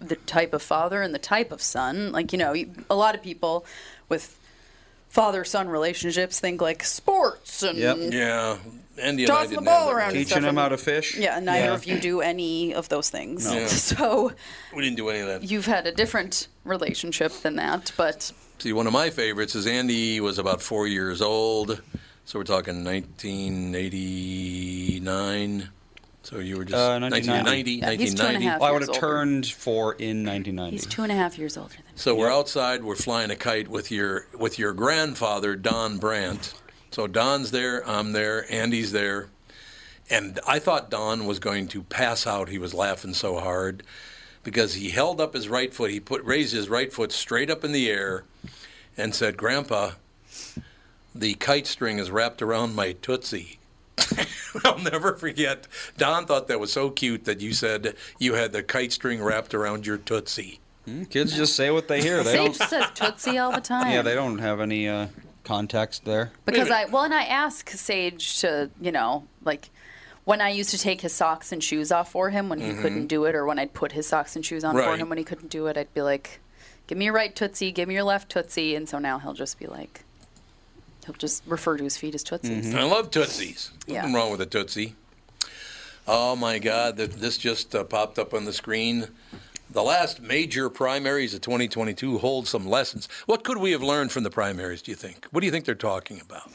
Speaker 2: the type of father and the type of son. Like, you know, you- a lot of people with father son relationships think like sports and
Speaker 1: Yeah. Andy and I
Speaker 2: tossing
Speaker 1: didn't
Speaker 2: the
Speaker 1: have
Speaker 2: ball
Speaker 1: that
Speaker 2: around and
Speaker 3: Teaching
Speaker 2: stuff,
Speaker 3: them
Speaker 2: and-
Speaker 3: how to fish.
Speaker 2: Yeah, and neither
Speaker 3: Yeah.
Speaker 2: of you do any of those things.
Speaker 1: No. Yeah.
Speaker 2: So
Speaker 1: We didn't do any of that.
Speaker 2: you've had a different relationship than that, but
Speaker 1: See, one of my favorites is Andy was about four years old. So we're talking 1989. So you were just
Speaker 3: Uh, 1990.
Speaker 1: 1990,
Speaker 2: Yeah, he's two and
Speaker 1: 1990.
Speaker 2: a half
Speaker 3: Well, I would have
Speaker 2: years older.
Speaker 3: turned four in 1990.
Speaker 2: he's two and a half years older than me.
Speaker 1: So we're outside. We're flying a kite with your with your grandfather, Don Brandt. So Don's there. I'm there. Andy's there. And I thought Don was going to pass out. He was laughing so hard because he held up his right foot. He put raised his right foot straight up in the air and said, "Grandpa, the kite string is wrapped around my tootsie." I'll never forget. Don thought that was so cute that you said you had the kite string wrapped around your tootsie.
Speaker 3: Kids just say what they hear. They
Speaker 2: Sage
Speaker 3: don't.
Speaker 2: says Tootsie all the time.
Speaker 3: Yeah, they don't have any uh, context there.
Speaker 2: Because I well, and I ask Sage to you know like when I used to take his socks and shoes off for him when he
Speaker 3: Mm-hmm.
Speaker 2: couldn't do it, or when I'd put his socks and shoes on for
Speaker 1: Right.
Speaker 2: him when he couldn't do it, I'd be like, "Give me your right tootsie, give me your left tootsie," and so now he'll just be like, he'll just refer to his feet as tootsies.
Speaker 1: I love Tootsies. Nothing
Speaker 2: Yeah.
Speaker 1: wrong with a Tootsie. Oh my God, th- this just uh, popped up on the screen. The last major primaries of 2022 hold some lessons. What could we have learned from the primaries, do you think? What do you think they're talking about?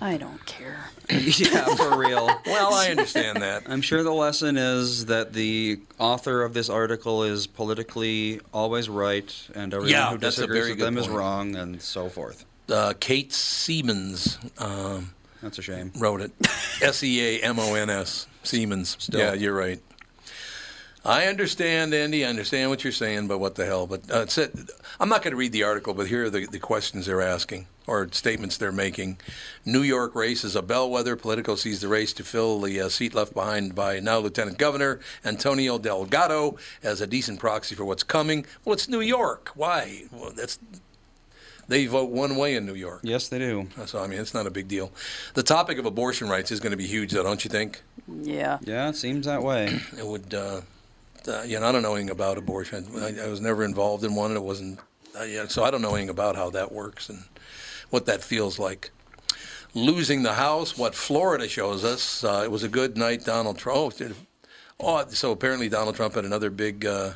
Speaker 2: I don't care.
Speaker 3: yeah, for real.
Speaker 1: Well, I understand that.
Speaker 3: I'm sure the lesson is that the author of this article is politically always right, and everyone
Speaker 1: Yeah,
Speaker 3: who
Speaker 1: that's a
Speaker 3: disagrees
Speaker 1: very
Speaker 3: with
Speaker 1: good
Speaker 3: them is
Speaker 1: point.
Speaker 3: wrong, and so forth.
Speaker 1: Uh, Kate Siemens um,
Speaker 3: That's a shame.
Speaker 1: wrote it S E A M O N S. Siemens.
Speaker 3: Still.
Speaker 1: Yeah, you're right. I understand, Andy. I understand what you're saying, but what the hell? But uh, it's it. I'm not going to read the article, but here are the, the questions they're asking or statements they're making. New York race is a bellwether. Politico sees the race to fill the uh, seat left behind by now Lieutenant Governor Antonio Delgado as a decent proxy for what's coming. Well, it's New York. Why? Well, that's they vote one way in New York.
Speaker 3: Yes, they do.
Speaker 1: So I mean, it's not a big deal. The topic of abortion rights is going to be huge, though, don't you think?
Speaker 2: Yeah.
Speaker 3: Yeah, it seems that way.
Speaker 1: it would uh, uh, you know I don't know anything about abortion. I, I was never involved in one. It wasn't uh, yeah, so I don't know anything about how that works and what that feels like. Losing the house, what Florida shows us. Uh, it was a good night, Donald Trump. Oh, oh, so apparently Donald Trump had another big, uh,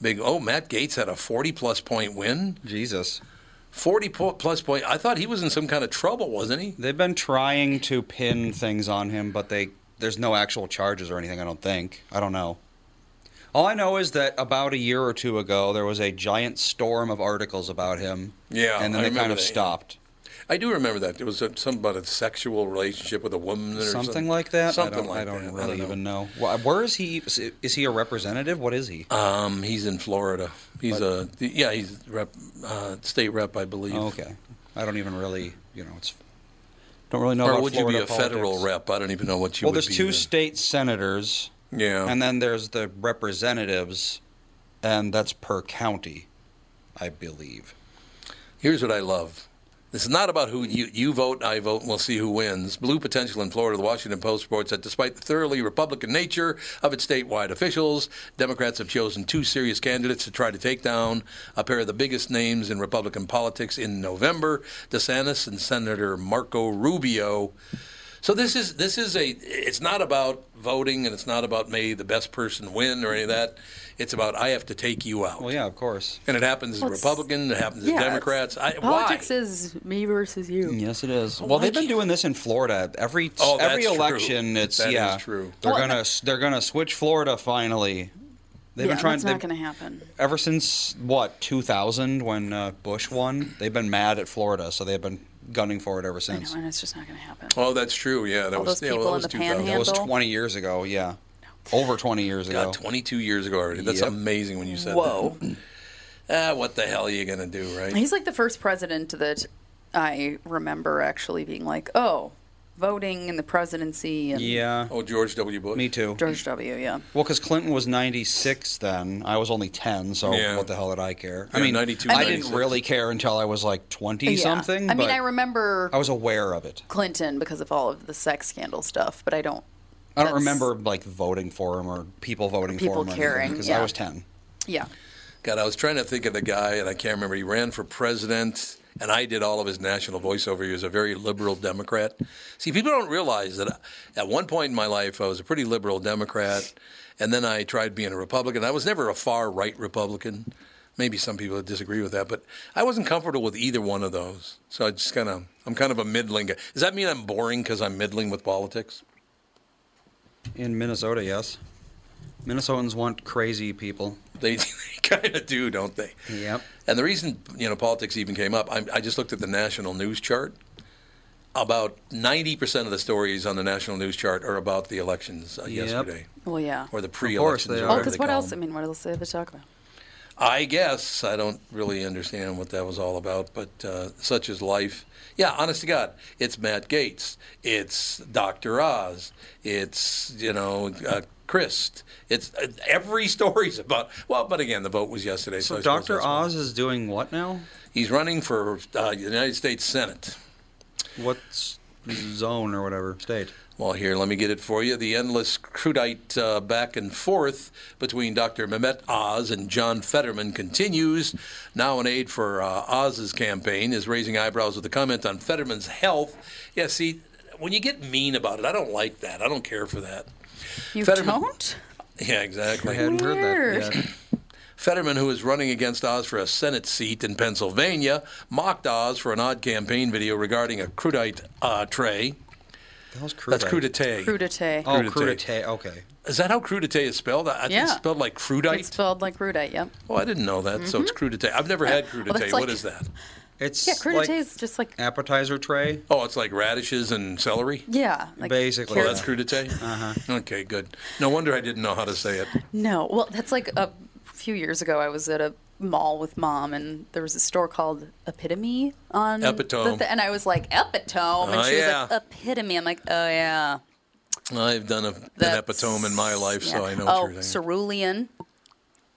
Speaker 1: big. Oh, Matt Gates had a forty-plus point win.
Speaker 3: Jesus.
Speaker 1: Forty-plus point. I thought he was in some kind of trouble, wasn't he?
Speaker 3: They've been trying to pin things on him, but they there's no actual charges or anything. I don't think. I don't know. All I know is that about a year or two ago, there was a giant storm of articles about him. and
Speaker 1: Yeah, I
Speaker 3: then they kind
Speaker 1: remember
Speaker 3: of
Speaker 1: that, yeah.
Speaker 3: stopped.
Speaker 1: I do remember that. It was a, something about a sexual relationship with a woman or
Speaker 3: Something,
Speaker 1: something,
Speaker 3: like that.
Speaker 1: Something
Speaker 3: I don't,
Speaker 1: like
Speaker 3: I don't
Speaker 1: that.
Speaker 3: really
Speaker 1: don't know.
Speaker 3: even know. Wh- Where is he? Is is he a representative? What is he?
Speaker 1: Um, he's in Florida. He's a yeah. He's rep, uh, state rep, I believe.
Speaker 3: Oh, okay, I don't even really. You know, it's don't really know.
Speaker 1: Or
Speaker 3: about
Speaker 1: would you
Speaker 3: Florida
Speaker 1: be a federal
Speaker 3: politics.
Speaker 1: rep? I don't even know what you.
Speaker 3: Well,
Speaker 1: would
Speaker 3: there's
Speaker 1: be
Speaker 3: two
Speaker 1: then.
Speaker 3: state senators.
Speaker 1: Yeah.
Speaker 3: And then there's the representatives, and that's per county, I believe.
Speaker 1: Here's what I love. This is not about who you, you vote, I vote, and we'll see who wins. Blue potential in Florida, the Washington Post reports that despite the thoroughly Republican nature of its statewide officials, Democrats have chosen two serious candidates to try to take down a pair of the biggest names in Republican politics in November DeSantis and Senator Marco Rubio. So this is this is a. It's not about voting, and it's not about may the best person win or any of that. It's about I have to take you out.
Speaker 3: Well, yeah, of course.
Speaker 1: And it happens
Speaker 2: Well,
Speaker 1: as
Speaker 2: it's-
Speaker 1: a Republican. It happens
Speaker 2: yeah,
Speaker 1: as
Speaker 2: it's-
Speaker 1: Democrats. I, why?
Speaker 2: Politics is me versus you.
Speaker 3: Yes, it is. Well, they've been doing this in Florida every
Speaker 1: Oh, that's
Speaker 3: every
Speaker 1: true.
Speaker 3: election. It's
Speaker 1: That is
Speaker 3: yeah,
Speaker 1: true.
Speaker 3: They're
Speaker 2: Well, uh,
Speaker 3: gonna they're gonna switch Florida finally. They've
Speaker 2: yeah,
Speaker 3: been trying.
Speaker 2: that's not
Speaker 3: They've,
Speaker 2: going to happen.
Speaker 3: ever since what 2000 when uh, Bush won, they've been mad at Florida, so they've been gunning for it ever
Speaker 2: I
Speaker 3: since.
Speaker 2: know, and it's just not going to happen.
Speaker 1: Oh, that's true. Yeah, that
Speaker 2: All
Speaker 1: was
Speaker 2: those
Speaker 1: yeah, well, that
Speaker 2: people in
Speaker 1: was
Speaker 2: the
Speaker 1: 2000.
Speaker 3: That was 20 years ago. Yeah, over 20 years ago.
Speaker 1: God, 22 years ago already. That's
Speaker 3: Yep.
Speaker 1: amazing when you said
Speaker 2: Whoa.
Speaker 1: that. ah, what the hell are you going to do, right?
Speaker 2: He's like the first president that I remember actually being like, oh, voting in the presidency and
Speaker 3: Yeah,
Speaker 1: oh, George W. Bush.
Speaker 3: me too.
Speaker 2: George W. Yeah.
Speaker 3: Well, because Clinton was 96 then. I was only 10, so
Speaker 1: Yeah.
Speaker 3: what the hell did I care? I
Speaker 1: Yeah,
Speaker 3: mean,
Speaker 1: 92,
Speaker 3: I
Speaker 1: 96.
Speaker 3: didn't really care until I was like 20
Speaker 2: Yeah.
Speaker 3: something.
Speaker 2: I mean,
Speaker 3: but
Speaker 2: I remember
Speaker 3: I was aware of it.
Speaker 2: Clinton because of all of the sex scandal stuff, but I don't.
Speaker 3: I don't
Speaker 2: that's-
Speaker 3: remember like voting for him or people voting
Speaker 2: People
Speaker 3: for him. or
Speaker 2: caring,
Speaker 3: anything, Because I
Speaker 2: yeah.
Speaker 3: was 10.
Speaker 2: Yeah.
Speaker 1: God, I was trying to think of the guy, and I can't remember. He ran for president, and I did all of his national voiceover. He was a very liberal Democrat. See, people don't realize that at one point in my life, I was a pretty liberal Democrat, and then I tried being a Republican. I was never a far right Republican. Maybe some people would disagree with that, but I wasn't comfortable with either one of those. So I just kind of, I'm kind of a middling guy. Does that mean I'm boring because I'm middling with politics?
Speaker 3: In Minnesota, yes. Minnesotans want crazy people.
Speaker 1: They, they kind of do, don't they?
Speaker 3: Yep.
Speaker 1: And the reason you know politics even came up, I, I just looked at the national news chart. About ninety percent of the stories on the national news chart are about the elections uh,
Speaker 3: Yep.
Speaker 1: yesterday
Speaker 2: Well, yeah.
Speaker 1: or the pre-elections.
Speaker 3: they
Speaker 1: or
Speaker 3: are.
Speaker 2: Oh,
Speaker 1: whatever
Speaker 2: because
Speaker 1: they
Speaker 2: what
Speaker 1: call
Speaker 2: else?
Speaker 1: them.
Speaker 2: I mean, what else do they have to talk about?
Speaker 1: I guess I don't really understand what that was all about, but uh, such is life. Yeah, honest to God, it's Matt Gates, it's Dr. Oz, it's you know uh, Christ. It's uh, every story's about. Well, but again, the vote was yesterday,
Speaker 3: So
Speaker 1: so, I suppose
Speaker 3: Dr.
Speaker 1: that's why.
Speaker 3: Oz is doing what now?
Speaker 1: He's running for uh, United States Senate.
Speaker 3: What s- zone or whatever state?
Speaker 1: Well, here, let me get it for you. The endless crudite uh, back and forth between Dr. Mehmet Oz and John Fetterman continues. Now, an aide for uh, Oz's campaign is raising eyebrows with a comment on Fetterman's health. Yeah, see, when you get mean about it, I don't like that. I don't care for that.
Speaker 2: You
Speaker 1: Fetterman-
Speaker 2: don't?
Speaker 1: Yeah, exactly.
Speaker 3: I hadn't heard that. Yet.
Speaker 1: Fetterman, who is running against Oz for a Senate seat in Pennsylvania, mocked Oz for an odd campaign video regarding a crudite uh, tray.
Speaker 3: That was crudite.
Speaker 1: That's crudite.
Speaker 2: Crudite.
Speaker 3: Oh,
Speaker 1: crudite.
Speaker 3: crudite. Okay.
Speaker 1: Is that how crudite is spelled? I I think it's
Speaker 2: Yeah.
Speaker 1: spelled like
Speaker 2: It's
Speaker 1: crudite.
Speaker 2: spelled like crudite. Yep.
Speaker 1: Oh, I didn't know that. So it's crudite. I've never had crudite.
Speaker 2: that's
Speaker 1: what
Speaker 2: like-
Speaker 1: is that?
Speaker 3: It's
Speaker 2: Yeah, crudite
Speaker 3: like
Speaker 2: is just like
Speaker 3: appetizer tray.
Speaker 1: Oh, it's like radishes and celery.
Speaker 2: yeah. Like
Speaker 3: Basically,
Speaker 1: Well,
Speaker 3: Yeah.
Speaker 1: that's crudite. Uh-huh. Okay, good. No wonder I didn't know how to say it.
Speaker 2: No, well, that's like a few years ago. I was at a mall with mom, and there was a store called Epitome on the
Speaker 1: Epitome.
Speaker 2: thi- and I was like Epitome, and
Speaker 1: Oh,
Speaker 2: she was
Speaker 1: yeah.
Speaker 2: like Epitome. I'm like, oh yeah,
Speaker 1: I've done a, an
Speaker 2: That's-
Speaker 1: epitome in my life, so
Speaker 2: yeah.
Speaker 1: I know
Speaker 2: Oh,
Speaker 1: what you're saying.
Speaker 2: cerulean.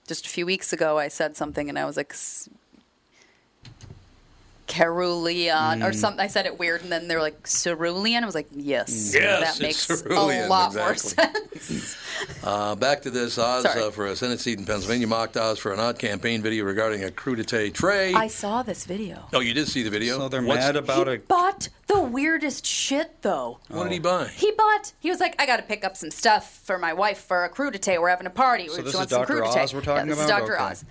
Speaker 2: Just a few weeks ago, I said something, and I was like. S- Carulean
Speaker 1: Mm.
Speaker 2: or something. I said it weird, and then they were like cerulean. I was like, yes,
Speaker 1: Yes,
Speaker 2: that makes
Speaker 1: it's cerulean,
Speaker 2: a lot
Speaker 1: exactly.
Speaker 2: more sense.
Speaker 1: Uh, back to this Oz
Speaker 2: Sorry.
Speaker 1: uh, for a Senate seat in Pennsylvania mocked Oz for an odd campaign video regarding a crudite tray.
Speaker 2: I saw this video.
Speaker 1: oh, you did see the video?
Speaker 3: So they're
Speaker 1: What's-
Speaker 3: mad about Oh.
Speaker 2: he
Speaker 3: a.
Speaker 2: bought the weirdest shit though.
Speaker 1: What did he buy?
Speaker 2: He bought. He was like, I got to pick up some stuff for my wife for a crudite. We're having a party.
Speaker 3: So
Speaker 2: She
Speaker 3: this
Speaker 2: wants
Speaker 3: is
Speaker 2: some
Speaker 3: Dr.
Speaker 2: crudite."
Speaker 3: Oz we're talking
Speaker 2: yeah, this
Speaker 3: about?
Speaker 2: is Dr.
Speaker 3: Okay.
Speaker 2: Oz.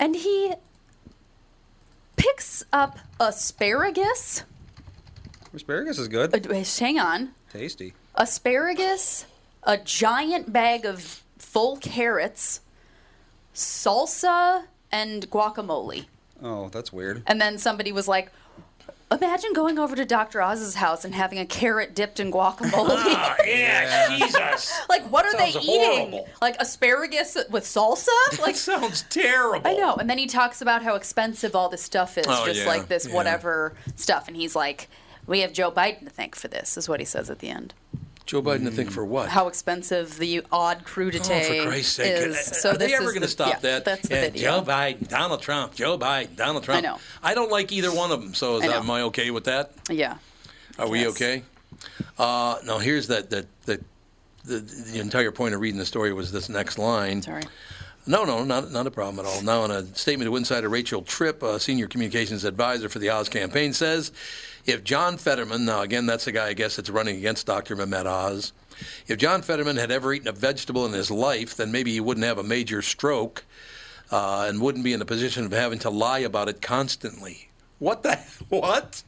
Speaker 2: And he picks up asparagus.
Speaker 3: Asparagus is good.
Speaker 2: Uh, hang on,
Speaker 3: Tasty.
Speaker 2: asparagus, a giant bag of full carrots, salsa, and guacamole.
Speaker 3: Oh, that's weird.
Speaker 2: And then somebody was like, Imagine going over to Dr. Oz's house and having a carrot dipped in guacamole.
Speaker 1: Ah, yeah, Jesus.
Speaker 2: like, what are they
Speaker 1: Sounds
Speaker 2: eating?
Speaker 1: horrible.
Speaker 2: Like asparagus with salsa? Like,
Speaker 1: That sounds terrible.
Speaker 2: I know. And then he talks about how expensive all this stuff is,
Speaker 1: Oh,
Speaker 2: just
Speaker 1: yeah,
Speaker 2: like this
Speaker 1: yeah.
Speaker 2: whatever stuff. And he's like, We have Joe Biden to thank for this, is what he says at the end.
Speaker 1: Joe Biden to think for what?
Speaker 2: How expensive the odd crudite
Speaker 1: Oh, for Christ's sake.
Speaker 2: is. so
Speaker 1: Are
Speaker 2: this
Speaker 1: they ever
Speaker 2: is
Speaker 1: going to
Speaker 2: the-
Speaker 1: stop
Speaker 2: yeah,
Speaker 1: that?
Speaker 2: That's the
Speaker 1: Yeah,
Speaker 2: video.
Speaker 1: Joe Biden, Donald Trump, Joe Biden, Donald Trump.
Speaker 2: know.
Speaker 1: I don't like either one of them. So is
Speaker 2: I
Speaker 1: that,
Speaker 2: know.
Speaker 1: am I okay with that?
Speaker 2: Yeah.
Speaker 1: Are we
Speaker 2: Yes.
Speaker 1: okay? Uh, now, here's that, that, that the, the entire point of reading the story was this next line.
Speaker 2: Sorry.
Speaker 1: No, no, not, not a problem at all. Now, in a statement to Insider, Rachel Tripp, uh, senior communications advisor for the Oz campaign, says if John Fetterman, now again, that's the guy I guess that's running against Dr. Mehmet Oz, if John Fetterman had ever eaten a vegetable in his life, then maybe he wouldn't have a major stroke uh, and wouldn't be in the position of having to lie about it constantly. What the? What?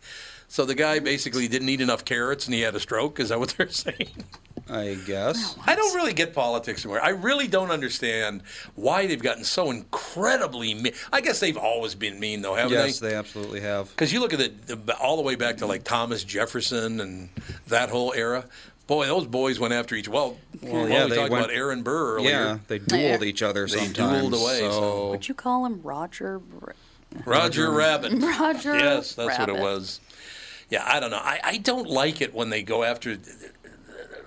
Speaker 1: So the guy basically didn't eat enough carrots and he had a stroke? Is that what they're saying?
Speaker 3: I guess.
Speaker 1: I don't really get politics anymore. I really don't understand why they've gotten so incredibly mean. I guess they've always been mean, though, Oh, haven't
Speaker 3: yes, they? absolutely have.
Speaker 1: Because you look at it the, all the way back to like Thomas Jefferson and that whole era. Boy, those boys went after each. Well, well,
Speaker 3: yeah,
Speaker 1: we
Speaker 3: they
Speaker 1: talked
Speaker 3: went-
Speaker 1: about Aaron Burr earlier.
Speaker 3: Yeah, they dueled each other
Speaker 1: They
Speaker 3: sometimes.
Speaker 1: dueled away, so-
Speaker 3: So.
Speaker 2: Would you call him Roger? Ra-
Speaker 1: Roger Rabbit.
Speaker 2: Roger
Speaker 1: Yes, that's what
Speaker 2: Rabbit.
Speaker 1: it was. Yeah, I don't know. I, I don't like it when they go after,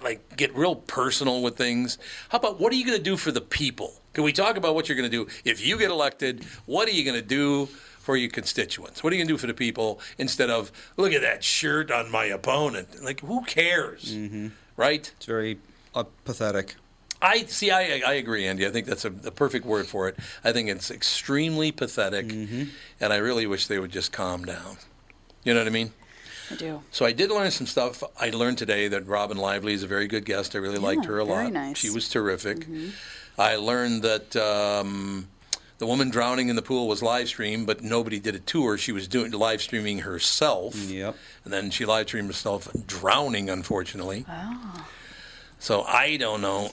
Speaker 1: like, get real personal with things. How about what are you going to do for the people? Can we talk about what you're going to do if you get elected? What are you going to do for your constituents? What are you going to do for the people instead of look at that shirt on my opponent? Like, who cares?
Speaker 3: Mhm.
Speaker 1: Right?
Speaker 3: It's very uh, pathetic.
Speaker 1: I see. I, I agree, Andy. I think that's a, the perfect word for it. I think it's extremely pathetic,
Speaker 3: Mm-hmm.
Speaker 1: and I really wish they would just calm down. You know what I mean?
Speaker 2: I do.
Speaker 1: So I did learn some stuff. I learned today that Robin Lively is a very good guest. I really liked her a
Speaker 2: very
Speaker 1: lot.
Speaker 2: nice.
Speaker 1: She was terrific.
Speaker 3: Mm-hmm.
Speaker 2: Mm-hmm.
Speaker 1: I learned that um, the woman drowning in the pool was live streamed, but nobody did it to her. She was doing live streaming herself.
Speaker 3: Yep.
Speaker 1: And then she live streamed herself drowning, unfortunately.
Speaker 2: oh.
Speaker 1: So I don't know.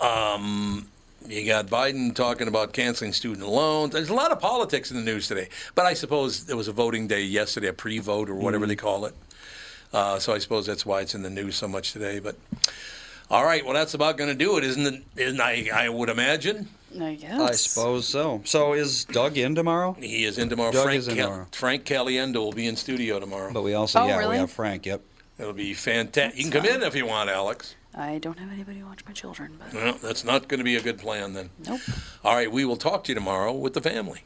Speaker 1: Um, you got Biden talking about canceling student loans. There's a lot of politics in the news today, but I suppose there was a voting day yesterday, a pre-vote or whatever
Speaker 3: Mm-hmm.
Speaker 1: they call it. Uh, so I suppose that's why it's in the news so much today. But all right, well that's about going to do it, isn't it? Isn't I? I would imagine
Speaker 2: I guess.
Speaker 3: I suppose so. So is Doug in tomorrow?
Speaker 1: he is in tomorrow.
Speaker 3: Doug
Speaker 1: Frank
Speaker 3: is in tomorrow.
Speaker 1: Frank Caliendo will be in studio tomorrow.
Speaker 3: But we also,
Speaker 2: Oh,
Speaker 3: yeah,
Speaker 2: really?
Speaker 3: we have Frank. Yep.
Speaker 1: It'll be fantastic. You can come in if you want, Alex.
Speaker 2: I don't have anybody to watch my children, but
Speaker 1: Well, that's not going to be a good plan then.
Speaker 2: nope.
Speaker 1: All right, we will talk to you tomorrow with the family.